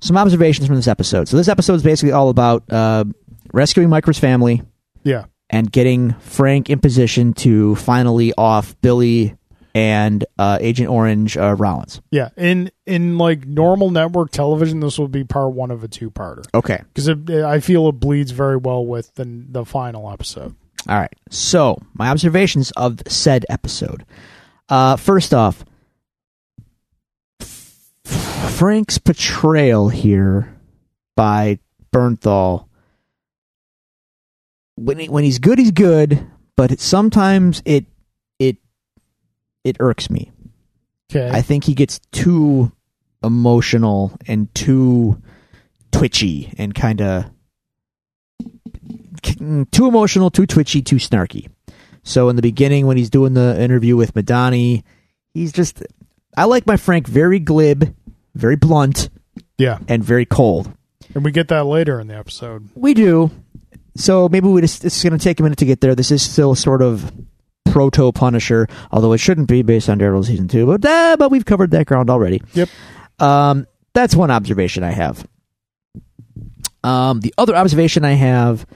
Speaker 2: Some observations from this episode. So this episode is basically all about uh, rescuing Micro's family
Speaker 1: Yeah.
Speaker 2: and getting Frank in position to finally off Billy and uh, Agent Orange uh, Rollins.
Speaker 1: Yeah. In in like normal network television, this will be part one of a two parter
Speaker 2: Okay.
Speaker 1: because it, it- I feel it bleeds very well with the, the final episode.
Speaker 2: All right. So my observations of said episode. Uh, first off, F- Frank's portrayal here by Bernthal. When he, when he's good, he's good, but it, sometimes it it it irks me.
Speaker 1: Okay.
Speaker 2: I think he gets too emotional and too twitchy and kind of too emotional, too twitchy, too snarky. So in the beginning, when he's doing the interview with Madani, he's just. I like my Frank very glib, very blunt,
Speaker 1: yeah.
Speaker 2: and very cold.
Speaker 1: And we get that later in the episode.
Speaker 2: We do. So maybe we just it's going to take a minute to get there. This is still sort of proto Punisher, although it shouldn't be based on Daredevil season two. But uh, but we've covered that ground already.
Speaker 1: Yep.
Speaker 2: Um, that's one observation I have. Um, the other observation I have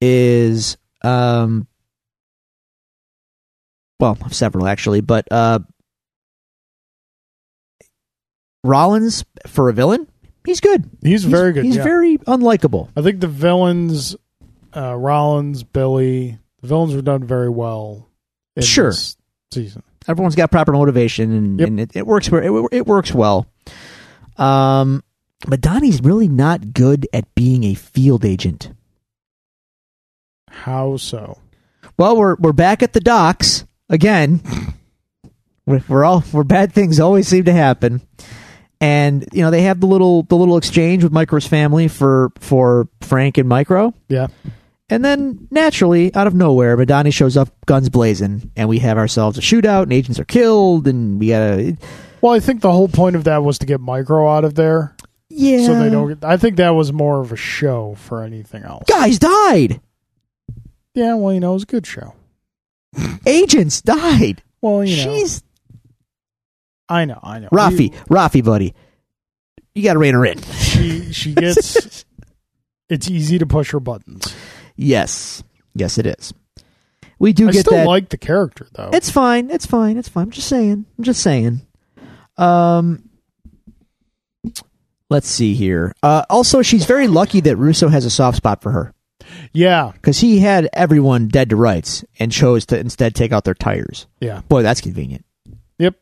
Speaker 2: is um, well, several actually, but uh, Rollins for a villain, he's good.
Speaker 1: He's, very good.
Speaker 2: He's
Speaker 1: yeah.
Speaker 2: very unlikable.
Speaker 1: I think the villains, uh, Rollins, Billy, the villains were done very well. In
Speaker 2: Sure.
Speaker 1: This season.
Speaker 2: everyone's got proper motivation and,
Speaker 1: Yep.
Speaker 2: and it, it works it, it works well um but Donnie's really not good at being a field agent
Speaker 1: How so?
Speaker 2: well we're we're back at the docks again we're, we're all where bad things always seem to happen and you know they have the little the little exchange with micro's family for for frank and micro
Speaker 1: Yeah.
Speaker 2: And then naturally, out of nowhere, Madani shows up, guns blazing, and we have ourselves a shootout, and agents are killed, and we gotta,
Speaker 1: Well, I think the whole point of that was to get Micro out of there.
Speaker 2: yeah.
Speaker 1: So they don't. Get, I think that was more of a show for anything else.
Speaker 2: guys died.
Speaker 1: Yeah, well, you know, it was a good show.
Speaker 2: Agents died.
Speaker 1: Well, you know,
Speaker 2: She's
Speaker 1: I know, I know.
Speaker 2: Rafi, Rafi, buddy. You got to rein her in.
Speaker 1: she she gets. it's easy to push her buttons.
Speaker 2: Yes, yes, it is. We do
Speaker 1: I
Speaker 2: get
Speaker 1: still
Speaker 2: that.
Speaker 1: like the character though.
Speaker 2: it's fine. It's fine. It's fine. I'm just saying. I'm just saying. Um, let's see here. Uh, also, she's very lucky that Russo has a soft spot for her
Speaker 1: yeah,
Speaker 2: because he had everyone dead to rights and chose to instead take out their tires.
Speaker 1: yeah,
Speaker 2: Boy, that's convenient.
Speaker 1: Yep.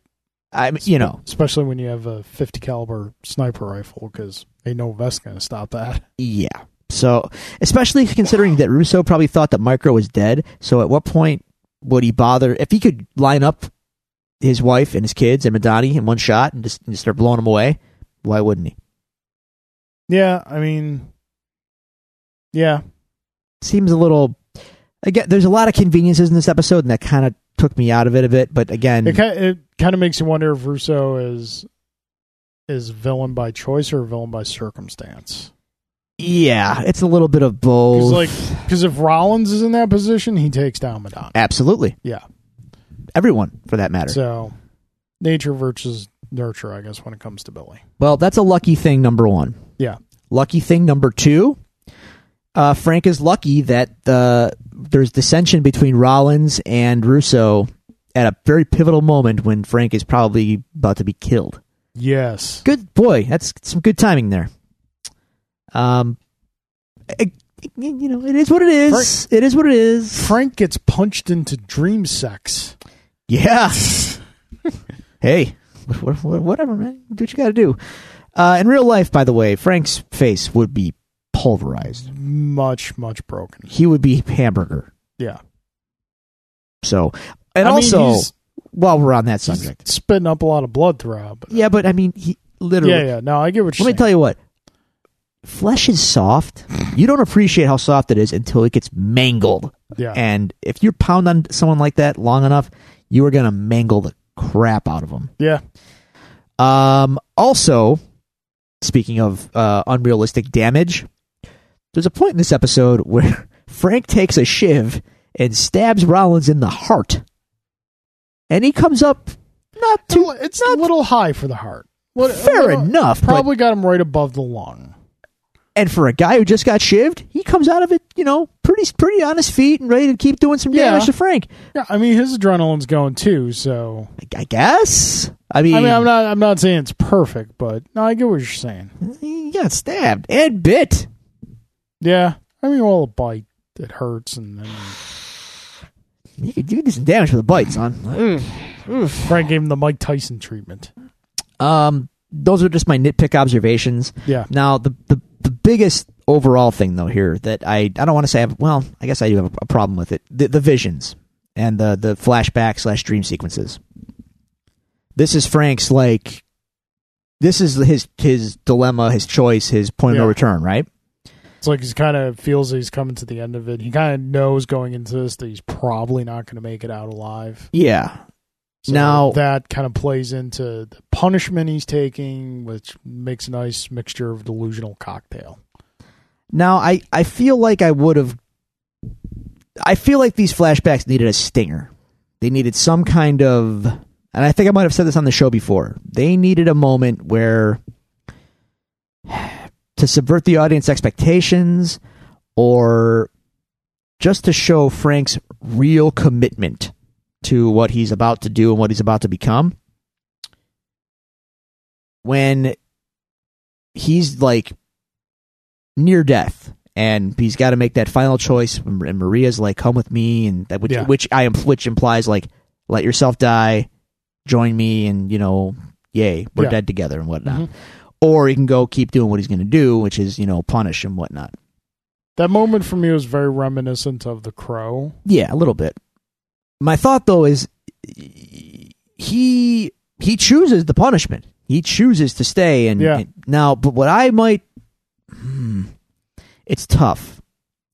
Speaker 2: I, mean, you know.
Speaker 1: especially when you have a 50 caliber sniper rifle because ain't no vest gonna stop that.
Speaker 2: Yeah. So, especially considering that Russo probably thought that Micro was dead. So, at what point would he bother if he could line up his wife and his kids and Madani in one shot and just, and just start blowing them away? Why wouldn't he?
Speaker 1: Yeah, I mean, yeah,
Speaker 2: Seems a little. Again, there's a lot of conveniences in this episode, and that kind of took me out of it a bit. But again,
Speaker 1: it kind it kind of makes you wonder if Russo is is villain by choice or villain by circumstance.
Speaker 2: Yeah, it's a little bit of
Speaker 1: Because
Speaker 2: both.
Speaker 1: like, because if Rollins is in that position, he takes down Madonna.
Speaker 2: Absolutely,
Speaker 1: Yeah.
Speaker 2: everyone for that matter.
Speaker 1: So, nature versus nurture, I guess, when it comes to Billy.
Speaker 2: Well, that's a lucky thing number one.
Speaker 1: Yeah.
Speaker 2: Lucky thing number two. Uh, Frank is lucky that uh, there's dissension between Rollins and Russo at a very pivotal moment when Frank is probably about to be killed.
Speaker 1: Yes.
Speaker 2: Good boy, that's some good timing there. Um, I- you know, it is what it is. it is what it is.
Speaker 1: Frank gets punched into dream sex.
Speaker 2: Yeah. hey, wh- wh- wh- whatever, man. Do what you got to do. Uh, in real life, by the way, Frank's face would be pulverized.
Speaker 1: Much, much broken.
Speaker 2: He would be hamburger.
Speaker 1: Yeah.
Speaker 2: So, and
Speaker 1: I mean,
Speaker 2: also,
Speaker 1: he's-
Speaker 2: while we're on
Speaker 1: he's
Speaker 2: that subject,
Speaker 1: spitting up a lot of blood throughout. But
Speaker 2: yeah, but I mean, he literally.
Speaker 1: yeah, yeah. No, I get what
Speaker 2: Let
Speaker 1: you're
Speaker 2: me tell you what. Flesh is soft. You don't appreciate how soft it is until it gets mangled.
Speaker 1: Yeah.
Speaker 2: And if you pound on someone like that long enough, you are going to mangle the crap out of them.
Speaker 1: yeah.
Speaker 2: Um, also, speaking of uh, unrealistic damage, there's a point in this episode where Frank takes a shiv and stabs Rollins in the heart, and he comes up not too.
Speaker 1: It's a little high for the heart. What, a
Speaker 2: Fair
Speaker 1: little-
Speaker 2: enough, but-
Speaker 1: Probably got him right above the lung.
Speaker 2: And for a guy who just got shivved, he comes out of it, you know, pretty pretty on his feet and ready to keep doing some
Speaker 1: Yeah.
Speaker 2: damage to Frank.
Speaker 1: Yeah, I mean his adrenaline's going too. So
Speaker 2: I guess. I mean,
Speaker 1: I mean, I'm not. I'm not saying it's perfect, but no, I get what you're saying.
Speaker 2: he got stabbed and bit.
Speaker 1: Yeah, I mean, well, a bite it hurts, and then
Speaker 2: You could do some damage with a bite, son.
Speaker 1: Frank gave him the Mike Tyson treatment.
Speaker 2: Um, those are just my nitpick observations.
Speaker 1: Yeah.
Speaker 2: Now, the the, the biggest overall thing though here that I I don't want to say I have well I guess I do have a, a problem with it the, the visions and the the flashback slash dream sequences. This is Frank's like, this is his his dilemma, his choice, his point of
Speaker 1: Yeah.
Speaker 2: no return, right?
Speaker 1: It's like he's kind of feels he's coming to the end of it. He kind of knows going into this that he's probably not going to make it out alive.
Speaker 2: Yeah.
Speaker 1: So
Speaker 2: Now-
Speaker 1: that kind of plays into the punishment he's taking, which makes a nice mixture of delusional cocktail.
Speaker 2: Now I I feel like I would have. I feel like these flashbacks needed a stinger. They needed some kind of, and I think I might have said this on the show before. They needed a moment where to subvert the audience expectations, or just to show Frank's real commitment to what he's about to do and what he's about to become. When he's like near death and he's got to make that final choice and maria's like come with me and that which,
Speaker 1: Yeah.
Speaker 2: which i which implies like let yourself die join me and you know yay we're
Speaker 1: Yeah.
Speaker 2: dead together and whatnot
Speaker 1: Mhm.
Speaker 2: or he can go keep doing what he's going to do which is you know punish and whatnot
Speaker 1: That moment for me was very reminiscent of The Crow.
Speaker 2: Yeah, a little bit. My thought though is he he chooses the punishment. He chooses to stay and,
Speaker 1: Yeah.
Speaker 2: and- now but what I might Hmm. it's tough.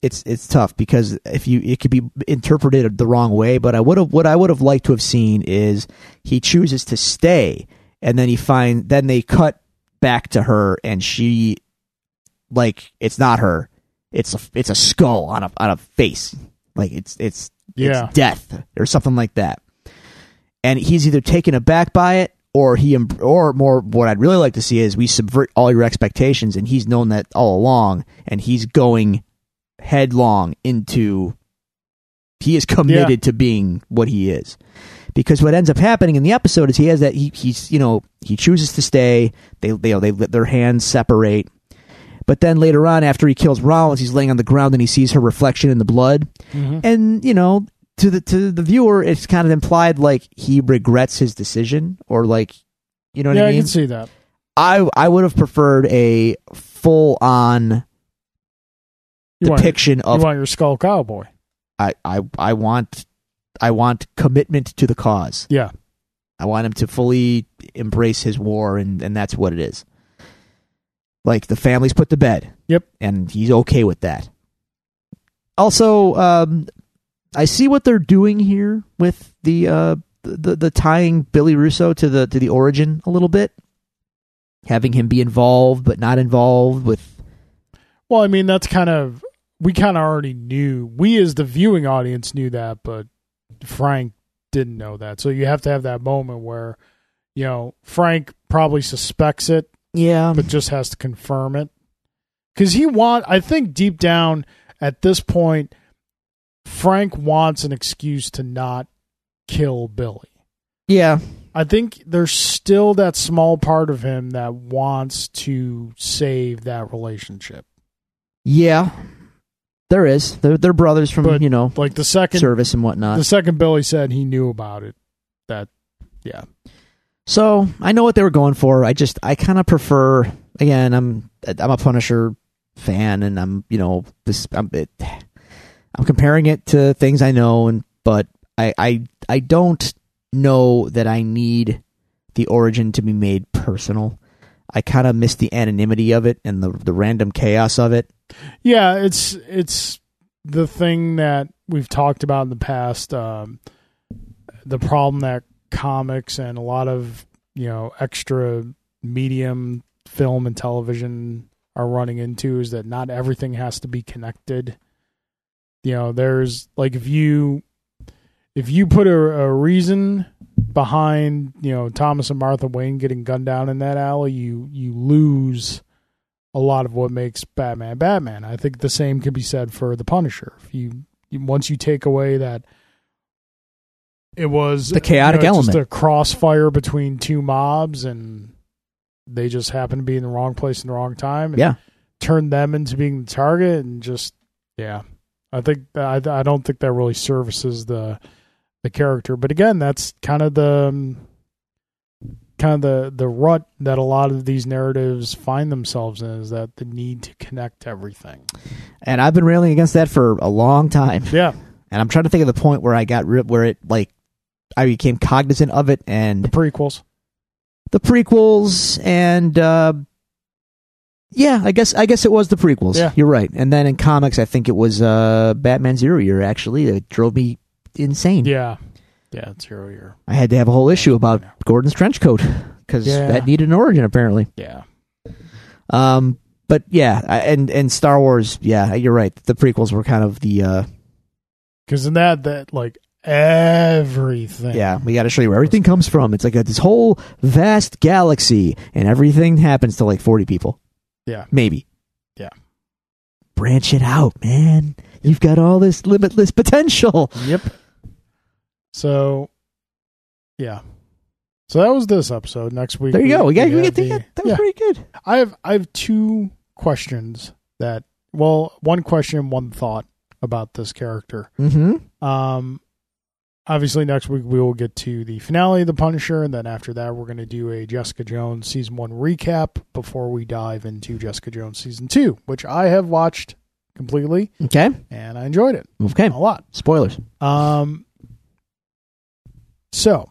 Speaker 2: It's it's tough because if you it could be interpreted the wrong way, but I would have what I would have liked to have seen is he chooses to stay and then he find then they cut back to her and she like it's not her. It's a it's a skull on a on a face. Like it's it's
Speaker 1: Yeah.
Speaker 2: it's death or something like that. And he's either taken aback by it or he em- or more what I'd really like to see is we subvert all your expectations and he's known that all along and he's going headlong into he is committed to being what he is. Because what ends up happening in the episode is he has that he, he's you know he chooses to stay. They they, they let their hands separate. But then later on, after he kills Rollins, he's laying on the ground and he sees her reflection in the blood. And you know, to the to the viewer, it's kind of implied like he regrets his decision, or like, you know what
Speaker 1: yeah,
Speaker 2: I
Speaker 1: I
Speaker 2: mean?
Speaker 1: can see that.
Speaker 2: I I would have preferred a full on
Speaker 1: You want,
Speaker 2: depiction
Speaker 1: you
Speaker 2: of
Speaker 1: want your skull cowboy.
Speaker 2: I, I I want I want commitment to the cause.
Speaker 1: Yeah.
Speaker 2: I want him to fully embrace his war, and, and that's what it is. Like the family's put to bed.
Speaker 1: Yep.
Speaker 2: And he's okay with that. Also, um, I see what they're doing here with the uh, the the tying Billy Russo to the to the origin a little bit, having him be involved but not involved with
Speaker 1: Well, I mean, that's kind of we kind of already knew. We as the viewing audience knew that, but Frank didn't know that. So you have to have that moment where you know Frank probably suspects it
Speaker 2: Yeah.
Speaker 1: but just has to confirm it because he want i think deep down at this point frank wants an excuse to not kill billy
Speaker 2: yeah.
Speaker 1: i think there's still that small part of him that wants to save that relationship
Speaker 2: Yeah. There is. They're, they're brothers from,
Speaker 1: But-
Speaker 2: you know,
Speaker 1: like the second
Speaker 2: service and whatnot.
Speaker 1: the second billy said he knew about it that yeah
Speaker 2: So I know what they were going for. I just, I kind of prefer, again, I'm, I'm a Punisher fan and I'm, you know, this, I'm, it, I'm comparing it to things I know and, but I, I, I don't know that I need the origin to be made personal. I kind of miss the anonymity of it and the, the random chaos of it.
Speaker 1: Yeah, it's it's the thing that we've talked about in the past. Um, the problem that comics and a lot of you know extra medium film and television are running into is that not everything has to be connected. You know, there's like if you if you put a, a reason behind you know Thomas and Martha Wayne getting gunned down in that alley, you you lose a lot of what makes Batman Batman. I think the same can be said for the Punisher. If you, you once you take away that it was
Speaker 2: The chaotic
Speaker 1: you know, just
Speaker 2: element.
Speaker 1: a crossfire between two mobs, and they just happened to be in the wrong place in the wrong time. And
Speaker 2: Yeah.
Speaker 1: turned them into being the target, and just yeah, I think I I don't think that really services the the character. But again, that's kind of the um, kind of the the rut that a lot of these narratives find themselves in is that the need to connect everything.
Speaker 2: And I've been railing against that for a long time.
Speaker 1: Yeah,
Speaker 2: and I'm trying to think of the point where I got rid, where it like I became cognizant of it,
Speaker 1: the
Speaker 2: and
Speaker 1: prequels.
Speaker 2: the prequels, and uh, yeah, I guess I guess it was the prequels.
Speaker 1: Yeah.
Speaker 2: you're right. And then in comics, I think it was uh, Batman Zero Year actually that drove me insane.
Speaker 1: Yeah, yeah, it's your year.
Speaker 2: I had to have a whole issue about Gordon's trench coat because
Speaker 1: Yeah.
Speaker 2: that needed an origin apparently.
Speaker 1: Yeah,
Speaker 2: Um, but yeah, I, and and Star Wars, yeah, you're right. The prequels were kind of the uh,
Speaker 1: because in that that like everything.
Speaker 2: Yeah, we got to show you where everything comes from. It's like a, this whole vast galaxy, and everything happens to like 40 people.
Speaker 1: Yeah.
Speaker 2: Maybe.
Speaker 1: Yeah.
Speaker 2: Branch it out, man. You've got all this limitless potential.
Speaker 1: Yep. So, yeah. So that was this episode. Next week,
Speaker 2: There you go. We got
Speaker 1: have
Speaker 2: we get that. That was
Speaker 1: yeah.
Speaker 2: pretty good.
Speaker 1: I have I have two questions that well, one question, one thought about this character.
Speaker 2: Mm-hmm.
Speaker 1: Um, obviously, next week we will get to the finale of The Punisher, and then after that, we're going to do a Jessica Jones season one recap before we dive into Jessica Jones season two, which I have watched completely
Speaker 2: Okay.
Speaker 1: and I enjoyed it
Speaker 2: Okay.
Speaker 1: a lot.
Speaker 2: Spoilers.
Speaker 1: Um, so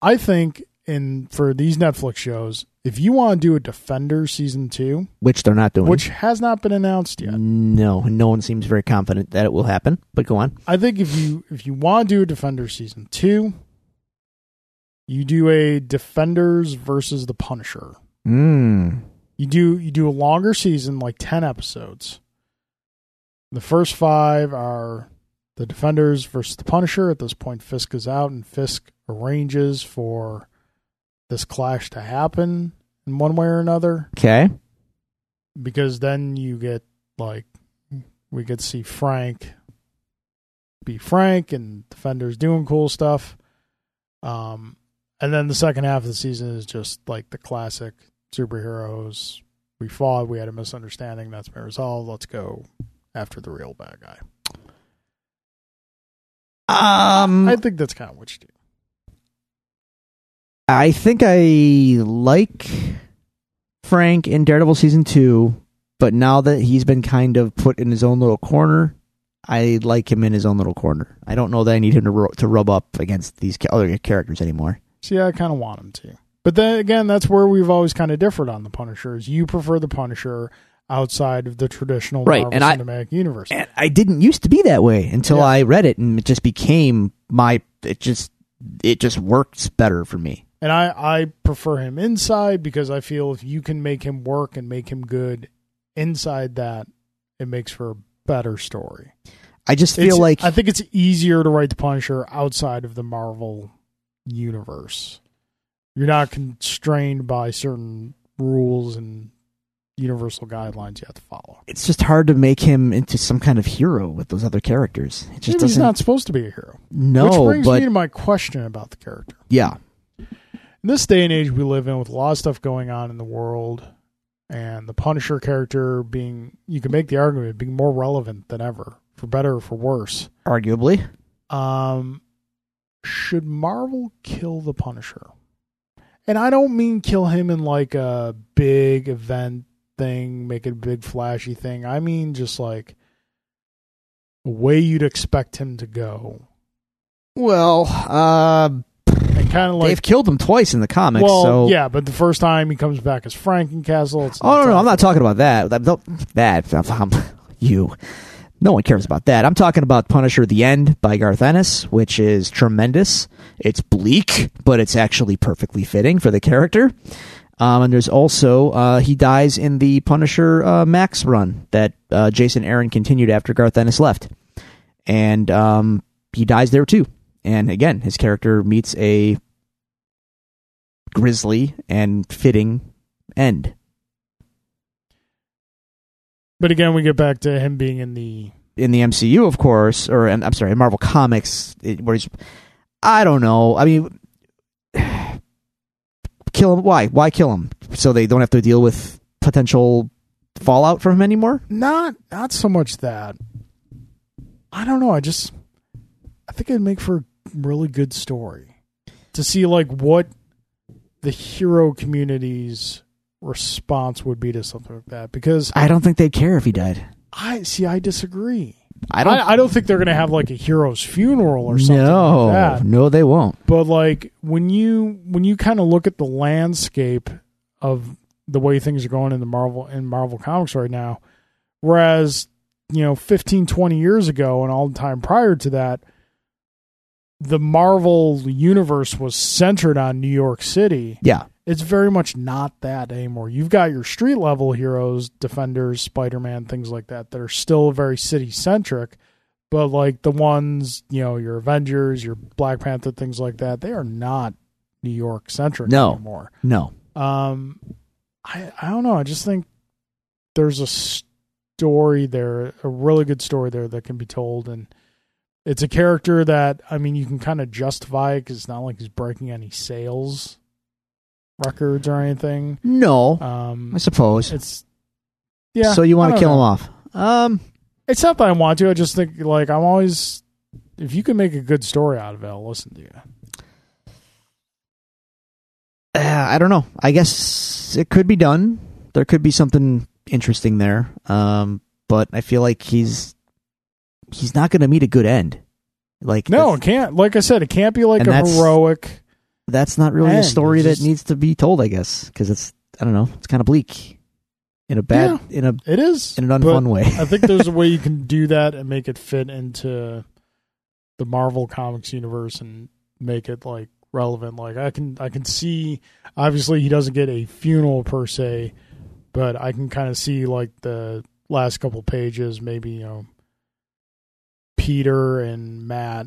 Speaker 1: I think in for these Netflix shows, if you want to do a Defender season two,
Speaker 2: Which they're not doing.
Speaker 1: which has not been announced
Speaker 2: Mm.
Speaker 1: yet,
Speaker 2: No, no one seems very confident that it will happen. But go on.
Speaker 1: I think if you if you want to do a Defender season two, you do a Defenders versus the Punisher.
Speaker 2: Mm.
Speaker 1: You do you do a longer season, like ten episodes. The first five are the Defenders versus the Punisher. At this point, Fisk is out, and Fisk arranges for this clash to happen in one way or another.
Speaker 2: Okay.
Speaker 1: Because then you get like we get to see Frank be Frank and defenders doing cool stuff. Um, and then the second half of the season is just like the classic superheroes. We fought, we had a misunderstanding, that's been resolved. Let's go after the real bad guy.
Speaker 2: Um,
Speaker 1: I think that's kind of what you do.
Speaker 2: I think I like Frank in Daredevil season two, but now that he's been kind of put in his own little corner, I like him in his own little corner. I don't know that I need him to ru- to rub up against these ca- other characters anymore.
Speaker 1: See, I kind of want him to. But then again, that's where we've always kind of differed on the Punisher. Is you prefer the Punisher outside of the traditional
Speaker 2: Right,
Speaker 1: Marvel
Speaker 2: and I-
Speaker 1: Cinematic Universe?
Speaker 2: And I didn't used to be that way until
Speaker 1: Yeah.
Speaker 2: I read it, and it just became my. It just it just works better for me.
Speaker 1: And I, I prefer him inside because I feel if you can make him work and make him good inside that, it makes for a better story.
Speaker 2: I just feel
Speaker 1: It's-
Speaker 2: like
Speaker 1: I think it's easier to write the Punisher outside of the Marvel universe. You're not constrained by certain rules and universal guidelines you have to follow.
Speaker 2: it's just hard to make him into some kind of hero with those other characters. It just
Speaker 1: Maybe he's
Speaker 2: doesn't.
Speaker 1: not supposed to be a hero. Which
Speaker 2: no,
Speaker 1: brings
Speaker 2: but
Speaker 1: me to my question about the character.
Speaker 2: yeah,
Speaker 1: In this day and age we live in, with a lot of stuff going on in the world, and the Punisher character being, you can make the argument, being more relevant than ever, for better or for worse.
Speaker 2: arguably.
Speaker 1: Um, should Marvel kill the Punisher? And I don't mean kill him in like a big event thing, make it a big flashy thing. I mean just like the way you'd expect him to go.
Speaker 2: Well, uh,
Speaker 1: And kind of like
Speaker 2: they've killed him twice in the comics.
Speaker 1: well,
Speaker 2: so
Speaker 1: yeah, but the first time he comes back as Frankencastle. It's
Speaker 2: Oh no, no, I'm not talking about that. That, don't- that I'm, you. No one cares about that. I'm talking about Punisher: The End by Garth Ennis, which is tremendous. It's bleak, but it's actually perfectly fitting for the character. Um, and there's also uh, he dies in the Punisher uh, Max run that uh, Jason Aaron continued after Garth Ennis left, and um, he dies there too. And again, his character meets a grisly and fitting end.
Speaker 1: But again, we get back to him being in the
Speaker 2: in the MCU, of course, or um, I'm sorry, in Marvel Comics, it, where he's, I don't know. I mean, kill him. Why? Why kill him? So they don't have to deal with potential fallout from him anymore.
Speaker 1: not not so much that. I don't know. I just I think it'd make for a really good story to see like what the hero community's response would be to something like that. Because
Speaker 2: I don't think they'd care if he died.
Speaker 1: I see, I disagree.
Speaker 2: I
Speaker 1: I
Speaker 2: don't.
Speaker 1: don't, I, don't think they're gonna have like a hero's funeral or something
Speaker 2: no,
Speaker 1: like that.
Speaker 2: no, they won't.
Speaker 1: but like when you when you kind of look at the landscape of the way things are going in the marvel in marvel comics right now whereas you know 15 20 years ago and all the time prior to that the marvel universe was centered on new york city
Speaker 2: Yeah,
Speaker 1: it's very much not that anymore you've got your street level heroes defenders spider-man things like that that are still very city centric but like the ones you know your avengers your black panther things like that they are not new york centric
Speaker 2: No.
Speaker 1: anymore
Speaker 2: no.
Speaker 1: um i i don't know i just think there's a story there a really good story there that can be told and it's a character that i mean you can kind of justify because it's not like he's breaking any sales records or anything
Speaker 2: No,
Speaker 1: um
Speaker 2: I suppose.
Speaker 1: it's yeah
Speaker 2: so you
Speaker 1: I
Speaker 2: want to
Speaker 1: don't
Speaker 2: kill
Speaker 1: know.
Speaker 2: him off? Um,
Speaker 1: It's not that I want to. I just think like I'm always. If you can make a good story out of it, I'll listen to you.
Speaker 2: uh, I don't know. I guess it could be done. There could be something interesting there. Um, but I feel like he's he's not going to meet a good end. Like
Speaker 1: No,
Speaker 2: that's,
Speaker 1: it can't. Like I said, it can't be like
Speaker 2: And
Speaker 1: a
Speaker 2: that's-
Speaker 1: heroic.
Speaker 2: that's not really a
Speaker 1: end,
Speaker 2: story
Speaker 1: it's
Speaker 2: that
Speaker 1: just-
Speaker 2: needs to be told. I guess because it's I don't know. It's kind of bleak in a bad in a
Speaker 1: It is
Speaker 2: in an
Speaker 1: but
Speaker 2: unfun way.
Speaker 1: I think there's a way you can do that and make it fit into the Marvel Comics universe and make it like relevant. Like I can I can see obviously he doesn't get a funeral per se, but I can kind of see like the last couple pages, maybe, you know Peter and Matt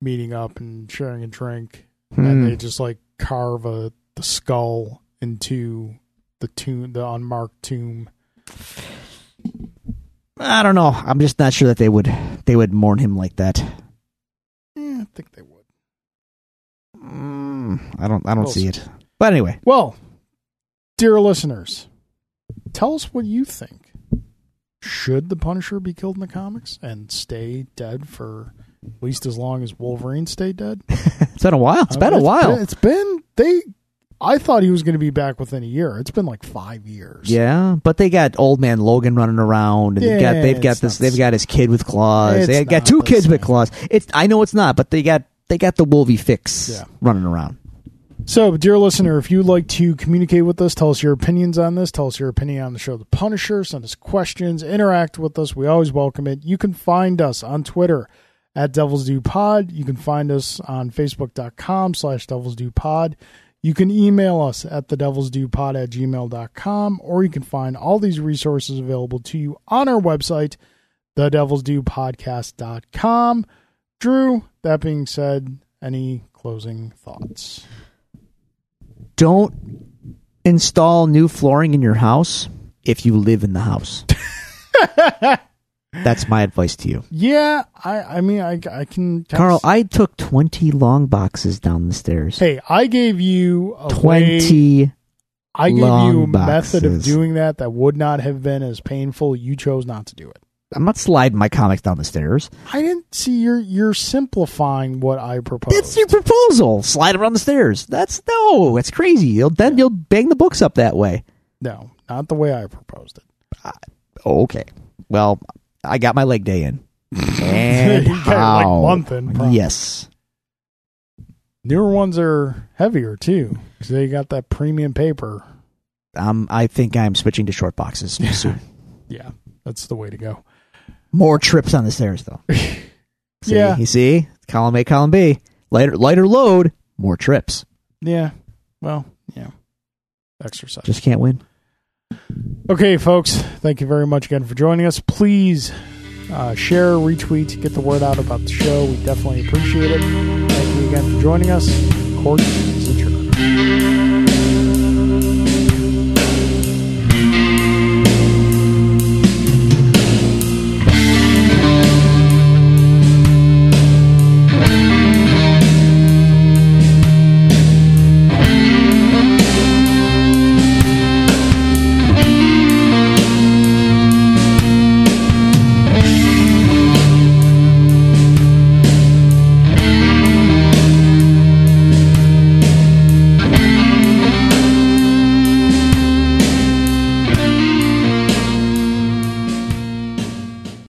Speaker 1: meeting up and sharing a drink and
Speaker 2: Hmm.
Speaker 1: they just like carve a the skull into the tomb the unmarked tomb.
Speaker 2: I don't know. I'm just not sure that they would they would mourn him like that.
Speaker 1: Eh, I think they would.
Speaker 2: Mm, I don't I don't
Speaker 1: Well,
Speaker 2: see it. But anyway,
Speaker 1: Well, dear listeners, tell us what you think. Should the Punisher be killed in the comics and stay dead for at least as long as Wolverine stayed dead?
Speaker 2: it's been a while. It's been
Speaker 1: Uh,
Speaker 2: a while.
Speaker 1: it's been they. I thought he was going to be back within a year. It's been like five years.
Speaker 2: Yeah, but they got old man Logan running around, and they've got
Speaker 1: Yeah,
Speaker 2: they've got
Speaker 1: it's
Speaker 2: this
Speaker 1: not-
Speaker 2: they've got his kid with claws.
Speaker 1: It's
Speaker 2: They got
Speaker 1: not
Speaker 2: two
Speaker 1: the
Speaker 2: kids with
Speaker 1: same.
Speaker 2: claws. It's I know it's not, but they got they got the Wolvie fix
Speaker 1: Yeah.
Speaker 2: running around.
Speaker 1: So, dear listener, if you'd like to communicate with us, tell us your opinions on this, tell us your opinion on the show The Punisher, send us questions, interact with us. We always welcome it. You can find us on Twitter at Devils Do Pod. You can find us on Facebook.com slash Devils Do Pod. You can email us at thedevilsdupod at gmail.com, or you can find all these resources available to you on our website, thedevilsdupodcast.com. Drew, that being said, any closing thoughts?
Speaker 2: Don't install new flooring in your house if you live in the house. That's my advice to you.
Speaker 1: Yeah, I, I mean, I, I can.
Speaker 2: Carl, I took 20 long boxes down the stairs.
Speaker 1: hey, I gave you a way-
Speaker 2: 20.
Speaker 1: I gave you a
Speaker 2: long
Speaker 1: method of
Speaker 2: boxes.
Speaker 1: doing that that would not have been as painful. You chose not to do it.
Speaker 2: I'm not sliding my comics down the stairs.
Speaker 1: I didn't see your you're simplifying what I proposed.
Speaker 2: That's your proposal. Slide around the stairs. That's no, that's crazy. You'll then you'll bang the books up that way.
Speaker 1: no, not the way I proposed it.
Speaker 2: Okay. Well, I got my leg day in.
Speaker 1: You got your leg
Speaker 2: how?
Speaker 1: month in, probably.
Speaker 2: Yes.
Speaker 1: Newer ones are heavier too because they got that premium paper.
Speaker 2: Um, I think I'm switching to short boxes soon.
Speaker 1: Yeah, that's the way to go.
Speaker 2: More trips on the stairs though. See,
Speaker 1: Yeah.
Speaker 2: You see? Column A, column B. Lighter lighter load, more trips.
Speaker 1: Yeah, well, yeah, exercise.
Speaker 2: Just can't win.
Speaker 1: Okay, folks, thank you very much again for joining us. Please uh, share, retweet, get the word out about the show. We definitely appreciate it. Thank you again for joining us. Court is